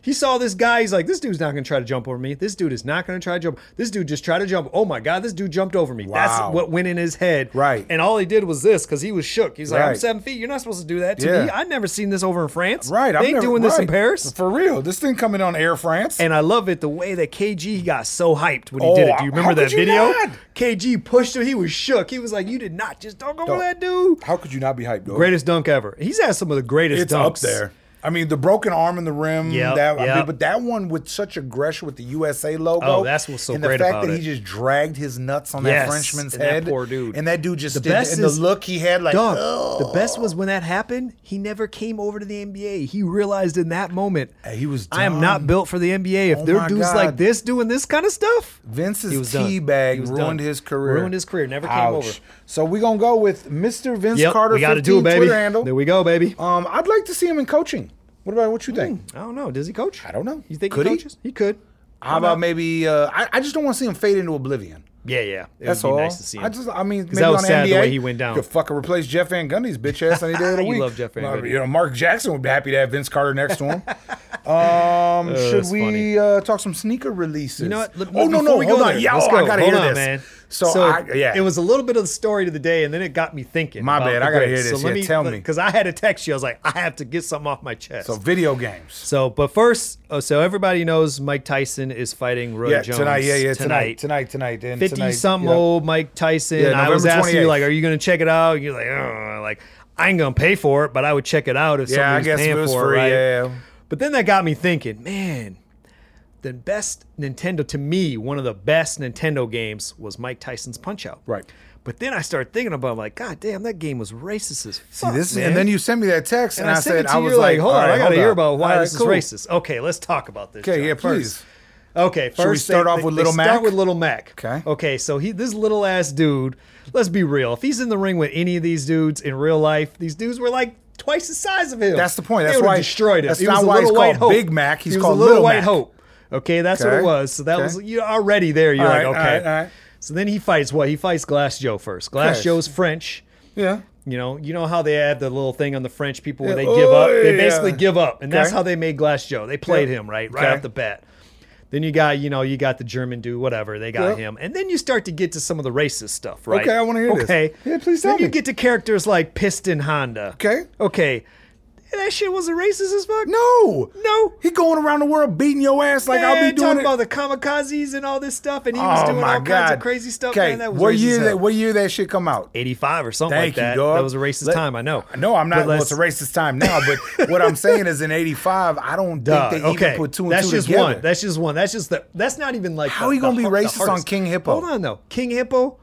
[SPEAKER 3] He saw this guy. He's like, this dude's not gonna try to jump over me. This dude is not gonna try to jump. This dude just tried to jump. Oh my god, this dude jumped over me.
[SPEAKER 1] Wow.
[SPEAKER 3] That's what went in his head.
[SPEAKER 1] Right.
[SPEAKER 3] And all he did was this because he was shook. He's like, I'm
[SPEAKER 1] Right.
[SPEAKER 3] seven feet. You're not supposed to do that to
[SPEAKER 1] Yeah.
[SPEAKER 3] me. I've never seen this over in France.
[SPEAKER 1] Right.
[SPEAKER 3] They
[SPEAKER 1] I'm
[SPEAKER 3] ain't
[SPEAKER 1] never-
[SPEAKER 3] doing this in
[SPEAKER 1] right.
[SPEAKER 3] Paris.
[SPEAKER 1] For real. This thing coming on Air France.
[SPEAKER 3] And I love it the way that KG got so hyped when he
[SPEAKER 1] Oh,
[SPEAKER 3] did it. Do you
[SPEAKER 1] how
[SPEAKER 3] remember that
[SPEAKER 1] could you
[SPEAKER 3] video?
[SPEAKER 1] not?
[SPEAKER 3] KG pushed him. He was shook. He was like, "You did not just dunk over
[SPEAKER 1] Dunk.
[SPEAKER 3] that dude."
[SPEAKER 1] How could you not be hyped, though?
[SPEAKER 3] Greatest dunk ever. He's had some of the greatest
[SPEAKER 1] it's
[SPEAKER 3] dunks
[SPEAKER 1] up there. I mean, the broken arm in the rim.
[SPEAKER 3] Yep,
[SPEAKER 1] that, I mean,
[SPEAKER 3] yep.
[SPEAKER 1] but that one with such aggression with the USA logo.
[SPEAKER 3] Oh, that's what's so
[SPEAKER 1] and
[SPEAKER 3] great
[SPEAKER 1] the fact
[SPEAKER 3] about
[SPEAKER 1] that
[SPEAKER 3] it.
[SPEAKER 1] he just dragged his nuts on
[SPEAKER 3] Yes,
[SPEAKER 1] that Frenchman's
[SPEAKER 3] and that
[SPEAKER 1] head.
[SPEAKER 3] poor dude.
[SPEAKER 1] And that dude just
[SPEAKER 3] The
[SPEAKER 1] did,
[SPEAKER 3] best
[SPEAKER 1] and the
[SPEAKER 3] is-
[SPEAKER 1] look he had, like, oh.
[SPEAKER 3] Dog,
[SPEAKER 1] "Ugh."
[SPEAKER 3] the best was when that happened. He never came over to the NBA. He realized in that moment,
[SPEAKER 1] Hey, he was
[SPEAKER 3] I am not
[SPEAKER 1] done.
[SPEAKER 3] built for the NBA. If
[SPEAKER 1] Oh
[SPEAKER 3] there are
[SPEAKER 1] my
[SPEAKER 3] dudes
[SPEAKER 1] God.
[SPEAKER 3] like this doing this kind of stuff,
[SPEAKER 1] Vince's
[SPEAKER 3] he was done. He
[SPEAKER 1] teabag
[SPEAKER 3] was
[SPEAKER 1] ruined
[SPEAKER 3] done.
[SPEAKER 1] his career.
[SPEAKER 3] Ruined his career. Never came
[SPEAKER 1] Ouch.
[SPEAKER 3] over.
[SPEAKER 1] So we're gonna go with Mr. Vince
[SPEAKER 3] Yep,
[SPEAKER 1] Carter.
[SPEAKER 3] we got to
[SPEAKER 1] 15
[SPEAKER 3] do it, baby.
[SPEAKER 1] Twitter handle.
[SPEAKER 3] There we go, baby.
[SPEAKER 1] Um, I'd like to see him in coaching. What about what you think?
[SPEAKER 3] I don't know. Does he coach?
[SPEAKER 1] I don't know.
[SPEAKER 3] You think
[SPEAKER 1] Could
[SPEAKER 3] he
[SPEAKER 1] he?
[SPEAKER 3] coaches? He, could.
[SPEAKER 1] How about maybe? Uh, I, I just don't want to see him fade into oblivion.
[SPEAKER 3] Yeah, yeah. It
[SPEAKER 1] That's
[SPEAKER 3] would be
[SPEAKER 1] all.
[SPEAKER 3] nice to see him.
[SPEAKER 1] I just, I mean, maybe
[SPEAKER 3] that was
[SPEAKER 1] on
[SPEAKER 3] sad the
[SPEAKER 1] NBA,
[SPEAKER 3] way he went down.
[SPEAKER 1] You could fucking replace Jeff Van Gundy's bitch ass any day of the
[SPEAKER 3] You
[SPEAKER 1] week.
[SPEAKER 3] love Jeff Van
[SPEAKER 1] Uh,
[SPEAKER 3] Gundy.
[SPEAKER 1] You know, Mark Jackson would be happy to have Vince Carter next to him. um, should
[SPEAKER 3] Oh, that's funny.
[SPEAKER 1] we uh, talk some sneaker releases?
[SPEAKER 3] You know what? Let-
[SPEAKER 1] oh no,
[SPEAKER 3] before
[SPEAKER 1] no,
[SPEAKER 3] we
[SPEAKER 1] hold
[SPEAKER 3] go
[SPEAKER 1] on.
[SPEAKER 3] there,
[SPEAKER 1] Yeah,
[SPEAKER 3] let's
[SPEAKER 1] oh,
[SPEAKER 3] go.
[SPEAKER 1] I gotta
[SPEAKER 3] Hold
[SPEAKER 1] hear
[SPEAKER 3] on,
[SPEAKER 1] this.
[SPEAKER 3] man.
[SPEAKER 1] So, I, yeah,
[SPEAKER 3] it was a little bit of the story to the day, and then it got me thinking.
[SPEAKER 1] My
[SPEAKER 3] about
[SPEAKER 1] bad.
[SPEAKER 3] the
[SPEAKER 1] I gotta
[SPEAKER 3] grapes.
[SPEAKER 1] hear this.
[SPEAKER 3] So let
[SPEAKER 1] Yeah,
[SPEAKER 3] me,
[SPEAKER 1] tell me.
[SPEAKER 3] because I had to text you. I was like, I have to get something off my chest.
[SPEAKER 1] so
[SPEAKER 3] So,
[SPEAKER 1] video games.
[SPEAKER 3] but first, oh, so everybody knows Mike Tyson is fighting Roy
[SPEAKER 1] Yeah,
[SPEAKER 3] Jones
[SPEAKER 1] tonight. Yeah, yeah, tonight, tonight, tonight, and
[SPEAKER 3] Fifty
[SPEAKER 1] tonight.
[SPEAKER 3] some
[SPEAKER 1] yeah.
[SPEAKER 3] old Mike Tyson.
[SPEAKER 1] Yeah,
[SPEAKER 3] I was
[SPEAKER 1] November
[SPEAKER 3] asking you
[SPEAKER 1] 28th.
[SPEAKER 3] like, are you gonna check it out? You're like, "Ugh," like I ain't gonna pay for it, but I would check it out if
[SPEAKER 1] Yeah, I
[SPEAKER 3] somebody was
[SPEAKER 1] guess
[SPEAKER 3] paying
[SPEAKER 1] it was
[SPEAKER 3] for
[SPEAKER 1] free.
[SPEAKER 3] it. right?
[SPEAKER 1] Yeah.
[SPEAKER 3] But then that got me thinking, man, the best Nintendo to me, one of the best Nintendo games was Mike Tyson's Punch Out.
[SPEAKER 1] Right.
[SPEAKER 3] But then I started thinking about it, like, God damn, that game was racist as
[SPEAKER 1] See
[SPEAKER 3] fuck.
[SPEAKER 1] this,
[SPEAKER 3] man.
[SPEAKER 1] and then you sent me that text, and, I,
[SPEAKER 3] sent
[SPEAKER 1] said,
[SPEAKER 3] it to
[SPEAKER 1] I
[SPEAKER 3] you,
[SPEAKER 1] was
[SPEAKER 3] you're like, hold
[SPEAKER 1] all
[SPEAKER 3] on, I
[SPEAKER 1] right,
[SPEAKER 3] gotta
[SPEAKER 1] hold
[SPEAKER 3] hear
[SPEAKER 1] on.
[SPEAKER 3] about why
[SPEAKER 1] All right,
[SPEAKER 3] this
[SPEAKER 1] cool.
[SPEAKER 3] is racist. Okay, let's talk about this.
[SPEAKER 1] Okay,
[SPEAKER 3] John,
[SPEAKER 1] yeah,
[SPEAKER 3] first.
[SPEAKER 1] please.
[SPEAKER 3] Okay, first
[SPEAKER 1] we start
[SPEAKER 3] they-
[SPEAKER 1] off
[SPEAKER 3] they-
[SPEAKER 1] with
[SPEAKER 3] they
[SPEAKER 1] Little
[SPEAKER 3] Start
[SPEAKER 1] Mac?
[SPEAKER 3] with Little Mac.
[SPEAKER 1] Okay.
[SPEAKER 3] Okay, so he this little ass dude. Let's be real. If he's in the ring with any of these dudes in real life, these dudes were like twice the size of him.
[SPEAKER 1] That's the point.
[SPEAKER 3] They
[SPEAKER 1] That's
[SPEAKER 3] would've
[SPEAKER 1] why-
[SPEAKER 3] destroyed him.
[SPEAKER 1] that's
[SPEAKER 3] He was
[SPEAKER 1] not
[SPEAKER 3] a
[SPEAKER 1] why he's
[SPEAKER 3] little white
[SPEAKER 1] called
[SPEAKER 3] hope.
[SPEAKER 1] Big Mac. He's
[SPEAKER 3] He was
[SPEAKER 1] called
[SPEAKER 3] a little
[SPEAKER 1] Little
[SPEAKER 3] white
[SPEAKER 1] Mac.
[SPEAKER 3] hope. Okay, that's what it
[SPEAKER 1] Okay.
[SPEAKER 3] was. So that
[SPEAKER 1] Okay.
[SPEAKER 3] was you already there. You're
[SPEAKER 1] All
[SPEAKER 3] like,
[SPEAKER 1] right, all
[SPEAKER 3] okay.
[SPEAKER 1] right, all right.
[SPEAKER 3] So then he fights what? He fights Glass Joe first. Glass
[SPEAKER 1] Okay.
[SPEAKER 3] Joe's French.
[SPEAKER 1] Yeah.
[SPEAKER 3] You know, you know how they had the little thing on the French people where
[SPEAKER 1] Yeah.
[SPEAKER 3] they give up.
[SPEAKER 1] Oh,
[SPEAKER 3] They
[SPEAKER 1] yeah.
[SPEAKER 3] basically give up, and that's
[SPEAKER 1] Okay.
[SPEAKER 3] how they made Glass Joe. They played
[SPEAKER 1] Yep.
[SPEAKER 3] him right, right
[SPEAKER 1] Okay.
[SPEAKER 3] off the bat. Then you got, you know, you got the German dude, whatever. They got
[SPEAKER 1] Yep.
[SPEAKER 3] him, and then you start to get to some of the racist stuff, right?
[SPEAKER 1] Okay, I wanna hear this.
[SPEAKER 3] Okay,
[SPEAKER 1] Yeah, please tell
[SPEAKER 3] Then you
[SPEAKER 1] me.
[SPEAKER 3] get to characters like Piston Honda.
[SPEAKER 1] Okay.
[SPEAKER 3] okay, that shit wasn't racist as fuck.
[SPEAKER 1] No.
[SPEAKER 3] No.
[SPEAKER 1] He going around the world beating your ass like I'll
[SPEAKER 3] Man,
[SPEAKER 1] be doing
[SPEAKER 3] talking
[SPEAKER 1] it. Oh,
[SPEAKER 3] about the kamikazes and all this stuff, and he was doing all kinds of crazy stuff.
[SPEAKER 1] Okay,
[SPEAKER 3] Man, that was
[SPEAKER 1] what
[SPEAKER 3] racist as
[SPEAKER 1] year
[SPEAKER 3] hell.
[SPEAKER 1] that what year that shit come out?
[SPEAKER 3] 85 or something
[SPEAKER 1] Thank
[SPEAKER 3] like that.
[SPEAKER 1] you, dog.
[SPEAKER 3] That was a racist
[SPEAKER 1] Let-
[SPEAKER 3] time, I know.
[SPEAKER 1] No, I'm
[SPEAKER 3] But
[SPEAKER 1] not. Well,
[SPEAKER 3] let's-
[SPEAKER 1] it's a racist time now, but what I'm saying is in '85, I don't
[SPEAKER 3] Duh,
[SPEAKER 1] think they
[SPEAKER 3] okay.
[SPEAKER 1] even put two and
[SPEAKER 3] that's
[SPEAKER 1] two
[SPEAKER 3] just
[SPEAKER 1] together.
[SPEAKER 3] one. That's just one. That's just the. That's not even like.
[SPEAKER 1] How
[SPEAKER 3] the,
[SPEAKER 1] he gonna
[SPEAKER 3] the
[SPEAKER 1] be
[SPEAKER 3] har- the
[SPEAKER 1] racist on
[SPEAKER 3] hardest.
[SPEAKER 1] King Hippo?
[SPEAKER 3] Hold on though, King Hippo.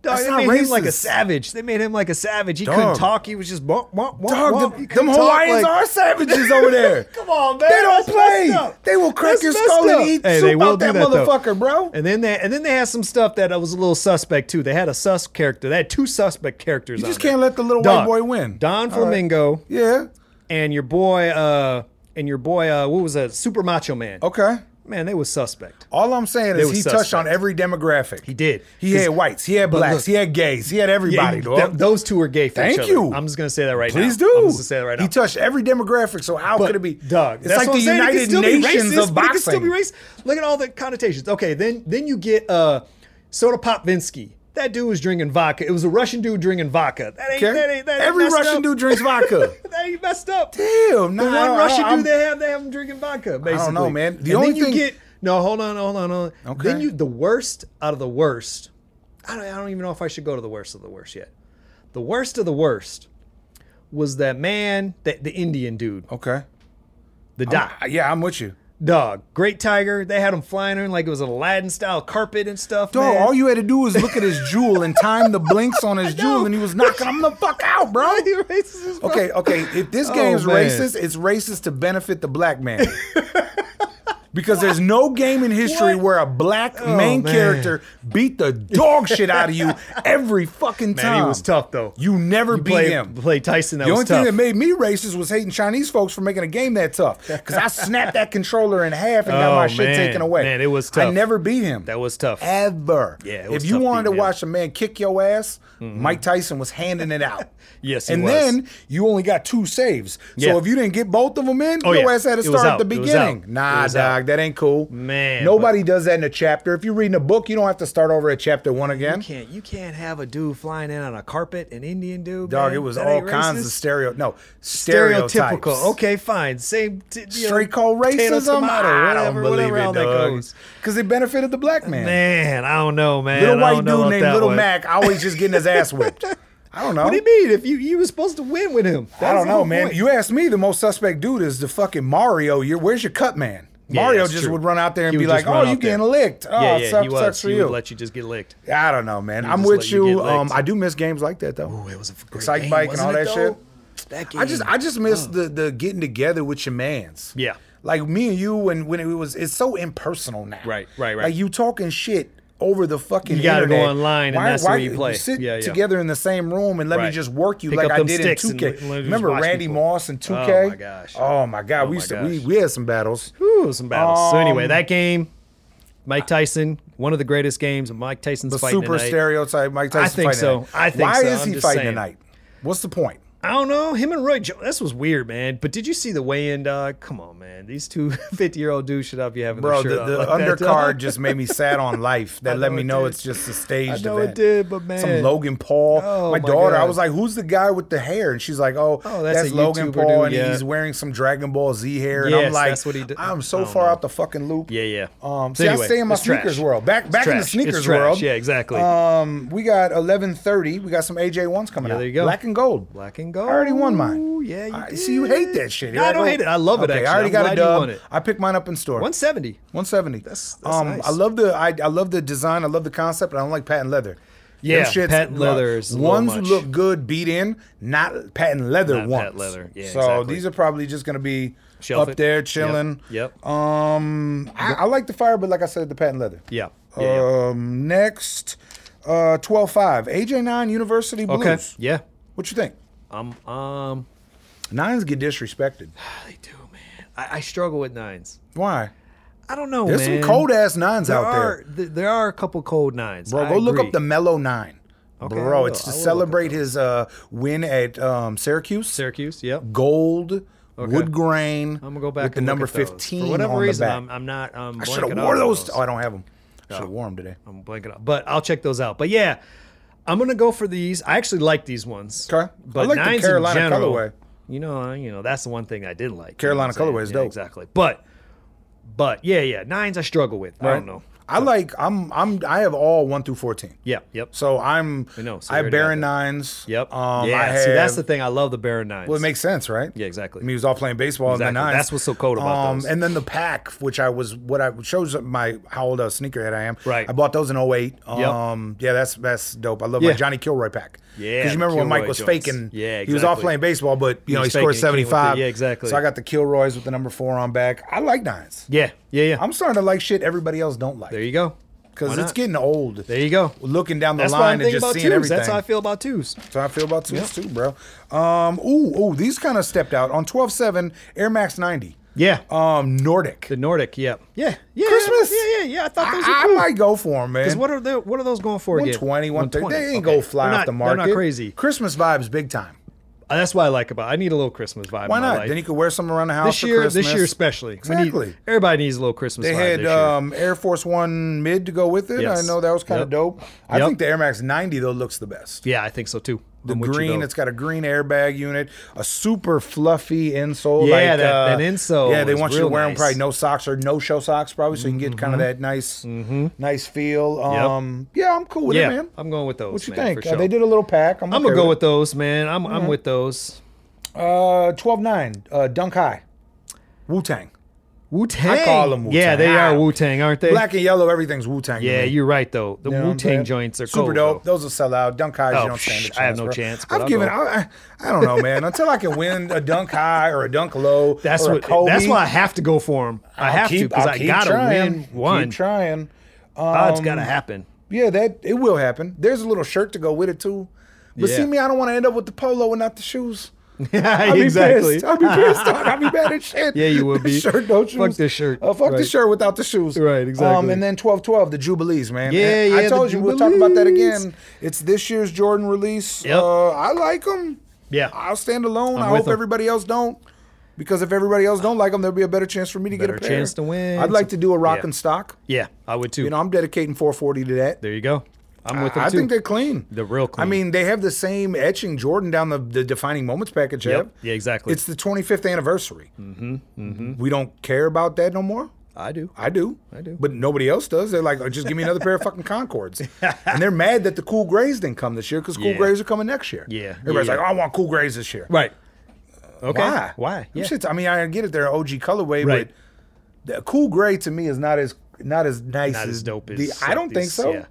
[SPEAKER 3] Dog,
[SPEAKER 1] That's
[SPEAKER 3] they
[SPEAKER 1] not
[SPEAKER 3] made him like a
[SPEAKER 1] racist.
[SPEAKER 3] savage. They made him like a savage. He
[SPEAKER 1] Dog.
[SPEAKER 3] couldn't talk. He was just womp, womp, womp,
[SPEAKER 1] Dog,
[SPEAKER 3] womp.
[SPEAKER 1] them-
[SPEAKER 3] He couldn't
[SPEAKER 1] them
[SPEAKER 3] talk,
[SPEAKER 1] Hawaiians
[SPEAKER 3] like-
[SPEAKER 1] are savages over there.
[SPEAKER 3] Come on, man.
[SPEAKER 1] They don't
[SPEAKER 3] That's messed
[SPEAKER 1] play.
[SPEAKER 3] up.
[SPEAKER 1] They will crack
[SPEAKER 3] That's
[SPEAKER 1] your
[SPEAKER 3] messed
[SPEAKER 1] skull and
[SPEAKER 3] up.
[SPEAKER 1] eat
[SPEAKER 3] Hey,
[SPEAKER 1] soup
[SPEAKER 3] they will
[SPEAKER 1] out that,
[SPEAKER 3] do though.
[SPEAKER 1] motherfucker, bro.
[SPEAKER 3] And then they and then they had some stuff that was a little suspect too. They had a sus character. They had two suspect characters.
[SPEAKER 1] You
[SPEAKER 3] on
[SPEAKER 1] just
[SPEAKER 3] there.
[SPEAKER 1] can't let the little
[SPEAKER 3] Dog,
[SPEAKER 1] white boy win.
[SPEAKER 3] Don
[SPEAKER 1] All right.
[SPEAKER 3] Flamingo
[SPEAKER 1] Yeah.
[SPEAKER 3] and your boy uh and your boy uh what was that? Super Macho Man.
[SPEAKER 1] Okay.
[SPEAKER 3] Man, they was suspect.
[SPEAKER 1] All I'm saying
[SPEAKER 3] They
[SPEAKER 1] is
[SPEAKER 3] were
[SPEAKER 1] he touched on
[SPEAKER 3] suspects.
[SPEAKER 1] every demographic.
[SPEAKER 3] He did.
[SPEAKER 1] He had whites. He had
[SPEAKER 3] But
[SPEAKER 1] blacks.
[SPEAKER 3] look-
[SPEAKER 1] he had gays. He had everybody,
[SPEAKER 3] Yeah,
[SPEAKER 1] dog.
[SPEAKER 3] th- those two are gay for each
[SPEAKER 1] Thank
[SPEAKER 3] other.
[SPEAKER 1] you.
[SPEAKER 3] I'm just gonna say that right now.
[SPEAKER 1] Please
[SPEAKER 3] I'm
[SPEAKER 1] do.
[SPEAKER 3] just gonna say that right now.
[SPEAKER 1] He touched every demographic. So how could it be,
[SPEAKER 3] Doug?
[SPEAKER 1] It's
[SPEAKER 3] that's
[SPEAKER 1] like
[SPEAKER 3] what
[SPEAKER 1] the
[SPEAKER 3] I'm saying. It could
[SPEAKER 1] United
[SPEAKER 3] still be
[SPEAKER 1] Nations
[SPEAKER 3] racist,
[SPEAKER 1] of
[SPEAKER 3] but it could still be
[SPEAKER 1] boxing.
[SPEAKER 3] racist. Look at all the connotations. Okay, then then you get uh, Soda Pop Vinsky. That dude was drinking vodka. It was a Russian dude drinking vodka. That ain't,
[SPEAKER 1] Okay?
[SPEAKER 3] that ain't, that ain't
[SPEAKER 1] every
[SPEAKER 3] messed
[SPEAKER 1] Russian
[SPEAKER 3] up.
[SPEAKER 1] dude drinks vodka.
[SPEAKER 3] That ain't messed up.
[SPEAKER 1] Damn,
[SPEAKER 3] The
[SPEAKER 1] nah, I
[SPEAKER 3] one
[SPEAKER 1] don't-
[SPEAKER 3] Russian
[SPEAKER 1] I'm-
[SPEAKER 3] dude they have, they have him drinking vodka. Basically,
[SPEAKER 1] know, man. The
[SPEAKER 3] and
[SPEAKER 1] only
[SPEAKER 3] then you
[SPEAKER 1] thing-
[SPEAKER 3] get no. Hold on, hold on, hold on.
[SPEAKER 1] Okay.
[SPEAKER 3] Then you the worst out of the worst. I don't, I don't even know if I should go to the worst of the worst yet. The worst of the worst was that man, that the Indian dude,
[SPEAKER 1] okay.
[SPEAKER 3] the
[SPEAKER 1] Oh,
[SPEAKER 3] doc,
[SPEAKER 1] Yeah, I'm with you.
[SPEAKER 3] dog, great tiger. They had him flying in like it was an Aladdin style carpet and stuff.
[SPEAKER 1] Dog,
[SPEAKER 3] man.
[SPEAKER 1] all you had to do was look at his jewel and time the blinks on his jewel, and he was knocking him the fuck out, bro.
[SPEAKER 3] He racist as fuck.
[SPEAKER 1] Okay, okay. If this
[SPEAKER 3] Oh,
[SPEAKER 1] game's
[SPEAKER 3] man.
[SPEAKER 1] racist, it's racist to benefit the black man. because there's no game in history
[SPEAKER 3] What? Oh,
[SPEAKER 1] where a black main
[SPEAKER 3] man.
[SPEAKER 1] character beat the dog shit out of you every fucking
[SPEAKER 3] Man,
[SPEAKER 1] time.
[SPEAKER 3] he was tough though.
[SPEAKER 1] You never
[SPEAKER 3] You
[SPEAKER 1] beat
[SPEAKER 3] played,
[SPEAKER 1] him.
[SPEAKER 3] played Tyson. That
[SPEAKER 1] the
[SPEAKER 3] was
[SPEAKER 1] only
[SPEAKER 3] tough.
[SPEAKER 1] thing that made me racist was hating Chinese folks for making a game that tough. Because I snapped that controller in half and got
[SPEAKER 3] Oh,
[SPEAKER 1] my shit
[SPEAKER 3] man.
[SPEAKER 1] taken away.
[SPEAKER 3] Man, it was
[SPEAKER 1] I
[SPEAKER 3] tough.
[SPEAKER 1] never beat him.
[SPEAKER 3] That was tough.
[SPEAKER 1] Ever.
[SPEAKER 3] Yeah, it
[SPEAKER 1] If
[SPEAKER 3] was
[SPEAKER 1] you
[SPEAKER 3] tough
[SPEAKER 1] wanted to
[SPEAKER 3] beating him. Mm-hmm.
[SPEAKER 1] watch a man kick your ass, Mike Tyson was handing it out.
[SPEAKER 3] Yes, he
[SPEAKER 1] And
[SPEAKER 3] was.
[SPEAKER 1] then you only got two saves.
[SPEAKER 3] Yeah.
[SPEAKER 1] So if you didn't get both of them in,
[SPEAKER 3] Oh,
[SPEAKER 1] your
[SPEAKER 3] yeah.
[SPEAKER 1] ass had to
[SPEAKER 3] It was
[SPEAKER 1] start at
[SPEAKER 3] out.
[SPEAKER 1] the
[SPEAKER 3] It was
[SPEAKER 1] beginning.
[SPEAKER 3] out. It
[SPEAKER 1] Nah,
[SPEAKER 3] was out.
[SPEAKER 1] dog, that ain't cool.
[SPEAKER 3] Man,
[SPEAKER 1] Nobody does that in a chapter. If you're reading a book, you don't have to start over at chapter one again.
[SPEAKER 3] You can't you can't have a dude flying in on a carpet, an Indian dude.
[SPEAKER 1] Dog,
[SPEAKER 3] man.
[SPEAKER 1] it was
[SPEAKER 3] That
[SPEAKER 1] all
[SPEAKER 3] ain't
[SPEAKER 1] kinds of
[SPEAKER 3] racist.
[SPEAKER 1] stereo. No, stereotypes.
[SPEAKER 3] stereotypical. Okay, fine. Same. T- you know,
[SPEAKER 1] Straight called
[SPEAKER 3] potato,
[SPEAKER 1] racism.
[SPEAKER 3] tomato,
[SPEAKER 1] I don't
[SPEAKER 3] whatever,
[SPEAKER 1] believe
[SPEAKER 3] whatever,
[SPEAKER 1] it,
[SPEAKER 3] how that
[SPEAKER 1] dog.
[SPEAKER 3] goes.
[SPEAKER 1] Because it benefited the black man.
[SPEAKER 3] Man, I don't know, man.
[SPEAKER 1] Little
[SPEAKER 3] I don't
[SPEAKER 1] white
[SPEAKER 3] know
[SPEAKER 1] dude
[SPEAKER 3] about
[SPEAKER 1] named
[SPEAKER 3] that
[SPEAKER 1] Little
[SPEAKER 3] one.
[SPEAKER 1] Mac always just getting his ass whipped. I don't know.
[SPEAKER 3] What do you mean? If you you were supposed to win with him,
[SPEAKER 1] I
[SPEAKER 3] That's
[SPEAKER 1] don't
[SPEAKER 3] the
[SPEAKER 1] know,
[SPEAKER 3] whole
[SPEAKER 1] man.
[SPEAKER 3] point.
[SPEAKER 1] You asked me, the most suspect dude is the fucking Mario. You're, where's your cut man? Mario
[SPEAKER 3] that's
[SPEAKER 1] just
[SPEAKER 3] true.
[SPEAKER 1] would run out there and
[SPEAKER 3] He
[SPEAKER 1] be
[SPEAKER 3] would
[SPEAKER 1] like,
[SPEAKER 3] just
[SPEAKER 1] "Oh,
[SPEAKER 3] run
[SPEAKER 1] you
[SPEAKER 3] out there.
[SPEAKER 1] getting licked? Oh,
[SPEAKER 3] yeah,
[SPEAKER 1] it
[SPEAKER 3] yeah,
[SPEAKER 1] sucks,
[SPEAKER 3] he was.
[SPEAKER 1] sucks for
[SPEAKER 3] he
[SPEAKER 1] you."
[SPEAKER 3] would let you just get licked.
[SPEAKER 1] I don't know, man. I'm
[SPEAKER 3] just
[SPEAKER 1] with
[SPEAKER 3] let you
[SPEAKER 1] you.
[SPEAKER 3] get
[SPEAKER 1] Um,
[SPEAKER 3] licked.
[SPEAKER 1] I do miss games like that though.
[SPEAKER 3] Ooh, it was a great
[SPEAKER 1] Excite
[SPEAKER 3] game,
[SPEAKER 1] bike and all
[SPEAKER 3] wasn't it,
[SPEAKER 1] that
[SPEAKER 3] though?
[SPEAKER 1] shit.
[SPEAKER 3] That
[SPEAKER 1] I just
[SPEAKER 3] game.
[SPEAKER 1] I just miss the the getting together with your mans.
[SPEAKER 3] Yeah.
[SPEAKER 1] Like me and you when when it was it's so impersonal now.
[SPEAKER 3] Right, right, right.
[SPEAKER 1] Like you talking shit over the fucking
[SPEAKER 3] You gotta go
[SPEAKER 1] internet.
[SPEAKER 3] online and that's the way you play.
[SPEAKER 1] sit
[SPEAKER 3] Yeah, yeah.
[SPEAKER 1] together in the same room and let me
[SPEAKER 3] Right.
[SPEAKER 1] just work you
[SPEAKER 3] Pick
[SPEAKER 1] like
[SPEAKER 3] up
[SPEAKER 1] I
[SPEAKER 3] them
[SPEAKER 1] did in
[SPEAKER 3] sticks and
[SPEAKER 1] 2K.
[SPEAKER 3] let- let me just
[SPEAKER 1] Remember
[SPEAKER 3] watch
[SPEAKER 1] Randy
[SPEAKER 3] people.
[SPEAKER 1] Moss in 2K?
[SPEAKER 3] Oh, my gosh.
[SPEAKER 1] Oh my god,
[SPEAKER 3] Oh,
[SPEAKER 1] we
[SPEAKER 3] my
[SPEAKER 1] used to, we
[SPEAKER 3] gosh.
[SPEAKER 1] we had some battles.
[SPEAKER 3] Ooh, some battles. so anyway,
[SPEAKER 1] Um,
[SPEAKER 3] that game, Mike Tyson, one of the greatest games of Mike Tyson's
[SPEAKER 1] The
[SPEAKER 3] fighting
[SPEAKER 1] super
[SPEAKER 3] tonight.
[SPEAKER 1] stereotype Mike Tyson
[SPEAKER 3] think
[SPEAKER 1] fighting
[SPEAKER 3] so.
[SPEAKER 1] tonight.
[SPEAKER 3] I think
[SPEAKER 1] Why
[SPEAKER 3] so.
[SPEAKER 1] is
[SPEAKER 3] I'm
[SPEAKER 1] he
[SPEAKER 3] just
[SPEAKER 1] fighting
[SPEAKER 3] saying.
[SPEAKER 1] tonight? What's the point?
[SPEAKER 3] I don't know. Him and Roy Jones. This was weird, man. But did you see the weigh-in, dog? Come on, man. These two 50-year-old dudes should not be having
[SPEAKER 1] Bro,
[SPEAKER 3] their
[SPEAKER 1] the,
[SPEAKER 3] shirt
[SPEAKER 1] the
[SPEAKER 3] on like that, dog.
[SPEAKER 1] undercard just made me sad on life. That
[SPEAKER 3] I
[SPEAKER 1] let
[SPEAKER 3] know
[SPEAKER 1] me
[SPEAKER 3] it
[SPEAKER 1] know
[SPEAKER 3] did.
[SPEAKER 1] it's just a staged
[SPEAKER 3] know it
[SPEAKER 1] event.
[SPEAKER 3] did, but
[SPEAKER 1] some
[SPEAKER 3] man.
[SPEAKER 1] Logan Paul.
[SPEAKER 3] Oh,
[SPEAKER 1] my
[SPEAKER 3] my
[SPEAKER 1] daughter, I
[SPEAKER 3] God.
[SPEAKER 1] was like, "Who's the guy with the hair?" And she's like, "Oh,
[SPEAKER 3] Oh,
[SPEAKER 1] that's,
[SPEAKER 3] that's a
[SPEAKER 1] Logan
[SPEAKER 3] YouTuber
[SPEAKER 1] Paul,
[SPEAKER 3] dude,
[SPEAKER 1] and
[SPEAKER 3] yeah.
[SPEAKER 1] he's wearing some Dragon Ball Z hair." And I'm
[SPEAKER 3] Yes,
[SPEAKER 1] like,
[SPEAKER 3] that's what he did.
[SPEAKER 1] "I'm
[SPEAKER 3] I
[SPEAKER 1] so
[SPEAKER 3] don't
[SPEAKER 1] far
[SPEAKER 3] know.
[SPEAKER 1] out the fucking loop."
[SPEAKER 3] Yeah, yeah.
[SPEAKER 1] Um,
[SPEAKER 3] So
[SPEAKER 1] see, I
[SPEAKER 3] anyway,
[SPEAKER 1] stay in my
[SPEAKER 3] it's trash.
[SPEAKER 1] sneakers world. Back, back in the
[SPEAKER 3] trash. It's
[SPEAKER 1] sneakers
[SPEAKER 3] trash.
[SPEAKER 1] world.
[SPEAKER 3] Yeah, exactly.
[SPEAKER 1] Um, we got 11:30. We got some AJ ones coming
[SPEAKER 3] Yeah,
[SPEAKER 1] out.
[SPEAKER 3] there you go.
[SPEAKER 1] Black and gold.
[SPEAKER 3] Black and gold.
[SPEAKER 1] I already won mine.
[SPEAKER 3] Yeah, you
[SPEAKER 1] I-
[SPEAKER 3] did.
[SPEAKER 1] See, you hate that shit.
[SPEAKER 3] No, I don't hate it. I love it,
[SPEAKER 1] Okay, I
[SPEAKER 3] actually.
[SPEAKER 1] already
[SPEAKER 3] I'm
[SPEAKER 1] got a
[SPEAKER 3] glad you
[SPEAKER 1] dub.
[SPEAKER 3] won it.
[SPEAKER 1] I picked mine up in store.
[SPEAKER 3] 170.
[SPEAKER 1] 170.
[SPEAKER 3] That's- that's
[SPEAKER 1] um,
[SPEAKER 3] nice.
[SPEAKER 1] I love the I, I love the design. I love the concept. I don't like patent leather.
[SPEAKER 3] Yeah,
[SPEAKER 1] Them shits,
[SPEAKER 3] patent leather is a little
[SPEAKER 1] ones
[SPEAKER 3] much.
[SPEAKER 1] look good beat in, not patent leather
[SPEAKER 3] Not
[SPEAKER 1] ones.
[SPEAKER 3] patent leather. Yeah,
[SPEAKER 1] so
[SPEAKER 3] exactly.
[SPEAKER 1] these are probably just gonna be
[SPEAKER 3] Shelf
[SPEAKER 1] up
[SPEAKER 3] it.
[SPEAKER 1] there
[SPEAKER 3] Yep,
[SPEAKER 1] chilling.
[SPEAKER 3] yep.
[SPEAKER 1] Um, I, I like the fire, but like I said, the patent leather.
[SPEAKER 3] Yeah. yeah, yeah.
[SPEAKER 1] Um, next, uh, twelve five AJ nine University Blues.
[SPEAKER 3] okay. Yeah.
[SPEAKER 1] What you think?
[SPEAKER 3] Um. Um.
[SPEAKER 1] Nines get disrespected.
[SPEAKER 3] They do, man. I, I struggle with nines.
[SPEAKER 1] Why?
[SPEAKER 3] I don't know,
[SPEAKER 1] There's
[SPEAKER 3] Oh, man.
[SPEAKER 1] some cold ass nines
[SPEAKER 3] there
[SPEAKER 1] out there.
[SPEAKER 3] are, th- there are a couple cold nines.
[SPEAKER 1] Bro,
[SPEAKER 3] I
[SPEAKER 1] go look
[SPEAKER 3] agree.
[SPEAKER 1] up the Mellow Nine.
[SPEAKER 3] Okay, I
[SPEAKER 1] Bro,
[SPEAKER 3] will.
[SPEAKER 1] it's to
[SPEAKER 3] I will look up
[SPEAKER 1] celebrate his uh, win at um, Syracuse.
[SPEAKER 3] Syracuse. Yep.
[SPEAKER 1] Gold, wood grain.
[SPEAKER 3] I'm gonna go back
[SPEAKER 1] with the
[SPEAKER 3] and look
[SPEAKER 1] number
[SPEAKER 3] at those.
[SPEAKER 1] 15
[SPEAKER 3] For whatever
[SPEAKER 1] on
[SPEAKER 3] reason,
[SPEAKER 1] the back.
[SPEAKER 3] I'm, I'm not. Um,
[SPEAKER 1] I should have
[SPEAKER 3] blanking
[SPEAKER 1] wore
[SPEAKER 3] out on
[SPEAKER 1] those. Oh, I don't have them. I should have worn them today.
[SPEAKER 3] I'm blanking out, but I'll check those out. But yeah, I'm gonna go for these. I actually like these ones.
[SPEAKER 1] Okay.
[SPEAKER 3] but
[SPEAKER 1] I like the
[SPEAKER 3] nines
[SPEAKER 1] Carolina
[SPEAKER 3] in general,
[SPEAKER 1] colorway.
[SPEAKER 3] You know, I- you know that's the one thing I did like.
[SPEAKER 1] Carolina
[SPEAKER 3] you know what
[SPEAKER 1] colorway
[SPEAKER 3] I'm
[SPEAKER 1] is
[SPEAKER 3] saying?
[SPEAKER 1] dope.
[SPEAKER 3] Yeah, exactly. But, but yeah, yeah, nines I struggle with. I don't know.
[SPEAKER 1] I like. I'm. I'm. I have all one through 14.
[SPEAKER 3] Yeah, yep.
[SPEAKER 1] So I'm.
[SPEAKER 3] I know, so
[SPEAKER 1] I have
[SPEAKER 3] we already got
[SPEAKER 1] Baron
[SPEAKER 3] that.
[SPEAKER 1] nines.
[SPEAKER 3] Yep.
[SPEAKER 1] Um,
[SPEAKER 3] yeah.
[SPEAKER 1] I have,
[SPEAKER 3] see, that's the thing. I love the Baron nines.
[SPEAKER 1] Well, it makes sense, right?
[SPEAKER 3] Yeah, exactly.
[SPEAKER 1] I mean, he was all playing baseball in the
[SPEAKER 3] Exactly.
[SPEAKER 1] nines.
[SPEAKER 3] That's what's so cold about those.
[SPEAKER 1] And then the pack, which I was, what I shows my how old a sneakerhead I am.
[SPEAKER 3] Right.
[SPEAKER 1] I bought those in 08.
[SPEAKER 3] Yep.
[SPEAKER 1] Um, Yeah, that's that's dope. I love
[SPEAKER 3] Yeah.
[SPEAKER 1] my Johnny Kilroy pack.
[SPEAKER 3] Yeah,
[SPEAKER 1] Because you
[SPEAKER 3] the
[SPEAKER 1] remember when Mike
[SPEAKER 3] Kilroy
[SPEAKER 1] was
[SPEAKER 3] joints.
[SPEAKER 1] faking?
[SPEAKER 3] Yeah,
[SPEAKER 1] He was all
[SPEAKER 3] exactly.
[SPEAKER 1] playing baseball, but you know
[SPEAKER 3] was
[SPEAKER 1] he scored
[SPEAKER 3] faking, he came with it.
[SPEAKER 1] 75.
[SPEAKER 3] Yeah, exactly.
[SPEAKER 1] So I got the Kilroys with the number four on back. I like nines.
[SPEAKER 3] yeah, yeah, yeah.
[SPEAKER 1] I'm starting to like shit everybody else don't
[SPEAKER 3] there
[SPEAKER 1] like
[SPEAKER 3] you go. Why
[SPEAKER 1] because it's
[SPEAKER 3] not?
[SPEAKER 1] getting old.
[SPEAKER 3] There you go.
[SPEAKER 1] Looking down the
[SPEAKER 3] That's why I'm
[SPEAKER 1] line and
[SPEAKER 3] thinking
[SPEAKER 1] just
[SPEAKER 3] about
[SPEAKER 1] seeing
[SPEAKER 3] twos.
[SPEAKER 1] everything.
[SPEAKER 3] That's how I feel about twos.
[SPEAKER 1] So I feel about twos too, bro. Um, ooh, ooh, these kind of stepped out on 12-7, Air Max 90.
[SPEAKER 3] Yeah.
[SPEAKER 1] Um, Nordic.
[SPEAKER 3] the Nordic. Yeah. Yeah. Yeah.
[SPEAKER 1] Christmas.
[SPEAKER 3] Yeah, yeah, yeah. I thought those
[SPEAKER 1] I,
[SPEAKER 3] were cool.
[SPEAKER 1] I might go for them, man.
[SPEAKER 3] Because what are they, what are those going for again?
[SPEAKER 1] 120, 130. They ain't
[SPEAKER 3] Okay.
[SPEAKER 1] go fly
[SPEAKER 3] They're
[SPEAKER 1] off
[SPEAKER 3] not-
[SPEAKER 1] the market.
[SPEAKER 3] They're not crazy.
[SPEAKER 1] Christmas vibes, big time.
[SPEAKER 3] Uh, That's what I like about. I need a little Christmas vibe.
[SPEAKER 1] Why
[SPEAKER 3] in my
[SPEAKER 1] not?
[SPEAKER 3] life.
[SPEAKER 1] Then you could wear some around the house
[SPEAKER 3] this
[SPEAKER 1] for
[SPEAKER 3] year,
[SPEAKER 1] Christmas.
[SPEAKER 3] this year especially. We need-
[SPEAKER 1] Exactly.
[SPEAKER 3] everybody needs a little Christmas
[SPEAKER 1] They
[SPEAKER 3] vibe
[SPEAKER 1] had
[SPEAKER 3] this year.
[SPEAKER 1] um, Air Force One mid to go with it.
[SPEAKER 3] Yes.
[SPEAKER 1] I know that was kind of
[SPEAKER 3] Yep.
[SPEAKER 1] dope. I
[SPEAKER 3] Yep.
[SPEAKER 1] think the Air Max 90 though looks the best.
[SPEAKER 3] yeah, I think so too.
[SPEAKER 1] The
[SPEAKER 3] I'm with you,
[SPEAKER 1] green,
[SPEAKER 3] though.
[SPEAKER 1] it's got a green airbag unit, a super fluffy insole.
[SPEAKER 3] Yeah,
[SPEAKER 1] like,
[SPEAKER 3] that-
[SPEAKER 1] uh,
[SPEAKER 3] that insole
[SPEAKER 1] Yeah, they
[SPEAKER 3] is
[SPEAKER 1] want you to
[SPEAKER 3] real
[SPEAKER 1] wear them
[SPEAKER 3] nice. Mm-hmm.
[SPEAKER 1] probably no socks or no show socks, probably, so you can get kind of that nice, nice feel. Um, yeah, I'm cool with
[SPEAKER 3] yeah,
[SPEAKER 1] it, man.
[SPEAKER 3] I'm going with those.
[SPEAKER 1] What you
[SPEAKER 3] man,
[SPEAKER 1] think?
[SPEAKER 3] For
[SPEAKER 1] Uh,
[SPEAKER 3] sure.
[SPEAKER 1] they did a little pack. I'm,
[SPEAKER 3] I'm
[SPEAKER 1] okay
[SPEAKER 3] gonna go with
[SPEAKER 1] it.
[SPEAKER 3] those, man. I'm I'm with those.
[SPEAKER 1] uh, twelve nine. Uh, Dunk High, Wu Tang.
[SPEAKER 3] Wu Tang.
[SPEAKER 1] I call them Wu-Tang.
[SPEAKER 3] Yeah, they
[SPEAKER 1] Ah.
[SPEAKER 3] are Wu Tang, aren't they?
[SPEAKER 1] Black and yellow, everything's Wu Tang.
[SPEAKER 3] yeah, you're right though. The
[SPEAKER 1] You know what
[SPEAKER 3] Wu
[SPEAKER 1] I'm
[SPEAKER 3] Tang
[SPEAKER 1] saying?
[SPEAKER 3] joints are
[SPEAKER 1] super
[SPEAKER 3] cool,
[SPEAKER 1] dope.
[SPEAKER 3] though.
[SPEAKER 1] Those are sell out. Dunk highs,
[SPEAKER 3] Oh,
[SPEAKER 1] you don't stand a
[SPEAKER 3] psh,
[SPEAKER 1] chance.
[SPEAKER 3] I have no
[SPEAKER 1] bro.
[SPEAKER 3] chance, but
[SPEAKER 1] I've
[SPEAKER 3] I'll
[SPEAKER 1] given.
[SPEAKER 3] go.
[SPEAKER 1] I, I don't know, man. Until I can win a dunk high or a dunk low,
[SPEAKER 3] That's
[SPEAKER 1] or
[SPEAKER 3] what.
[SPEAKER 1] A Kobe,
[SPEAKER 3] That's why I have to go for them. I
[SPEAKER 1] I'll
[SPEAKER 3] have to
[SPEAKER 1] keep-
[SPEAKER 3] because
[SPEAKER 1] I'll
[SPEAKER 3] I
[SPEAKER 1] keep
[SPEAKER 3] gotta
[SPEAKER 1] trying.
[SPEAKER 3] win one.
[SPEAKER 1] Keep trying.
[SPEAKER 3] Odds
[SPEAKER 1] Um,
[SPEAKER 3] gotta happen.
[SPEAKER 1] Yeah, that it will happen. There's a little shirt to go with it too. But
[SPEAKER 3] Yeah.
[SPEAKER 1] see me, I don't want to end up with the polo and not the shoes.
[SPEAKER 3] Yeah,
[SPEAKER 1] I'll be
[SPEAKER 3] exactly.
[SPEAKER 1] pissed. I'll be pissed. dog. I'll be bad as shit.
[SPEAKER 3] Yeah, you will be.
[SPEAKER 1] shirt, no
[SPEAKER 3] Fuck
[SPEAKER 1] shoes.
[SPEAKER 3] this shirt.
[SPEAKER 1] Uh, fuck
[SPEAKER 3] Right.
[SPEAKER 1] this shirt without the shoes. Um,
[SPEAKER 3] Right, exactly.
[SPEAKER 1] and then twelve twelve, the Jubilees, man.
[SPEAKER 3] Yeah,
[SPEAKER 1] And
[SPEAKER 3] yeah,
[SPEAKER 1] I
[SPEAKER 3] the
[SPEAKER 1] told you we'll talk about that
[SPEAKER 3] Jubilees.
[SPEAKER 1] again. It's this year's Jordan release.
[SPEAKER 3] Yep.
[SPEAKER 1] Uh, I like them.
[SPEAKER 3] Yeah.
[SPEAKER 1] I'll stand alone. i
[SPEAKER 3] I'm with
[SPEAKER 1] hope
[SPEAKER 3] 'em.
[SPEAKER 1] everybody else don't. Because if everybody else don't like them, there'll be a better chance for me to
[SPEAKER 3] Better
[SPEAKER 1] get a pair.
[SPEAKER 3] chance to win.
[SPEAKER 1] I'd like to do a rock
[SPEAKER 3] Yeah.
[SPEAKER 1] and stock.
[SPEAKER 3] Yeah, I would too.
[SPEAKER 1] You know, I'm dedicating 440 to that.
[SPEAKER 3] there you go. I'm with them
[SPEAKER 1] I, I
[SPEAKER 3] too.
[SPEAKER 1] think they're clean.
[SPEAKER 3] They're real
[SPEAKER 1] I
[SPEAKER 3] clean.
[SPEAKER 1] mean, they have the same etching Jordan down the, the defining moments package.
[SPEAKER 3] Yep.
[SPEAKER 1] have.
[SPEAKER 3] Yeah, exactly.
[SPEAKER 1] It's the 25th anniversary. Mm-hmm. We don't care about that no more.
[SPEAKER 3] I do.
[SPEAKER 1] I do.
[SPEAKER 3] I do.
[SPEAKER 1] But nobody else does. They're like, "Oh, just give me another pair of fucking Concords. And they're mad that the cool grays didn't come this year because cool
[SPEAKER 3] Yeah.
[SPEAKER 1] grays are coming next year.
[SPEAKER 3] Yeah.
[SPEAKER 1] Everybody's
[SPEAKER 3] Yeah,
[SPEAKER 1] like,
[SPEAKER 3] yeah.
[SPEAKER 1] oh, I want cool grays this year.
[SPEAKER 3] Right. Okay.
[SPEAKER 1] Why?
[SPEAKER 3] Why?
[SPEAKER 1] Them
[SPEAKER 3] Yeah.
[SPEAKER 1] shits- I mean, I get it. They're an OG colorway,
[SPEAKER 3] Right.
[SPEAKER 1] but the cool gray to me is not as not as nice
[SPEAKER 3] Not as dope
[SPEAKER 1] the-
[SPEAKER 3] as
[SPEAKER 1] I don't think
[SPEAKER 3] these,
[SPEAKER 1] so.
[SPEAKER 3] yeah.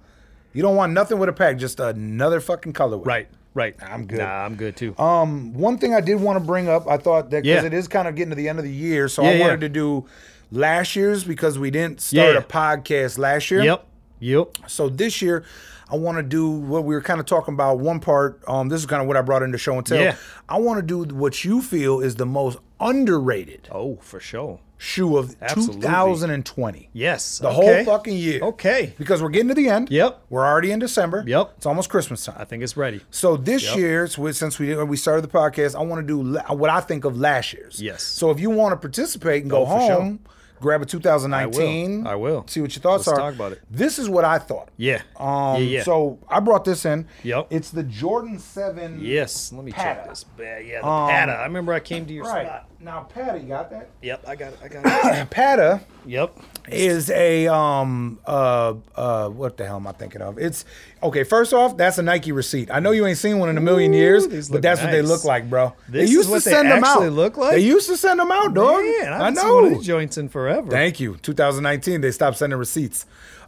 [SPEAKER 1] You don't want nothing with a pack, just another fucking colorway.
[SPEAKER 3] Right. Right.
[SPEAKER 1] I'm good.
[SPEAKER 3] Nah, I'm good too.
[SPEAKER 1] Um, one thing I did want to bring up, I thought that because
[SPEAKER 3] Yeah.
[SPEAKER 1] it is kind of getting to the end of the year, so
[SPEAKER 3] Yeah,
[SPEAKER 1] I
[SPEAKER 3] yeah.
[SPEAKER 1] wanted to do last year's because we didn't start
[SPEAKER 3] Yeah.
[SPEAKER 1] a podcast last year.
[SPEAKER 3] yep. Yep.
[SPEAKER 1] So this year, I want to do what we were kind of talking about. One part, um, this is kind of what I brought into show and tell.
[SPEAKER 3] Yeah.
[SPEAKER 1] I want to do what you feel is the most underrated
[SPEAKER 3] Oh, for sure.
[SPEAKER 1] shoe of
[SPEAKER 3] Absolutely.
[SPEAKER 1] 2020.
[SPEAKER 3] Yes.
[SPEAKER 1] The
[SPEAKER 3] okay.
[SPEAKER 1] whole fucking year.
[SPEAKER 3] Okay.
[SPEAKER 1] Because we're getting to the end.
[SPEAKER 3] Yep.
[SPEAKER 1] We're already in December.
[SPEAKER 3] Yep.
[SPEAKER 1] It's almost Christmas time.
[SPEAKER 3] I think it's ready.
[SPEAKER 1] So this
[SPEAKER 3] Yep.
[SPEAKER 1] year, it's with- since we we started the podcast, I want to do la- what I think of last year's.
[SPEAKER 3] Yes.
[SPEAKER 1] So if you want to participate and go
[SPEAKER 3] Oh, for sure.
[SPEAKER 1] home, grab a 2019.
[SPEAKER 3] I will.
[SPEAKER 1] See what your thoughts
[SPEAKER 3] Let's
[SPEAKER 1] are.
[SPEAKER 3] talk about it.
[SPEAKER 1] This is what I thought.
[SPEAKER 3] Yeah.
[SPEAKER 1] Um,
[SPEAKER 3] yeah, yeah.
[SPEAKER 1] So I brought this in.
[SPEAKER 3] Yep.
[SPEAKER 1] It's the Jordan Seven.
[SPEAKER 3] yes. Let me check
[SPEAKER 1] Pata.
[SPEAKER 3] this. Yeah. Yeah. The
[SPEAKER 1] Um,
[SPEAKER 3] Pata. I remember I came to your
[SPEAKER 1] Right
[SPEAKER 3] spot.
[SPEAKER 1] now, Patty got that.
[SPEAKER 3] Yep. I got it. I got it.
[SPEAKER 1] Pata
[SPEAKER 3] yep.
[SPEAKER 1] is a um uh uh what the hell am I thinking of? It's okay. First off, that's a Nike receipt. I know you ain't seen one in a million
[SPEAKER 3] Ooh,
[SPEAKER 1] years,
[SPEAKER 3] these
[SPEAKER 1] but
[SPEAKER 3] look
[SPEAKER 1] that's what they
[SPEAKER 3] nice.
[SPEAKER 1] look like, bro.
[SPEAKER 3] This
[SPEAKER 1] they
[SPEAKER 3] is
[SPEAKER 1] used
[SPEAKER 3] what
[SPEAKER 1] to
[SPEAKER 3] they
[SPEAKER 1] send them out.
[SPEAKER 3] actually look like?
[SPEAKER 1] They used to send them out, dog.
[SPEAKER 3] Man,
[SPEAKER 1] Oh,
[SPEAKER 3] I,
[SPEAKER 1] I,
[SPEAKER 3] haven't seen one of
[SPEAKER 1] know.
[SPEAKER 3] these joints in forever.
[SPEAKER 1] Thank you. 2019, they stopped sending receipts.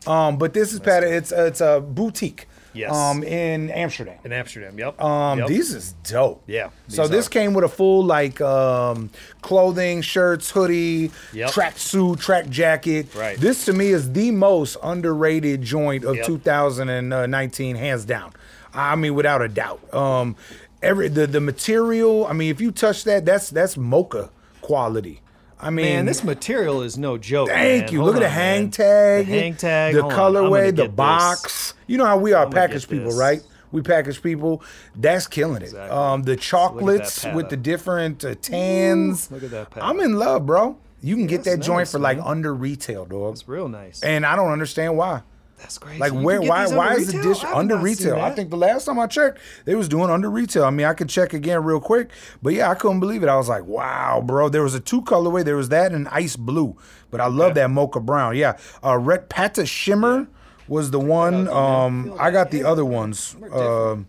[SPEAKER 1] Um, but this is Pata. It's uh, it's a boutique.
[SPEAKER 3] Yes.
[SPEAKER 1] Um, in Amsterdam.
[SPEAKER 3] In Amsterdam. Yep.
[SPEAKER 1] Um,
[SPEAKER 3] Yep.
[SPEAKER 1] these is dope.
[SPEAKER 3] Yeah,
[SPEAKER 1] So
[SPEAKER 3] these
[SPEAKER 1] this
[SPEAKER 3] are.
[SPEAKER 1] came with a full like um, clothing, shirts, hoodie,
[SPEAKER 3] Yep.
[SPEAKER 1] track suit, track jacket.
[SPEAKER 3] Right.
[SPEAKER 1] This to me is the most underrated joint of
[SPEAKER 3] Yep.
[SPEAKER 1] 2019, hands down. I mean, without a doubt. Um, every the the material. I mean, if you touch that, that's that's mocha quality. I mean,
[SPEAKER 3] Man, this material is no joke.
[SPEAKER 1] Thank
[SPEAKER 3] man.
[SPEAKER 1] you.
[SPEAKER 3] Hold
[SPEAKER 1] Look at the
[SPEAKER 3] on,
[SPEAKER 1] hang
[SPEAKER 3] man.
[SPEAKER 1] tag,
[SPEAKER 3] The hang tag.
[SPEAKER 1] the
[SPEAKER 3] Hold on, I'm gonna
[SPEAKER 1] colorway,
[SPEAKER 3] get
[SPEAKER 1] the
[SPEAKER 3] this.
[SPEAKER 1] box. You know how we are
[SPEAKER 3] gonna
[SPEAKER 1] package
[SPEAKER 3] get
[SPEAKER 1] people,
[SPEAKER 3] this.
[SPEAKER 1] right? We package people. That's killing it.
[SPEAKER 3] Exactly.
[SPEAKER 1] Um, the chocolates
[SPEAKER 3] Look at that
[SPEAKER 1] with the
[SPEAKER 3] palette.
[SPEAKER 1] different uh, tans.
[SPEAKER 3] Ooh, look at that palette.
[SPEAKER 1] I'm in love, bro. You can get
[SPEAKER 3] That's
[SPEAKER 1] that joint
[SPEAKER 3] nice,
[SPEAKER 1] for like under retail, dog.
[SPEAKER 3] It's real nice.
[SPEAKER 1] And I don't understand why.
[SPEAKER 3] That's crazy.
[SPEAKER 1] Like
[SPEAKER 3] You can
[SPEAKER 1] where?
[SPEAKER 3] get
[SPEAKER 1] Why?
[SPEAKER 3] these
[SPEAKER 1] Why
[SPEAKER 3] under
[SPEAKER 1] is the
[SPEAKER 3] retail?
[SPEAKER 1] dish
[SPEAKER 3] I've
[SPEAKER 1] under
[SPEAKER 3] not seen
[SPEAKER 1] retail? I
[SPEAKER 3] that.
[SPEAKER 1] think the last time I checked, they was doing under retail. I mean, I could check again real quick, but yeah, I couldn't believe it. I was like, wow, bro. There was a two colorway. There was that and ice blue, but I love that mocha brown. Yeah, uh, red pata shimmer was the one.
[SPEAKER 3] Look out,
[SPEAKER 1] Um,
[SPEAKER 3] man. Feel
[SPEAKER 1] I got
[SPEAKER 3] that
[SPEAKER 1] the
[SPEAKER 3] head.
[SPEAKER 1] other ones.
[SPEAKER 3] We're different.
[SPEAKER 1] Um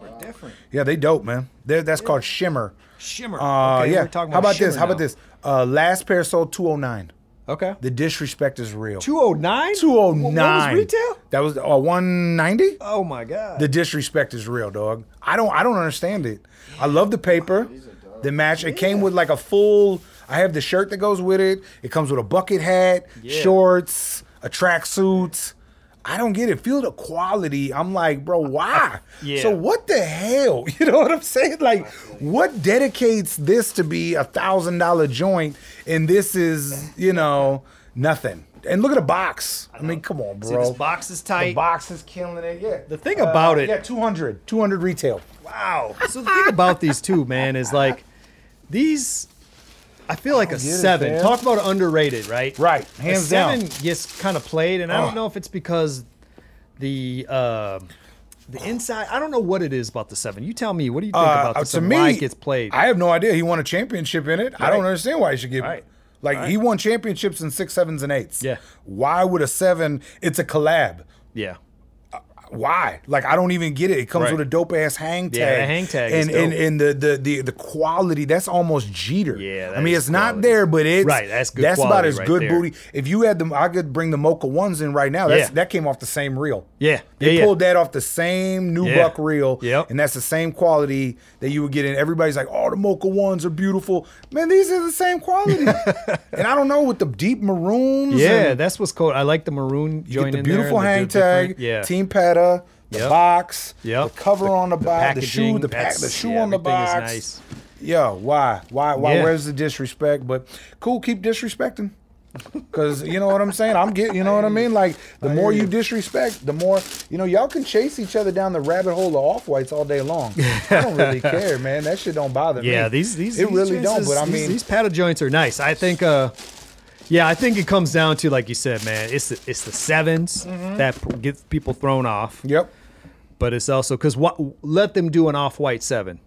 [SPEAKER 3] We're different.
[SPEAKER 1] yeah, they dope, man. They're, that's called shimmer.
[SPEAKER 3] Shimmer.
[SPEAKER 1] Uh,
[SPEAKER 3] okay,
[SPEAKER 1] yeah.
[SPEAKER 3] We're talking about
[SPEAKER 1] How about this?
[SPEAKER 3] shimmer
[SPEAKER 1] How about
[SPEAKER 3] now.
[SPEAKER 1] this? Uh, last pair sold two oh nine.
[SPEAKER 3] Okay.
[SPEAKER 1] The disrespect is real.
[SPEAKER 3] 209?
[SPEAKER 1] Two oh nine.
[SPEAKER 3] What was retail?
[SPEAKER 1] That was uh, one ninety.
[SPEAKER 3] Oh my god.
[SPEAKER 1] The disrespect is real, dog. I don't I don't understand it. I love the paper. The match. It came with like a full I have the shirt that goes with it. It comes with a bucket hat,
[SPEAKER 3] Yeah.
[SPEAKER 1] shorts, a tracksuit. I don't get it. Feel the quality. I'm like, bro, why?
[SPEAKER 3] yeah.
[SPEAKER 1] So what the hell? You know what I'm saying? Like, what dedicates this to be a thousand dollar joint, and this is, you know, nothing. And look at the box. I, mean, come on, bro.
[SPEAKER 3] See, this box is
[SPEAKER 1] The
[SPEAKER 3] tight.
[SPEAKER 1] box is killing it. Yeah. Uh,
[SPEAKER 3] The thing about it-
[SPEAKER 1] Yeah, 200. 200 retail.
[SPEAKER 3] wow. So the thing about these two, man, is like these. I feel like a
[SPEAKER 1] get it,
[SPEAKER 3] seven.
[SPEAKER 1] man.
[SPEAKER 3] Talk about underrated, right?
[SPEAKER 1] Right.
[SPEAKER 3] A
[SPEAKER 1] Hands down.
[SPEAKER 3] seven gets kind of played, and I don't know if it's because the uh, the inside. I don't know what it is about the seven. You tell me. What do you think
[SPEAKER 1] Uh,
[SPEAKER 3] about the
[SPEAKER 1] uh, to
[SPEAKER 3] seven?
[SPEAKER 1] me,
[SPEAKER 3] Why it gets played?
[SPEAKER 1] I have no idea. He won a championship in it. I don't
[SPEAKER 3] Right.
[SPEAKER 1] understand why he should give
[SPEAKER 3] Right.
[SPEAKER 1] it. Like, he
[SPEAKER 3] Right.
[SPEAKER 1] won championships in six, sevens, and eights.
[SPEAKER 3] Yeah.
[SPEAKER 1] Why would a seven? It's a collab.
[SPEAKER 3] yeah.
[SPEAKER 1] why? Like I don't even get it. It comes
[SPEAKER 3] Right.
[SPEAKER 1] with a dope ass hang tag.
[SPEAKER 3] Yeah, the hang tag is
[SPEAKER 1] and and,
[SPEAKER 3] dope.
[SPEAKER 1] and the, the the the quality that's almost Jeter.
[SPEAKER 3] Yeah,
[SPEAKER 1] I
[SPEAKER 3] that
[SPEAKER 1] mean
[SPEAKER 3] is
[SPEAKER 1] it's not
[SPEAKER 3] quality.
[SPEAKER 1] there, but it's
[SPEAKER 3] Right, that's good
[SPEAKER 1] That's about
[SPEAKER 3] quality
[SPEAKER 1] as
[SPEAKER 3] right
[SPEAKER 1] good
[SPEAKER 3] there.
[SPEAKER 1] booty. If you had them, I could bring the Mocha ones in right now. That's,
[SPEAKER 3] Yeah.
[SPEAKER 1] That came off the same reel.
[SPEAKER 3] Yeah,
[SPEAKER 1] they
[SPEAKER 3] yeah, yeah.
[SPEAKER 1] pulled that off the same new
[SPEAKER 3] Yeah.
[SPEAKER 1] buck reel.
[SPEAKER 3] Yep.
[SPEAKER 1] and that's the same quality that you would get in. Everybody's like, "Oh, the Mocha ones are beautiful." Man, these are the same quality. and I don't know with the deep maroons. and-
[SPEAKER 3] Yeah, that's what's cool. I like the maroon
[SPEAKER 1] you get
[SPEAKER 3] joint
[SPEAKER 1] the
[SPEAKER 3] in there and
[SPEAKER 1] beautiful
[SPEAKER 3] the
[SPEAKER 1] hang
[SPEAKER 3] different-
[SPEAKER 1] tag,
[SPEAKER 3] yeah.
[SPEAKER 1] Team Petta, the
[SPEAKER 3] Yep.
[SPEAKER 1] box,
[SPEAKER 3] Yep.
[SPEAKER 1] the cover on the, box, the shoe,
[SPEAKER 3] packaging,
[SPEAKER 1] the pack, the
[SPEAKER 3] that's-
[SPEAKER 1] shoe
[SPEAKER 3] yeah,
[SPEAKER 1] on the
[SPEAKER 3] everything is
[SPEAKER 1] box.
[SPEAKER 3] nice.
[SPEAKER 1] Yeah, why, why, why?
[SPEAKER 3] Yeah.
[SPEAKER 1] Where's the disrespect? But cool, keep disrespecting. Cause you know what I'm saying. I'm getting, you know what I mean. Like the more you disrespect, the more you know. Y'all can chase each other down the rabbit hole of off whites all day long. I don't really care, man. That shit don't bother me.
[SPEAKER 3] Yeah, these these
[SPEAKER 1] it
[SPEAKER 3] these
[SPEAKER 1] really
[SPEAKER 3] joints
[SPEAKER 1] don't.
[SPEAKER 3] is-
[SPEAKER 1] But I
[SPEAKER 3] these-
[SPEAKER 1] mean,
[SPEAKER 3] these paddle joints are nice. I think. uh Yeah, I think it comes down to like you said, man. It's the it's the 7s
[SPEAKER 1] Mm-hmm.
[SPEAKER 3] that p- gets people thrown off,
[SPEAKER 1] yep,
[SPEAKER 3] but it's also because what let them do an off white seven.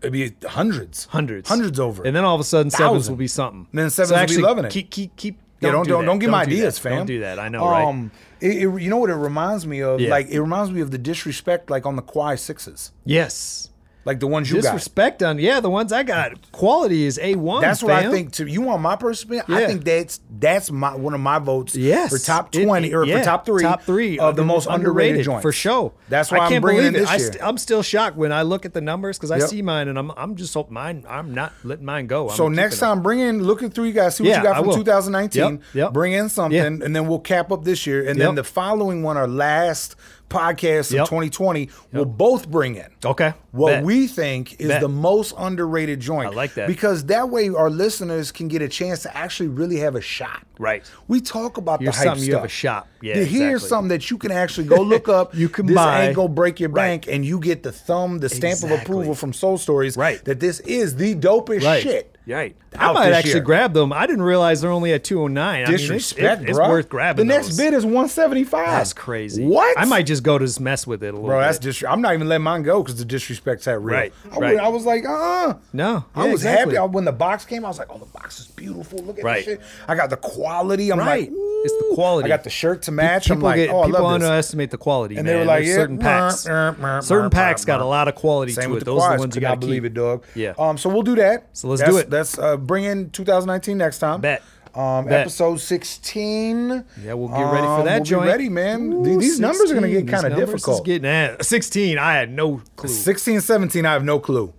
[SPEAKER 1] it'd be hundreds,
[SPEAKER 3] Hundreds,
[SPEAKER 1] hundreds over.
[SPEAKER 3] and then all of a sudden sevens
[SPEAKER 1] Thousand.
[SPEAKER 3] will be something.
[SPEAKER 1] Then sevens will be
[SPEAKER 3] actually
[SPEAKER 1] loving it.
[SPEAKER 3] Keep, keep, keep.
[SPEAKER 1] Yeah, don't
[SPEAKER 3] do
[SPEAKER 1] don't,
[SPEAKER 3] that.
[SPEAKER 1] don't give my
[SPEAKER 3] do that.
[SPEAKER 1] ideas, fam. Um,
[SPEAKER 3] Don't do that. I know, right?
[SPEAKER 1] It, it- you know what it reminds me of?
[SPEAKER 3] Yeah.
[SPEAKER 1] Like it reminds me of the disrespect, like on the Kwai sixes,
[SPEAKER 3] Yes,
[SPEAKER 1] like the ones you got.
[SPEAKER 3] disrespect on yeah the ones I got. Quality is a one.
[SPEAKER 1] That's what I
[SPEAKER 3] fam.
[SPEAKER 1] think. To you want my personal opinion, I
[SPEAKER 3] Yeah.
[SPEAKER 1] think that's that's my one of my votes.
[SPEAKER 3] Yes,
[SPEAKER 1] for top
[SPEAKER 3] It-
[SPEAKER 1] twenty
[SPEAKER 3] it-
[SPEAKER 1] or
[SPEAKER 3] yeah,
[SPEAKER 1] for top three,
[SPEAKER 3] top three
[SPEAKER 1] of the most underrated, joints
[SPEAKER 3] for sure.
[SPEAKER 1] That's why
[SPEAKER 3] I
[SPEAKER 1] am
[SPEAKER 3] can't
[SPEAKER 1] bringing
[SPEAKER 3] believe
[SPEAKER 1] it
[SPEAKER 3] it.
[SPEAKER 1] this
[SPEAKER 3] I
[SPEAKER 1] year.
[SPEAKER 3] st- I'm still shocked when I look at the numbers because I
[SPEAKER 1] Yep.
[SPEAKER 3] see mine and I'm I'm just hoping mine. I'm not letting mine go. I'm
[SPEAKER 1] so
[SPEAKER 3] keeping
[SPEAKER 1] next
[SPEAKER 3] them.
[SPEAKER 1] time, bring in looking through you guys, see what
[SPEAKER 3] Yeah,
[SPEAKER 1] you got
[SPEAKER 3] I
[SPEAKER 1] from
[SPEAKER 3] will.
[SPEAKER 1] 2019.
[SPEAKER 3] Yep, yep.
[SPEAKER 1] Bring in something, and then we'll cap up this year, and then
[SPEAKER 3] Yep.
[SPEAKER 1] the following one, our last podcast
[SPEAKER 3] Yep.
[SPEAKER 1] of 2020, we'll both bring in.
[SPEAKER 3] okay,
[SPEAKER 1] what
[SPEAKER 3] bet.
[SPEAKER 1] we think is
[SPEAKER 3] Bet.
[SPEAKER 1] the most underrated joint.
[SPEAKER 3] I like that.
[SPEAKER 1] Because that way our listeners can get a chance to actually really have a shot.
[SPEAKER 3] Right.
[SPEAKER 1] We talk about
[SPEAKER 3] Here's
[SPEAKER 1] the hype
[SPEAKER 3] something you have a
[SPEAKER 1] stuff.
[SPEAKER 3] shop. Yeah,
[SPEAKER 1] to hear
[SPEAKER 3] exactly.
[SPEAKER 1] something that you can actually go look up.
[SPEAKER 3] You can
[SPEAKER 1] this
[SPEAKER 3] buy.
[SPEAKER 1] ain't gonna break your
[SPEAKER 3] Right.
[SPEAKER 1] bank, and you get the thumb, the stamp of
[SPEAKER 3] Exactly.
[SPEAKER 1] approval from Soul Stories.
[SPEAKER 3] Right.
[SPEAKER 1] That this is the dopest
[SPEAKER 3] right.
[SPEAKER 1] shit.
[SPEAKER 3] Right. I
[SPEAKER 1] out
[SPEAKER 3] might
[SPEAKER 1] this
[SPEAKER 3] actually
[SPEAKER 1] year.
[SPEAKER 3] grab them. I didn't realize they're only at 209. I mean,
[SPEAKER 1] Disrespect,
[SPEAKER 3] it's, it, it's
[SPEAKER 1] bruh.
[SPEAKER 3] worth grabbing.
[SPEAKER 1] The next
[SPEAKER 3] those.
[SPEAKER 1] bid is one seventy five.
[SPEAKER 3] That's crazy.
[SPEAKER 1] What?
[SPEAKER 3] I might just go to just mess with it a little
[SPEAKER 1] Bro, that's
[SPEAKER 3] bit.
[SPEAKER 1] dis- I'm not even letting mine go because the disrespect's that real.
[SPEAKER 3] Right,
[SPEAKER 1] I,
[SPEAKER 3] right.
[SPEAKER 1] wa- I was like, uh uh
[SPEAKER 3] No,
[SPEAKER 1] I
[SPEAKER 3] yeah,
[SPEAKER 1] was
[SPEAKER 3] exactly.
[SPEAKER 1] happy I, when the box came. I was like, oh, the box is beautiful. Look at
[SPEAKER 3] Right.
[SPEAKER 1] this shit. I got the quality. I'm
[SPEAKER 3] Right.
[SPEAKER 1] like, ooh.
[SPEAKER 3] It's the quality.
[SPEAKER 1] I got the shirt to match. I'm
[SPEAKER 3] People
[SPEAKER 1] like,
[SPEAKER 3] get-
[SPEAKER 1] oh, I
[SPEAKER 3] people
[SPEAKER 1] love this.
[SPEAKER 3] underestimate the quality.
[SPEAKER 1] And
[SPEAKER 3] man.
[SPEAKER 1] they were like,
[SPEAKER 3] There's
[SPEAKER 1] yeah,
[SPEAKER 3] certain packs,
[SPEAKER 1] mer, mer, mer,
[SPEAKER 3] certain
[SPEAKER 1] mer,
[SPEAKER 3] packs got
[SPEAKER 1] mer.
[SPEAKER 3] a lot of quality
[SPEAKER 1] Same
[SPEAKER 3] to it.
[SPEAKER 1] with the
[SPEAKER 3] Those are
[SPEAKER 1] quads.
[SPEAKER 3] the ones you
[SPEAKER 1] Could not
[SPEAKER 3] got to
[SPEAKER 1] believe
[SPEAKER 3] keep.
[SPEAKER 1] it, dog.
[SPEAKER 3] Yeah.
[SPEAKER 1] Um. So we'll do that.
[SPEAKER 3] So let's
[SPEAKER 1] That's-
[SPEAKER 3] do it.
[SPEAKER 1] That's uh, bring in 2019 next time.
[SPEAKER 3] Bet.
[SPEAKER 1] Um,
[SPEAKER 3] Bet.
[SPEAKER 1] episode 16.
[SPEAKER 3] Yeah, we'll get ready for
[SPEAKER 1] Um,
[SPEAKER 3] that
[SPEAKER 1] we'll
[SPEAKER 3] joint.
[SPEAKER 1] Be ready, man.
[SPEAKER 3] Ooh,
[SPEAKER 1] Th- These numbers are gonna
[SPEAKER 3] 16.
[SPEAKER 1] get
[SPEAKER 3] These
[SPEAKER 1] kind of
[SPEAKER 3] numbers is
[SPEAKER 1] difficult.
[SPEAKER 3] Getting at 16, I had no clue.
[SPEAKER 1] 16, 17, I have no clue.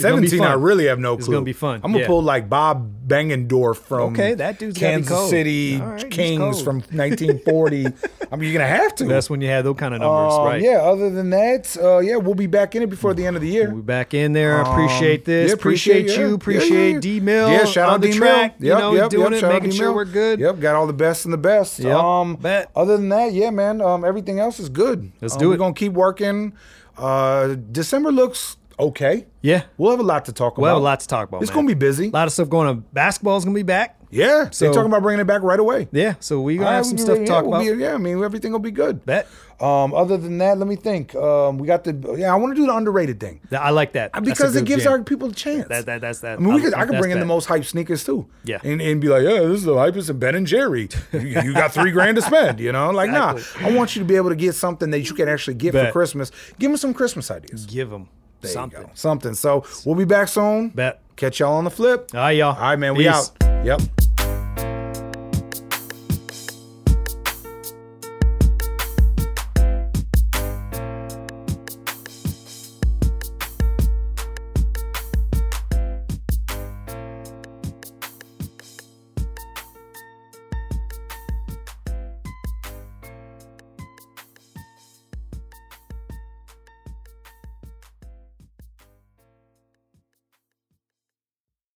[SPEAKER 3] gonna be
[SPEAKER 1] 17, I
[SPEAKER 3] fun.
[SPEAKER 1] really have no clue.
[SPEAKER 3] It's gonna be fun,
[SPEAKER 1] I'm gonna
[SPEAKER 3] yeah.
[SPEAKER 1] pull like Bob Bangendorf from
[SPEAKER 3] Okay, that dude's gotta be
[SPEAKER 1] Kansas
[SPEAKER 3] cold.
[SPEAKER 1] City
[SPEAKER 3] All right, he's
[SPEAKER 1] Kings
[SPEAKER 3] cold.
[SPEAKER 1] from 1940. I mean, you're gonna have to.
[SPEAKER 3] That's when you had those kind of numbers,
[SPEAKER 1] Um,
[SPEAKER 3] right?
[SPEAKER 1] Yeah. Other than that, uh, yeah, we'll be back in it before the end of the year.
[SPEAKER 3] We back in there. Appreciate this.
[SPEAKER 1] Um, Yeah,
[SPEAKER 3] appreciate,
[SPEAKER 1] yeah,
[SPEAKER 3] you.
[SPEAKER 1] yeah,
[SPEAKER 3] appreciate
[SPEAKER 1] yeah.
[SPEAKER 3] D Mill.
[SPEAKER 1] Yeah, shout
[SPEAKER 3] on
[SPEAKER 1] out
[SPEAKER 3] the
[SPEAKER 1] D Mill.
[SPEAKER 3] track.
[SPEAKER 1] Yep,
[SPEAKER 3] you know,
[SPEAKER 1] yep,
[SPEAKER 3] doing
[SPEAKER 1] yep,
[SPEAKER 3] it,
[SPEAKER 1] shout out
[SPEAKER 3] making
[SPEAKER 1] D
[SPEAKER 3] sure
[SPEAKER 1] Mill.
[SPEAKER 3] we're good.
[SPEAKER 1] Yep, got all the best and the best.
[SPEAKER 3] Yep,
[SPEAKER 1] um,
[SPEAKER 3] bet.
[SPEAKER 1] Other than that, yeah, man. Um, everything else is good.
[SPEAKER 3] Let's
[SPEAKER 1] Um,
[SPEAKER 3] do
[SPEAKER 1] We're
[SPEAKER 3] it.
[SPEAKER 1] gonna keep working. Uh, December looks okay.
[SPEAKER 3] Yeah.
[SPEAKER 1] we'll have a lot to talk about.
[SPEAKER 3] We'll have a lot to talk about.
[SPEAKER 1] It's
[SPEAKER 3] man.
[SPEAKER 1] gonna be busy.
[SPEAKER 3] A lot of stuff going on. Basketball's gonna be back.
[SPEAKER 1] Yeah, they're
[SPEAKER 3] So-
[SPEAKER 1] talking about bringing it back right away.
[SPEAKER 3] Yeah, so we gonna
[SPEAKER 1] All right,
[SPEAKER 3] have
[SPEAKER 1] we'll
[SPEAKER 3] some
[SPEAKER 1] be
[SPEAKER 3] stuff
[SPEAKER 1] ready.
[SPEAKER 3] to
[SPEAKER 1] yeah,
[SPEAKER 3] talk
[SPEAKER 1] we'll
[SPEAKER 3] about.
[SPEAKER 1] be- yeah, I mean everything will be good.
[SPEAKER 3] Bet.
[SPEAKER 1] Um, other than that, let me think. Um, we got the yeah. I want to do the underrated thing
[SPEAKER 3] Th- I like that That's a
[SPEAKER 1] because it
[SPEAKER 3] good
[SPEAKER 1] gives
[SPEAKER 3] jam.
[SPEAKER 1] our people a chance.
[SPEAKER 3] That- that- that's that.
[SPEAKER 1] I mean, we
[SPEAKER 3] I-
[SPEAKER 1] could, I could
[SPEAKER 3] that's
[SPEAKER 1] bring in the
[SPEAKER 3] that.
[SPEAKER 1] most hype sneakers too.
[SPEAKER 3] Yeah.
[SPEAKER 1] and, and be like, yeah, this is the hypest of Ben and Jerry. You, you got three grand to spend, you know? Like, nah, I want you to be able to get something that you can actually get for
[SPEAKER 3] Bet.
[SPEAKER 1] Christmas. Give me some Christmas ideas.
[SPEAKER 3] give them
[SPEAKER 1] There you go.
[SPEAKER 3] something.
[SPEAKER 1] something. So we'll be back soon.
[SPEAKER 3] Bet.
[SPEAKER 1] Catch y'all on the flip.
[SPEAKER 3] All right, y'all.
[SPEAKER 1] All right, man. We
[SPEAKER 3] Peace.
[SPEAKER 1] out. Yep.